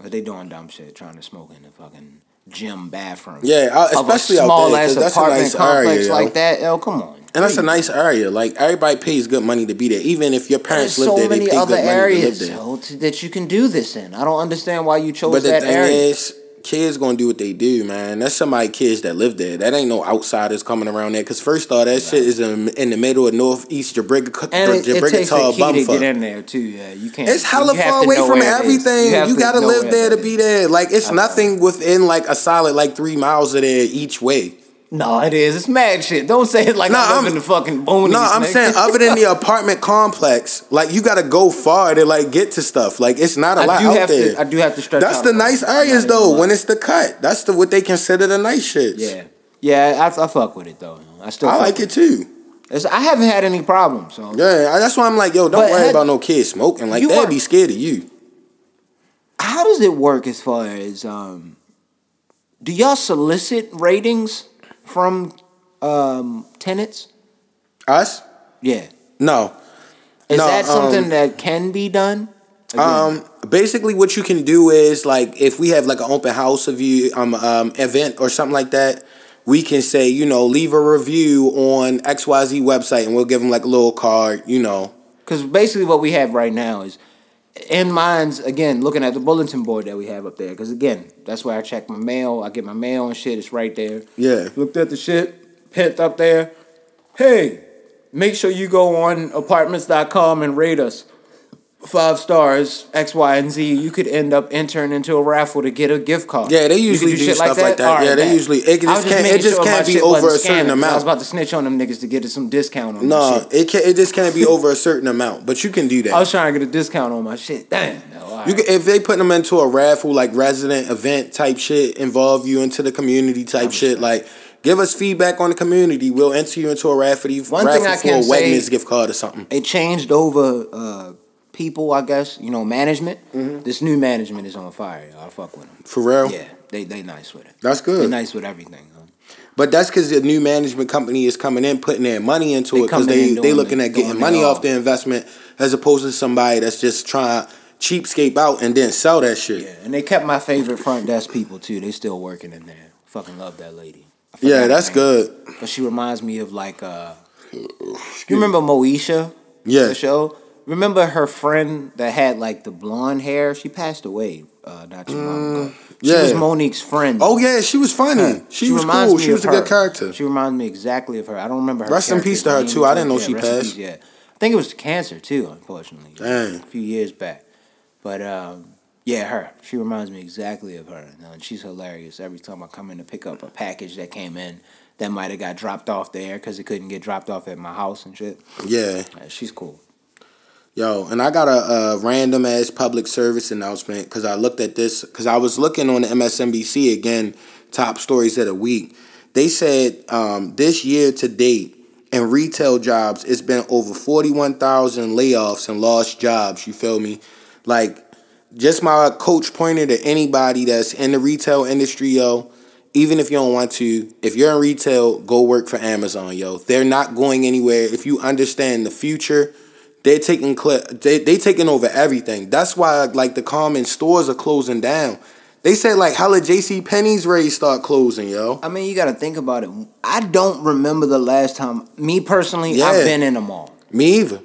[SPEAKER 7] But they doing dumb shit, trying to smoke in the fucking gym bathroom.
[SPEAKER 6] Yeah, uh,
[SPEAKER 7] Of a
[SPEAKER 6] especially out
[SPEAKER 7] small
[SPEAKER 6] there,
[SPEAKER 7] ass
[SPEAKER 6] 'cause that's a
[SPEAKER 7] apartment
[SPEAKER 6] nice area,
[SPEAKER 7] complex
[SPEAKER 6] yo.
[SPEAKER 7] like that. Yo, come on.
[SPEAKER 6] and that's a nice area. Like everybody pays good money to be there, even if your
[SPEAKER 7] There's
[SPEAKER 6] parents live
[SPEAKER 7] so
[SPEAKER 6] there, they
[SPEAKER 7] many
[SPEAKER 6] pay good
[SPEAKER 7] other
[SPEAKER 6] money
[SPEAKER 7] areas
[SPEAKER 6] to live there.
[SPEAKER 7] yo, t- that you can do this in. I don't understand why you chose
[SPEAKER 6] But the
[SPEAKER 7] that
[SPEAKER 6] thing
[SPEAKER 7] area.
[SPEAKER 6] is, kids gonna do what they do, man. That's somebody kids that live there. That ain't no outsiders coming around there. Cause first of all, that shit is in, in the middle of northeast Jabrig-
[SPEAKER 7] and it, it takes a
[SPEAKER 6] Jabrigatar
[SPEAKER 7] key to
[SPEAKER 6] bumfuck.
[SPEAKER 7] get in there too. Yeah, you can't.
[SPEAKER 6] It's hella
[SPEAKER 7] you have
[SPEAKER 6] far
[SPEAKER 7] to
[SPEAKER 6] away
[SPEAKER 7] know
[SPEAKER 6] from
[SPEAKER 7] where it is.
[SPEAKER 6] everything.
[SPEAKER 7] have
[SPEAKER 6] You,
[SPEAKER 7] to
[SPEAKER 6] gotta
[SPEAKER 7] know
[SPEAKER 6] live
[SPEAKER 7] where
[SPEAKER 6] there
[SPEAKER 7] that
[SPEAKER 6] to
[SPEAKER 7] is.
[SPEAKER 6] be there. Like it's
[SPEAKER 7] Okay.
[SPEAKER 6] nothing within like a solid like three miles of there each way.
[SPEAKER 7] No, it is. It's mad shit. Don't say it like
[SPEAKER 6] Nah,
[SPEAKER 7] I live
[SPEAKER 6] I'm-
[SPEAKER 7] in the fucking boonies.
[SPEAKER 6] No, I'm
[SPEAKER 7] nigga.
[SPEAKER 6] saying other than the apartment complex, like you gotta go far to like get to stuff. Like it's not a
[SPEAKER 7] I
[SPEAKER 6] lot
[SPEAKER 7] do
[SPEAKER 6] out
[SPEAKER 7] have to-
[SPEAKER 6] there.
[SPEAKER 7] I do have to stretch
[SPEAKER 6] That's
[SPEAKER 7] out,
[SPEAKER 6] the
[SPEAKER 7] though.
[SPEAKER 6] nice
[SPEAKER 7] I'm not
[SPEAKER 6] areas
[SPEAKER 7] even
[SPEAKER 6] though.
[SPEAKER 7] lying.
[SPEAKER 6] When it's the cut, that's the what they consider the nice shit.
[SPEAKER 7] Yeah, yeah. I, I fuck with it though. I still.
[SPEAKER 6] I
[SPEAKER 7] fuck
[SPEAKER 6] like
[SPEAKER 7] with
[SPEAKER 6] it too.
[SPEAKER 7] It's- I haven't had any problems. So
[SPEAKER 6] Yeah, I- that's why I'm like, yo, don't
[SPEAKER 7] But
[SPEAKER 6] worry
[SPEAKER 7] had-
[SPEAKER 6] about no kids smoking. Like
[SPEAKER 7] You
[SPEAKER 6] they'd
[SPEAKER 7] are-
[SPEAKER 6] be scared of you.
[SPEAKER 7] how does it work as far as um do y'all solicit ratings from um tenants
[SPEAKER 6] Us?
[SPEAKER 7] yeah
[SPEAKER 6] No.
[SPEAKER 7] is
[SPEAKER 6] No,
[SPEAKER 7] that something
[SPEAKER 6] um,
[SPEAKER 7] that can be done Again,
[SPEAKER 6] Um, basically, what you can do is like if we have like an open house of you um, um event or something like that, we can say you know leave a review on X Y Z website and we'll give them like a little card you know
[SPEAKER 7] Because basically, what we have right now is in minds again looking at the bulletin board that we have up there. Because again, that's where I check my mail. I get my mail and shit. It's right there.
[SPEAKER 6] Yeah.
[SPEAKER 7] Looked at the shit. Pimped up there. Hey, make sure you go on apartments.com and rate us five stars X, Y, and Z. You could end up entering into a raffle to get a gift card.
[SPEAKER 6] Yeah, they
[SPEAKER 7] You could
[SPEAKER 6] usually do stuff like that.
[SPEAKER 7] All right,
[SPEAKER 6] Yeah, they
[SPEAKER 7] bet.
[SPEAKER 6] usually- it
[SPEAKER 7] I was
[SPEAKER 6] just can't-
[SPEAKER 7] making
[SPEAKER 6] it just
[SPEAKER 7] my
[SPEAKER 6] can't be
[SPEAKER 7] shit
[SPEAKER 6] over
[SPEAKER 7] wasn't
[SPEAKER 6] a certain
[SPEAKER 7] scamming, 'cause I
[SPEAKER 6] amount.
[SPEAKER 7] was about to snitch on them niggas to get some discount on
[SPEAKER 6] No,
[SPEAKER 7] that shit. Oh,
[SPEAKER 6] it can it just can't be over a certain amount, but you can do that.
[SPEAKER 7] I was trying to get a discount on my shit. Damn. No, all
[SPEAKER 6] You
[SPEAKER 7] right.
[SPEAKER 6] can, if they put them into a raffle like resident event type shit, involve you into the community type shit, like give us feedback on the community, we'll enter you into a raffle,
[SPEAKER 7] One
[SPEAKER 6] raffle
[SPEAKER 7] thing I
[SPEAKER 6] for
[SPEAKER 7] can
[SPEAKER 6] a
[SPEAKER 7] say-
[SPEAKER 6] wetness gift card or something.
[SPEAKER 7] it changed over uh, people, I guess. You know, management.
[SPEAKER 6] Mm-hmm.
[SPEAKER 7] This new management is on fire. Y'all. I fuck with them.
[SPEAKER 6] For real,
[SPEAKER 7] Yeah, they they nice with it.
[SPEAKER 6] That's good.
[SPEAKER 7] They nice with everything. Huh?
[SPEAKER 6] But that's because the new management company is coming in, putting their money into
[SPEAKER 7] They
[SPEAKER 6] it because
[SPEAKER 7] coming in
[SPEAKER 6] they
[SPEAKER 7] doing
[SPEAKER 6] they looking
[SPEAKER 7] it-
[SPEAKER 6] at
[SPEAKER 7] doing
[SPEAKER 6] getting
[SPEAKER 7] it
[SPEAKER 6] money
[SPEAKER 7] all.
[SPEAKER 6] off their investment as opposed to somebody that's just trying to cheapskate out and then sell that shit.
[SPEAKER 7] Yeah, and they kept my favorite front desk people too. They still working in there. Fucking love that lady. I forgot
[SPEAKER 6] Yeah,
[SPEAKER 7] her
[SPEAKER 6] that's
[SPEAKER 7] name.
[SPEAKER 6] good.
[SPEAKER 7] But she reminds me of like uh You remember Moesha?
[SPEAKER 6] Yeah.
[SPEAKER 7] The show? Remember her friend that had like the blonde hair? She passed away uh not too long ago. She was
[SPEAKER 6] Mm, yeah.
[SPEAKER 7] Monique's friend.
[SPEAKER 6] Oh yeah, she was funny.
[SPEAKER 7] Her.
[SPEAKER 6] She, was cool. She
[SPEAKER 7] of
[SPEAKER 6] was a good
[SPEAKER 7] her.
[SPEAKER 6] character.
[SPEAKER 7] She reminds me exactly of her. I don't remember her.
[SPEAKER 6] Rest in peace
[SPEAKER 7] character's
[SPEAKER 6] to her,
[SPEAKER 7] name
[SPEAKER 6] too. I didn't know
[SPEAKER 7] Yeah,
[SPEAKER 6] she
[SPEAKER 7] rest in
[SPEAKER 6] passed.
[SPEAKER 7] peace, yeah. I think it was cancer too, unfortunately.
[SPEAKER 6] Dang.
[SPEAKER 7] A few years back. But um yeah, her. She reminds me exactly of her. You know, And uh, she's hilarious. Every time I come in to pick up a package that came in that might have got dropped off there because it couldn't get dropped off at my house and shit.
[SPEAKER 6] yeah.
[SPEAKER 7] Uh, She's cool.
[SPEAKER 6] Yo, and I got a, a random ass public service announcement because I looked at this because I was looking on MSNBC again, top stories of the week. They said um, this year to date in retail jobs, it's been over forty one thousand layoffs and lost jobs. You feel me? Like just my coach pointed to anybody that's in the retail industry, yo. Even if you don't want to, if you're in retail, go work for Amazon, yo. They're not going anywhere. If you understand the future, they're taking cl- they they taking over everything. That's why like the common stores are closing down. They said like hella JC Penney's ready to start closing, yo.
[SPEAKER 7] I mean, you got to think about it. I don't remember the last time, me personally, I've
[SPEAKER 6] Yeah.
[SPEAKER 7] been in a mall.
[SPEAKER 6] Me either.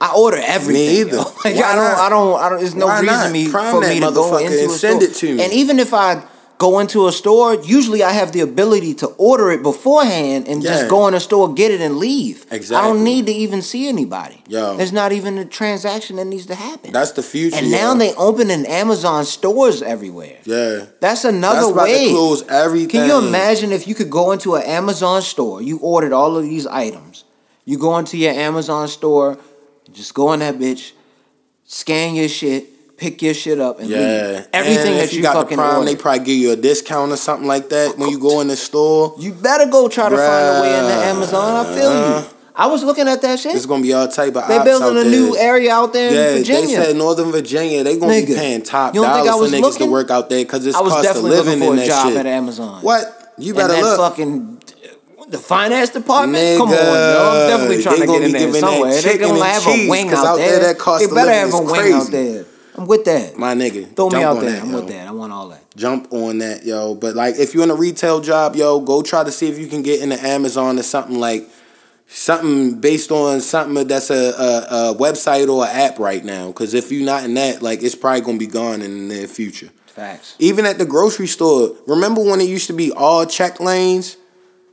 [SPEAKER 7] I order everything.
[SPEAKER 6] Me either.
[SPEAKER 7] yo. Like,
[SPEAKER 6] Why
[SPEAKER 7] I don't.
[SPEAKER 6] not?
[SPEAKER 7] I don't. I don't. There's no
[SPEAKER 6] Why
[SPEAKER 7] reason
[SPEAKER 6] not?
[SPEAKER 7] me
[SPEAKER 6] Prime
[SPEAKER 7] for
[SPEAKER 6] that
[SPEAKER 7] me to go
[SPEAKER 6] motherfucker
[SPEAKER 7] into
[SPEAKER 6] and
[SPEAKER 7] a
[SPEAKER 6] send
[SPEAKER 7] store.
[SPEAKER 6] it to me.
[SPEAKER 7] And even if I go into a store, usually I have the ability to order it beforehand and just
[SPEAKER 6] Yeah.
[SPEAKER 7] go in a store, get it, and leave. I
[SPEAKER 6] Exactly.
[SPEAKER 7] don't need to even see anybody.
[SPEAKER 6] Yo.
[SPEAKER 7] there's not even a transaction that needs to happen.
[SPEAKER 6] That's the future.
[SPEAKER 7] and now
[SPEAKER 6] yo.
[SPEAKER 7] they opening Amazon stores everywhere.
[SPEAKER 6] yeah.
[SPEAKER 7] That's another
[SPEAKER 6] That's about
[SPEAKER 7] way.
[SPEAKER 6] to close everything.
[SPEAKER 7] Can you imagine if you could go into an Amazon store? You ordered all of these items. You go into your Amazon store, just go in that bitch, scan your shit, pick your shit up, and
[SPEAKER 6] Yeah,
[SPEAKER 7] leave. Everything
[SPEAKER 6] And
[SPEAKER 7] that
[SPEAKER 6] if
[SPEAKER 7] you,
[SPEAKER 6] got
[SPEAKER 7] fucking
[SPEAKER 6] the prime,
[SPEAKER 7] ordered.
[SPEAKER 6] they probably give you a discount or something like that when you go in the store.
[SPEAKER 7] you better go try to find a way into
[SPEAKER 6] Bruh. Uh-huh.
[SPEAKER 7] Amazon. I feel you. I was looking at that shit.
[SPEAKER 6] It's gonna be all type of.
[SPEAKER 7] they
[SPEAKER 6] ops out
[SPEAKER 7] building a new
[SPEAKER 6] there.
[SPEAKER 7] area out there in
[SPEAKER 6] Yeah,
[SPEAKER 7] Virginia.
[SPEAKER 6] they said Northern Virginia. They gonna be
[SPEAKER 7] Nigga,
[SPEAKER 6] paying top
[SPEAKER 7] you don't think
[SPEAKER 6] dollars
[SPEAKER 7] I
[SPEAKER 6] for
[SPEAKER 7] was
[SPEAKER 6] niggas
[SPEAKER 7] looking?
[SPEAKER 6] to work out there because it's
[SPEAKER 7] I was
[SPEAKER 6] cost of
[SPEAKER 7] definitely looking
[SPEAKER 6] living
[SPEAKER 7] for
[SPEAKER 6] in
[SPEAKER 7] a
[SPEAKER 6] that
[SPEAKER 7] job
[SPEAKER 6] shit.
[SPEAKER 7] at Amazon.
[SPEAKER 6] What? You
[SPEAKER 7] and
[SPEAKER 6] better
[SPEAKER 7] that
[SPEAKER 6] look.
[SPEAKER 7] fucking the finance department.
[SPEAKER 6] Nigga,
[SPEAKER 7] Come on, yo. I'm definitely trying
[SPEAKER 6] they
[SPEAKER 7] to
[SPEAKER 6] gonna
[SPEAKER 7] get
[SPEAKER 6] be
[SPEAKER 7] in there
[SPEAKER 6] giving that
[SPEAKER 7] somewhere. They
[SPEAKER 6] chicken
[SPEAKER 7] gonna
[SPEAKER 6] and
[SPEAKER 7] have a
[SPEAKER 6] cheese,
[SPEAKER 7] wing
[SPEAKER 6] 'cause
[SPEAKER 7] out
[SPEAKER 6] out
[SPEAKER 7] there.
[SPEAKER 6] there that cost
[SPEAKER 7] they
[SPEAKER 6] of
[SPEAKER 7] better
[SPEAKER 6] living
[SPEAKER 7] have a
[SPEAKER 6] is
[SPEAKER 7] wing out
[SPEAKER 6] crazy.
[SPEAKER 7] there. I'm with that.
[SPEAKER 6] My nigga,
[SPEAKER 7] Throw me
[SPEAKER 6] jump
[SPEAKER 7] out
[SPEAKER 6] on
[SPEAKER 7] there.
[SPEAKER 6] That,
[SPEAKER 7] I'm
[SPEAKER 6] yo.
[SPEAKER 7] with that. I want all that.
[SPEAKER 6] Jump on that, yo. But like, if you're in a retail job, yo, go try to see if you can get into Amazon or something like something based on something that's a, a, a website or an app right now. Because if you're not in that, like, it's probably gonna be gone in the near future.
[SPEAKER 7] Facts.
[SPEAKER 6] Even at the grocery store, remember when it used to be all check lanes?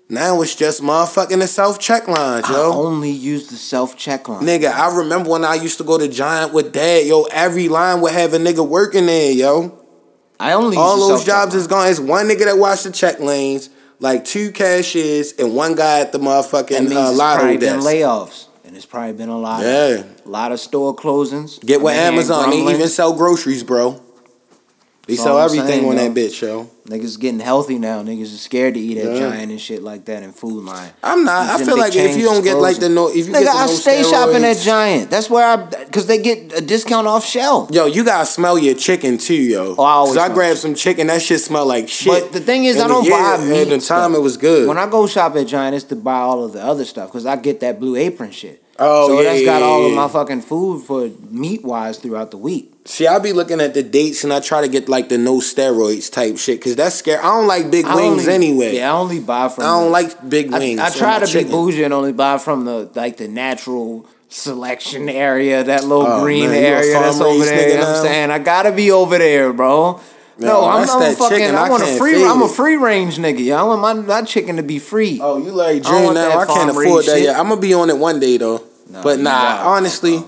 [SPEAKER 6] Now it's just motherfucking the self check lines,
[SPEAKER 7] I
[SPEAKER 6] yo.
[SPEAKER 7] only use the self check line.
[SPEAKER 6] Nigga, I remember when I used to go to Giant with Dad, yo. Every line would have a nigga working there, yo.
[SPEAKER 7] I only use
[SPEAKER 6] All
[SPEAKER 7] the
[SPEAKER 6] those
[SPEAKER 7] self-check
[SPEAKER 6] jobs
[SPEAKER 7] line.
[SPEAKER 6] is gone. It's one nigga that watched the check lanes, like two cashiers, and one guy at the
[SPEAKER 7] That
[SPEAKER 6] motherfucking
[SPEAKER 7] means
[SPEAKER 6] uh,
[SPEAKER 7] it's probably
[SPEAKER 6] lotto
[SPEAKER 7] been
[SPEAKER 6] desk.
[SPEAKER 7] layoffs, and it's probably been a lot.
[SPEAKER 6] Yeah.
[SPEAKER 7] a lot of store closings.
[SPEAKER 6] Get with
[SPEAKER 7] I mean,
[SPEAKER 6] Amazon. They
[SPEAKER 7] grumbling.
[SPEAKER 6] even sell groceries, bro. They
[SPEAKER 7] That's
[SPEAKER 6] sell
[SPEAKER 7] all I'm
[SPEAKER 6] everything
[SPEAKER 7] saying,
[SPEAKER 6] on
[SPEAKER 7] yo.
[SPEAKER 6] that bitch, yo.
[SPEAKER 7] Niggas getting healthy now. Niggas is scared to eat at
[SPEAKER 6] Yeah.
[SPEAKER 7] Giant and shit like that and Food Line.
[SPEAKER 6] I'm not. I
[SPEAKER 7] Them
[SPEAKER 6] feel
[SPEAKER 7] big
[SPEAKER 6] like if
[SPEAKER 7] chains
[SPEAKER 6] you don't get like the
[SPEAKER 7] closing.
[SPEAKER 6] no, if you get
[SPEAKER 7] Nigga,
[SPEAKER 6] the
[SPEAKER 7] I
[SPEAKER 6] no
[SPEAKER 7] stay shopping at
[SPEAKER 6] steroids-
[SPEAKER 7] Giant. That's where I because they get a discount off shelf.
[SPEAKER 6] Yo, you gotta smell your chicken too, yo.
[SPEAKER 7] Oh, I always
[SPEAKER 6] Cause I
[SPEAKER 7] smell
[SPEAKER 6] grabbed some chicken, that shit smell like shit.
[SPEAKER 7] But the thing is,
[SPEAKER 6] And
[SPEAKER 7] I don't
[SPEAKER 6] the-
[SPEAKER 7] buy
[SPEAKER 6] yeah,
[SPEAKER 7] meat.
[SPEAKER 6] At the time,
[SPEAKER 7] stuff.
[SPEAKER 6] it was good.
[SPEAKER 7] When I go shop at Giant, it's to buy all of the other stuff because I get that Blue Apron shit.
[SPEAKER 6] Oh,
[SPEAKER 7] so
[SPEAKER 6] yeah,
[SPEAKER 7] that's
[SPEAKER 6] yeah,
[SPEAKER 7] got
[SPEAKER 6] yeah,
[SPEAKER 7] all of
[SPEAKER 6] yeah.
[SPEAKER 7] my fucking food for meat wise throughout the week.
[SPEAKER 6] See, I be looking at the dates and I try to get like the no steroids type shit, cause that's scary. I don't like big
[SPEAKER 7] I
[SPEAKER 6] wings
[SPEAKER 7] only-
[SPEAKER 6] anyway.
[SPEAKER 7] Yeah, I only buy from.
[SPEAKER 6] I don't
[SPEAKER 7] the-
[SPEAKER 6] like big
[SPEAKER 7] I-
[SPEAKER 6] wings.
[SPEAKER 7] I,
[SPEAKER 6] on
[SPEAKER 7] try
[SPEAKER 6] my
[SPEAKER 7] to be
[SPEAKER 6] chicken.
[SPEAKER 7] bougie and only buy from the like the natural selection area, that little
[SPEAKER 6] Oh,
[SPEAKER 7] green
[SPEAKER 6] man, you a
[SPEAKER 7] area that's
[SPEAKER 6] farm
[SPEAKER 7] over
[SPEAKER 6] raised
[SPEAKER 7] there.
[SPEAKER 6] nigga
[SPEAKER 7] You know what
[SPEAKER 6] now?
[SPEAKER 7] I'm saying I gotta be over there, bro.
[SPEAKER 6] No,
[SPEAKER 7] No, I'm,
[SPEAKER 6] that's
[SPEAKER 7] I'm
[SPEAKER 6] that
[SPEAKER 7] fucking.
[SPEAKER 6] chicken, I
[SPEAKER 7] I want a
[SPEAKER 6] can't
[SPEAKER 7] free.
[SPEAKER 6] feed
[SPEAKER 7] I'm a
[SPEAKER 6] it.
[SPEAKER 7] free range nigga. Y'all I want my, my chicken to be free.
[SPEAKER 6] Oh, you like
[SPEAKER 7] I don't
[SPEAKER 6] Dream
[SPEAKER 7] want
[SPEAKER 6] now?
[SPEAKER 7] that
[SPEAKER 6] I can't
[SPEAKER 7] farm raised
[SPEAKER 6] afford that
[SPEAKER 7] shit.
[SPEAKER 6] yet. I'm gonna be on it one day though.
[SPEAKER 7] Nah,
[SPEAKER 6] but
[SPEAKER 7] you
[SPEAKER 6] nah,
[SPEAKER 7] wild,
[SPEAKER 6] honestly,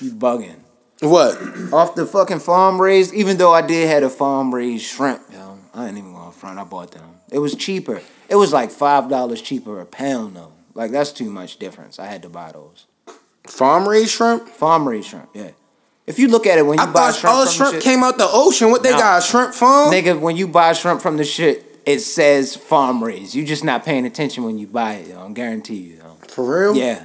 [SPEAKER 7] You bugging
[SPEAKER 6] what?
[SPEAKER 7] off the fucking farm raised. Even though I did had a farm raised shrimp, yo, I ain't even going front. I bought them. It was cheaper. It was like five dollars cheaper a pound though. Like that's too much difference. I had to buy those
[SPEAKER 6] Farm raised shrimp?
[SPEAKER 7] farm raised shrimp. Yeah. If you look at it when you
[SPEAKER 6] I
[SPEAKER 7] buy
[SPEAKER 6] thought
[SPEAKER 7] shrimp,
[SPEAKER 6] all
[SPEAKER 7] from
[SPEAKER 6] shrimp
[SPEAKER 7] shit-
[SPEAKER 6] came out the ocean. What they
[SPEAKER 7] No.
[SPEAKER 6] got? A shrimp farm?
[SPEAKER 7] Nigga, when you buy shrimp from the shit, it says farm raised. You just not paying attention when you buy it, yo. I guarantee you, yo.
[SPEAKER 6] For real?
[SPEAKER 7] Yeah.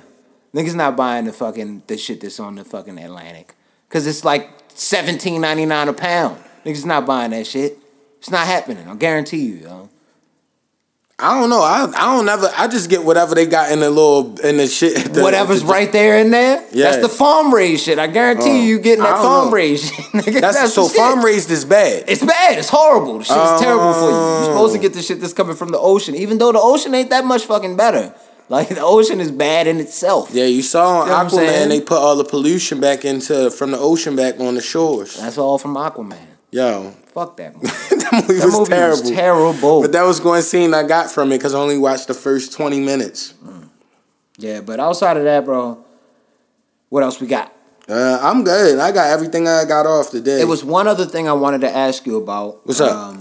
[SPEAKER 7] Niggas not buying the fucking the shit that's on the fucking Atlantic. Cause it's like seventeen ninety nine a pound. Niggas not buying that shit. It's not happening, I guarantee you, yo.
[SPEAKER 6] I don't know. I I don't ever. I just get whatever they got in the little in the shit. the-
[SPEAKER 7] Whatever's
[SPEAKER 6] the-
[SPEAKER 7] right there in there,
[SPEAKER 6] Yes.
[SPEAKER 7] that's the farm raised shit. I guarantee
[SPEAKER 6] Oh,
[SPEAKER 7] you, you getting
[SPEAKER 6] I
[SPEAKER 7] that
[SPEAKER 6] don't
[SPEAKER 7] farm
[SPEAKER 6] know.
[SPEAKER 7] raised shit. Nigga,
[SPEAKER 6] That's,
[SPEAKER 7] that's
[SPEAKER 6] so
[SPEAKER 7] the shit.
[SPEAKER 6] farm raised is bad.
[SPEAKER 7] It's bad. It's horrible. The shit is terrible for you. You're supposed
[SPEAKER 6] Oh.
[SPEAKER 7] to get the shit that's coming from the ocean, even though the ocean ain't that much fucking better. Like the ocean is bad in itself.
[SPEAKER 6] Yeah, you saw on
[SPEAKER 7] You know what I'm
[SPEAKER 6] Aquaman
[SPEAKER 7] saying?
[SPEAKER 6] they put all the pollution back into from the ocean back on the shores.
[SPEAKER 7] That's all from Aquaman.
[SPEAKER 6] Yo,
[SPEAKER 7] Fuck that movie.
[SPEAKER 6] that movie,
[SPEAKER 7] That
[SPEAKER 6] was,
[SPEAKER 7] movie
[SPEAKER 6] terrible.
[SPEAKER 7] was terrible.
[SPEAKER 6] But that was one scene I got from it because I only watched the first twenty minutes.
[SPEAKER 7] yeah, but outside of that, bro, what else we got?
[SPEAKER 6] Uh, I'm good. I got everything I got off today.
[SPEAKER 7] It was one other thing I wanted to ask you about. Um,
[SPEAKER 6] What's up?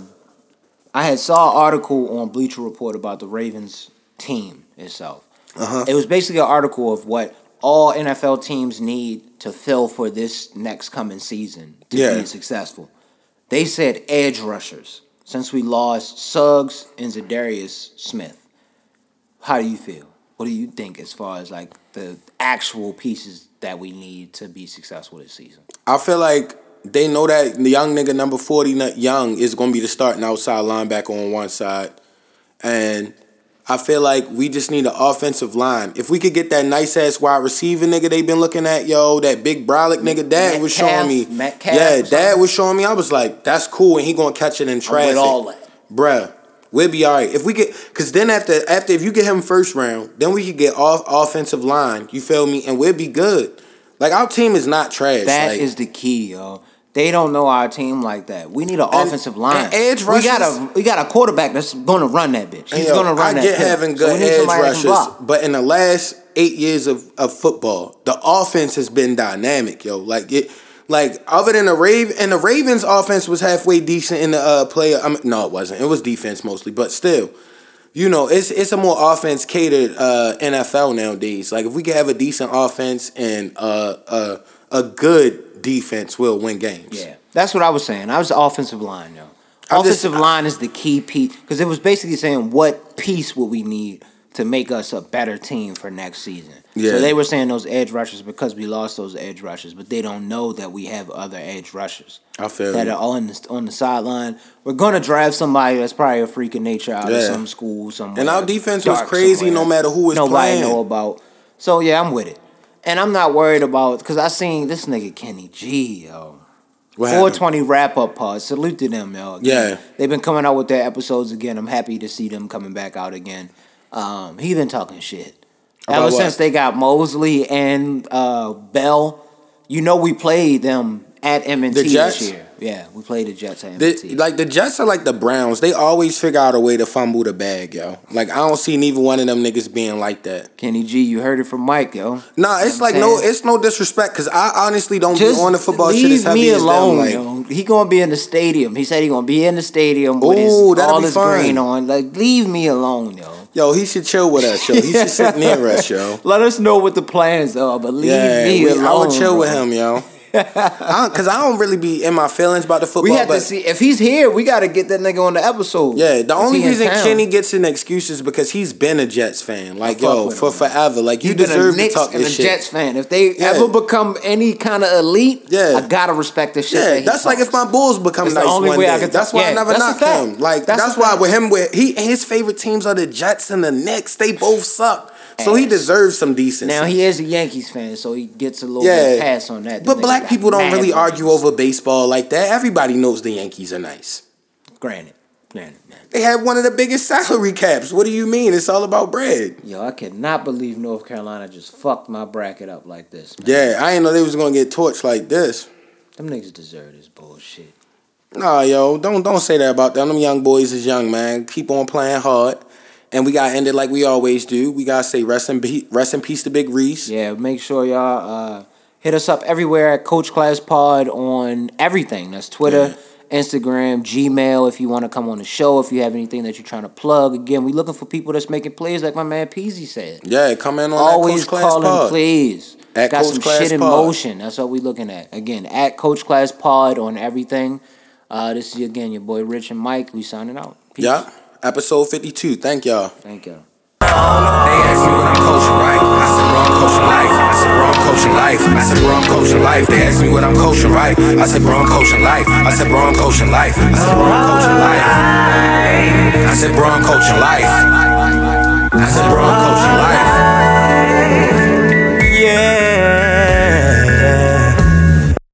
[SPEAKER 7] I had saw an article on Bleacher Report about the Ravens team itself. Uh-huh. It was basically an article of what all NFL teams need to fill for this next coming season to
[SPEAKER 6] Yeah.
[SPEAKER 7] be successful. They said edge rushers since we lost Suggs and Zadarius Smith. How do you feel? What do you think as far as like the actual pieces that we need to be successful this season?
[SPEAKER 6] I feel like they know that the young nigga number 40 not young is going to be the starting outside linebacker on one side. And I feel like we just need an offensive line. If we could get that nice ass wide receiver nigga they been looking at, yo, that big brolic nigga, dad was
[SPEAKER 7] Metcalf,
[SPEAKER 6] showing me.
[SPEAKER 7] Metcalf or
[SPEAKER 6] yeah, dad
[SPEAKER 7] something?
[SPEAKER 6] was showing me. I was like, that's cool and he going to catch it in
[SPEAKER 7] I'm
[SPEAKER 6] traffic.
[SPEAKER 7] with all that.
[SPEAKER 6] Bruh, we'll be all right. If we get, cause then after after if you get him first round, then we could get off offensive line. You feel me? And we'll be good. Like our team is not trash.
[SPEAKER 7] That is
[SPEAKER 6] like,
[SPEAKER 7] the key, yo. They don't know our team like that. We need an
[SPEAKER 6] And-
[SPEAKER 7] offensive line.
[SPEAKER 6] and edge
[SPEAKER 7] we got
[SPEAKER 6] rushers-
[SPEAKER 7] a we got a quarterback that's going to run that bitch. He's
[SPEAKER 6] Yo,
[SPEAKER 7] going to run
[SPEAKER 6] I
[SPEAKER 7] that.
[SPEAKER 6] get
[SPEAKER 7] pick.
[SPEAKER 6] having
[SPEAKER 7] So we
[SPEAKER 6] good
[SPEAKER 7] need
[SPEAKER 6] edge
[SPEAKER 7] somebody that can
[SPEAKER 6] rushers,
[SPEAKER 7] block.
[SPEAKER 6] but in the last eight years of, of football, the offense has been dynamic, yo. Like it, like other than the Raven and the Ravens' offense was halfway decent in the uh, play. I mean, no, it wasn't. It was defense mostly, but still, you know, it's it's a more offense catered uh, NFL nowadays. Like if we can have a decent offense and uh, a a good defense, we'll win games.
[SPEAKER 7] Yeah, that's what I was saying. I was the offensive line, yo.
[SPEAKER 6] I'm just-
[SPEAKER 7] offensive line is the key piece because it was basically saying what piece would we need to make us a better team for next season.
[SPEAKER 6] Yeah.
[SPEAKER 7] So they were saying those edge rushers because we lost those edge rushers, but they don't know that we have other edge rushers.
[SPEAKER 6] I feel
[SPEAKER 7] that uh,
[SPEAKER 6] you.
[SPEAKER 7] are on the on the sideline. We're gonna draft somebody that's probably a freak of nature out of
[SPEAKER 6] Yeah.
[SPEAKER 7] some school somewhere.
[SPEAKER 6] And our defense was
[SPEAKER 7] dark
[SPEAKER 6] crazy no matter who was
[SPEAKER 7] Nobody
[SPEAKER 6] playing.
[SPEAKER 7] know about. So yeah, I'm with it. And I'm not worried about because I seen this nigga Kenny G yo.
[SPEAKER 6] What happened?
[SPEAKER 7] 420 wrap up pod. Salute to them, y'all.
[SPEAKER 6] Yeah.
[SPEAKER 7] They've been coming out with their episodes again. I'm happy to see them coming back out again. Um, he been talking shit.
[SPEAKER 6] About
[SPEAKER 7] Ever
[SPEAKER 6] what?
[SPEAKER 7] since they got Mosley and uh, Bell, you know we played them at M&T
[SPEAKER 6] The Jets?
[SPEAKER 7] this year. Yeah, we played the Jets at
[SPEAKER 6] The-
[SPEAKER 7] M&T.
[SPEAKER 6] like the Jets are like the Browns. They always figure out a way to fumble the bag, yo. Like I don't see neither one of them niggas being like that.
[SPEAKER 7] Kenny G, you heard it from Mike, yo.
[SPEAKER 6] Nah, it's
[SPEAKER 7] I'm
[SPEAKER 6] like no,
[SPEAKER 7] saying?
[SPEAKER 6] it's no disrespect because I honestly don't
[SPEAKER 7] Just
[SPEAKER 6] be on the football
[SPEAKER 7] leave
[SPEAKER 6] shit as heavy
[SPEAKER 7] me
[SPEAKER 6] as them.
[SPEAKER 7] alone,
[SPEAKER 6] Like,
[SPEAKER 7] yo. He gonna be in the stadium. He said he gonna be in the stadium with his,
[SPEAKER 6] Ooh, that'll
[SPEAKER 7] all
[SPEAKER 6] be
[SPEAKER 7] his
[SPEAKER 6] fun.
[SPEAKER 7] green on. Like, leave me alone, yo.
[SPEAKER 6] yo, he should chill with us, yo. He should sit near us, yo.
[SPEAKER 7] Let us know what the plans are, but leave
[SPEAKER 6] Yeah,
[SPEAKER 7] me
[SPEAKER 6] we-
[SPEAKER 7] alone.
[SPEAKER 6] I would chill
[SPEAKER 7] bro.
[SPEAKER 6] with him, yo. I, Cause I don't really be in my feelings about the football.
[SPEAKER 7] We have
[SPEAKER 6] but
[SPEAKER 7] to see if he's here. We got to get that nigga on the episode.
[SPEAKER 6] Yeah, the
[SPEAKER 7] If
[SPEAKER 6] only
[SPEAKER 7] he in
[SPEAKER 6] reason
[SPEAKER 7] town.
[SPEAKER 6] Kenny gets an excuse is because he's been a Jets fan, like
[SPEAKER 7] fuck
[SPEAKER 6] yo,
[SPEAKER 7] with him,
[SPEAKER 6] for
[SPEAKER 7] man.
[SPEAKER 6] forever. Like you
[SPEAKER 7] He's been
[SPEAKER 6] deserve
[SPEAKER 7] a
[SPEAKER 6] to
[SPEAKER 7] Knicks
[SPEAKER 6] talk
[SPEAKER 7] and a
[SPEAKER 6] this shit.
[SPEAKER 7] Jets fan. If they
[SPEAKER 6] Yeah.
[SPEAKER 7] ever become any kind of elite,
[SPEAKER 6] Yeah.
[SPEAKER 7] I gotta respect the shit.
[SPEAKER 6] Yeah,
[SPEAKER 7] that he
[SPEAKER 6] that's like
[SPEAKER 7] talks.
[SPEAKER 6] if my Bulls become
[SPEAKER 7] It's the
[SPEAKER 6] nice
[SPEAKER 7] only
[SPEAKER 6] one
[SPEAKER 7] way
[SPEAKER 6] day.
[SPEAKER 7] I could
[SPEAKER 6] that's
[SPEAKER 7] tell-
[SPEAKER 6] why I
[SPEAKER 7] yeah,
[SPEAKER 6] never
[SPEAKER 7] that's a
[SPEAKER 6] knocked
[SPEAKER 7] fact.
[SPEAKER 6] him. Like that's,
[SPEAKER 7] That's a
[SPEAKER 6] why
[SPEAKER 7] fact.
[SPEAKER 6] with him, with he his favorite teams are the Jets and the Knicks. They both suck, so he
[SPEAKER 7] Ass.
[SPEAKER 6] deserves some decency.
[SPEAKER 7] now he is a Yankees fan, so he gets a little bit
[SPEAKER 6] yeah,
[SPEAKER 7] of pass on that. The
[SPEAKER 6] But
[SPEAKER 7] nigga
[SPEAKER 6] black
[SPEAKER 7] got
[SPEAKER 6] people don't
[SPEAKER 7] mad
[SPEAKER 6] really
[SPEAKER 7] rings.
[SPEAKER 6] argue over baseball like that. Everybody knows the Yankees are nice.
[SPEAKER 7] Granted, Man, man.
[SPEAKER 6] They had one of the biggest salary caps. What do you mean? It's all about bread.
[SPEAKER 7] Yo, I cannot believe North Carolina just fucked my bracket up like this. Man.
[SPEAKER 6] Yeah, I didn't know they was gonna get torched like this.
[SPEAKER 7] Them niggas deserve this bullshit.
[SPEAKER 6] Nah, yo, don't don't say that about them. Them young boys is young, man. Keep on playing hard, and we gotta end it like we always do. We gotta say rest in peace, rest in peace to Big Reese.
[SPEAKER 7] Yeah, make sure y'all uh, hit us up everywhere at Coach Class Pod on everything. That's Twitter, Instagram, Gmail. If you want to come on the show, if you have anything that you're trying to plug. Again, we looking for people that's making plays, like my man Peasy said.
[SPEAKER 6] Yeah, come in on
[SPEAKER 7] Always
[SPEAKER 6] that Coach Class
[SPEAKER 7] calling
[SPEAKER 6] Pod.
[SPEAKER 7] plays.
[SPEAKER 6] At
[SPEAKER 7] Got
[SPEAKER 6] Coach
[SPEAKER 7] some
[SPEAKER 6] Class
[SPEAKER 7] shit in
[SPEAKER 6] Pod.
[SPEAKER 7] motion. That's what we looking at. Again, at Coach Class Pod on everything. Uh, this is again your boy Rich and Mike. We signing out. Peace.
[SPEAKER 6] Yeah, episode fifty two. Thank y'all.
[SPEAKER 7] Thank you.
[SPEAKER 1] They ask me what I'm coaching, right? I said, bro, I'm coaching life. I said, bro, I'm coaching life. I said, bro, I'm coaching life. They ask me what I'm coaching, right? I said, bro, I'm coaching life. I said, bro, I'm coaching life. I said, bro, I'm coaching life. I said, bro, I'm coaching life.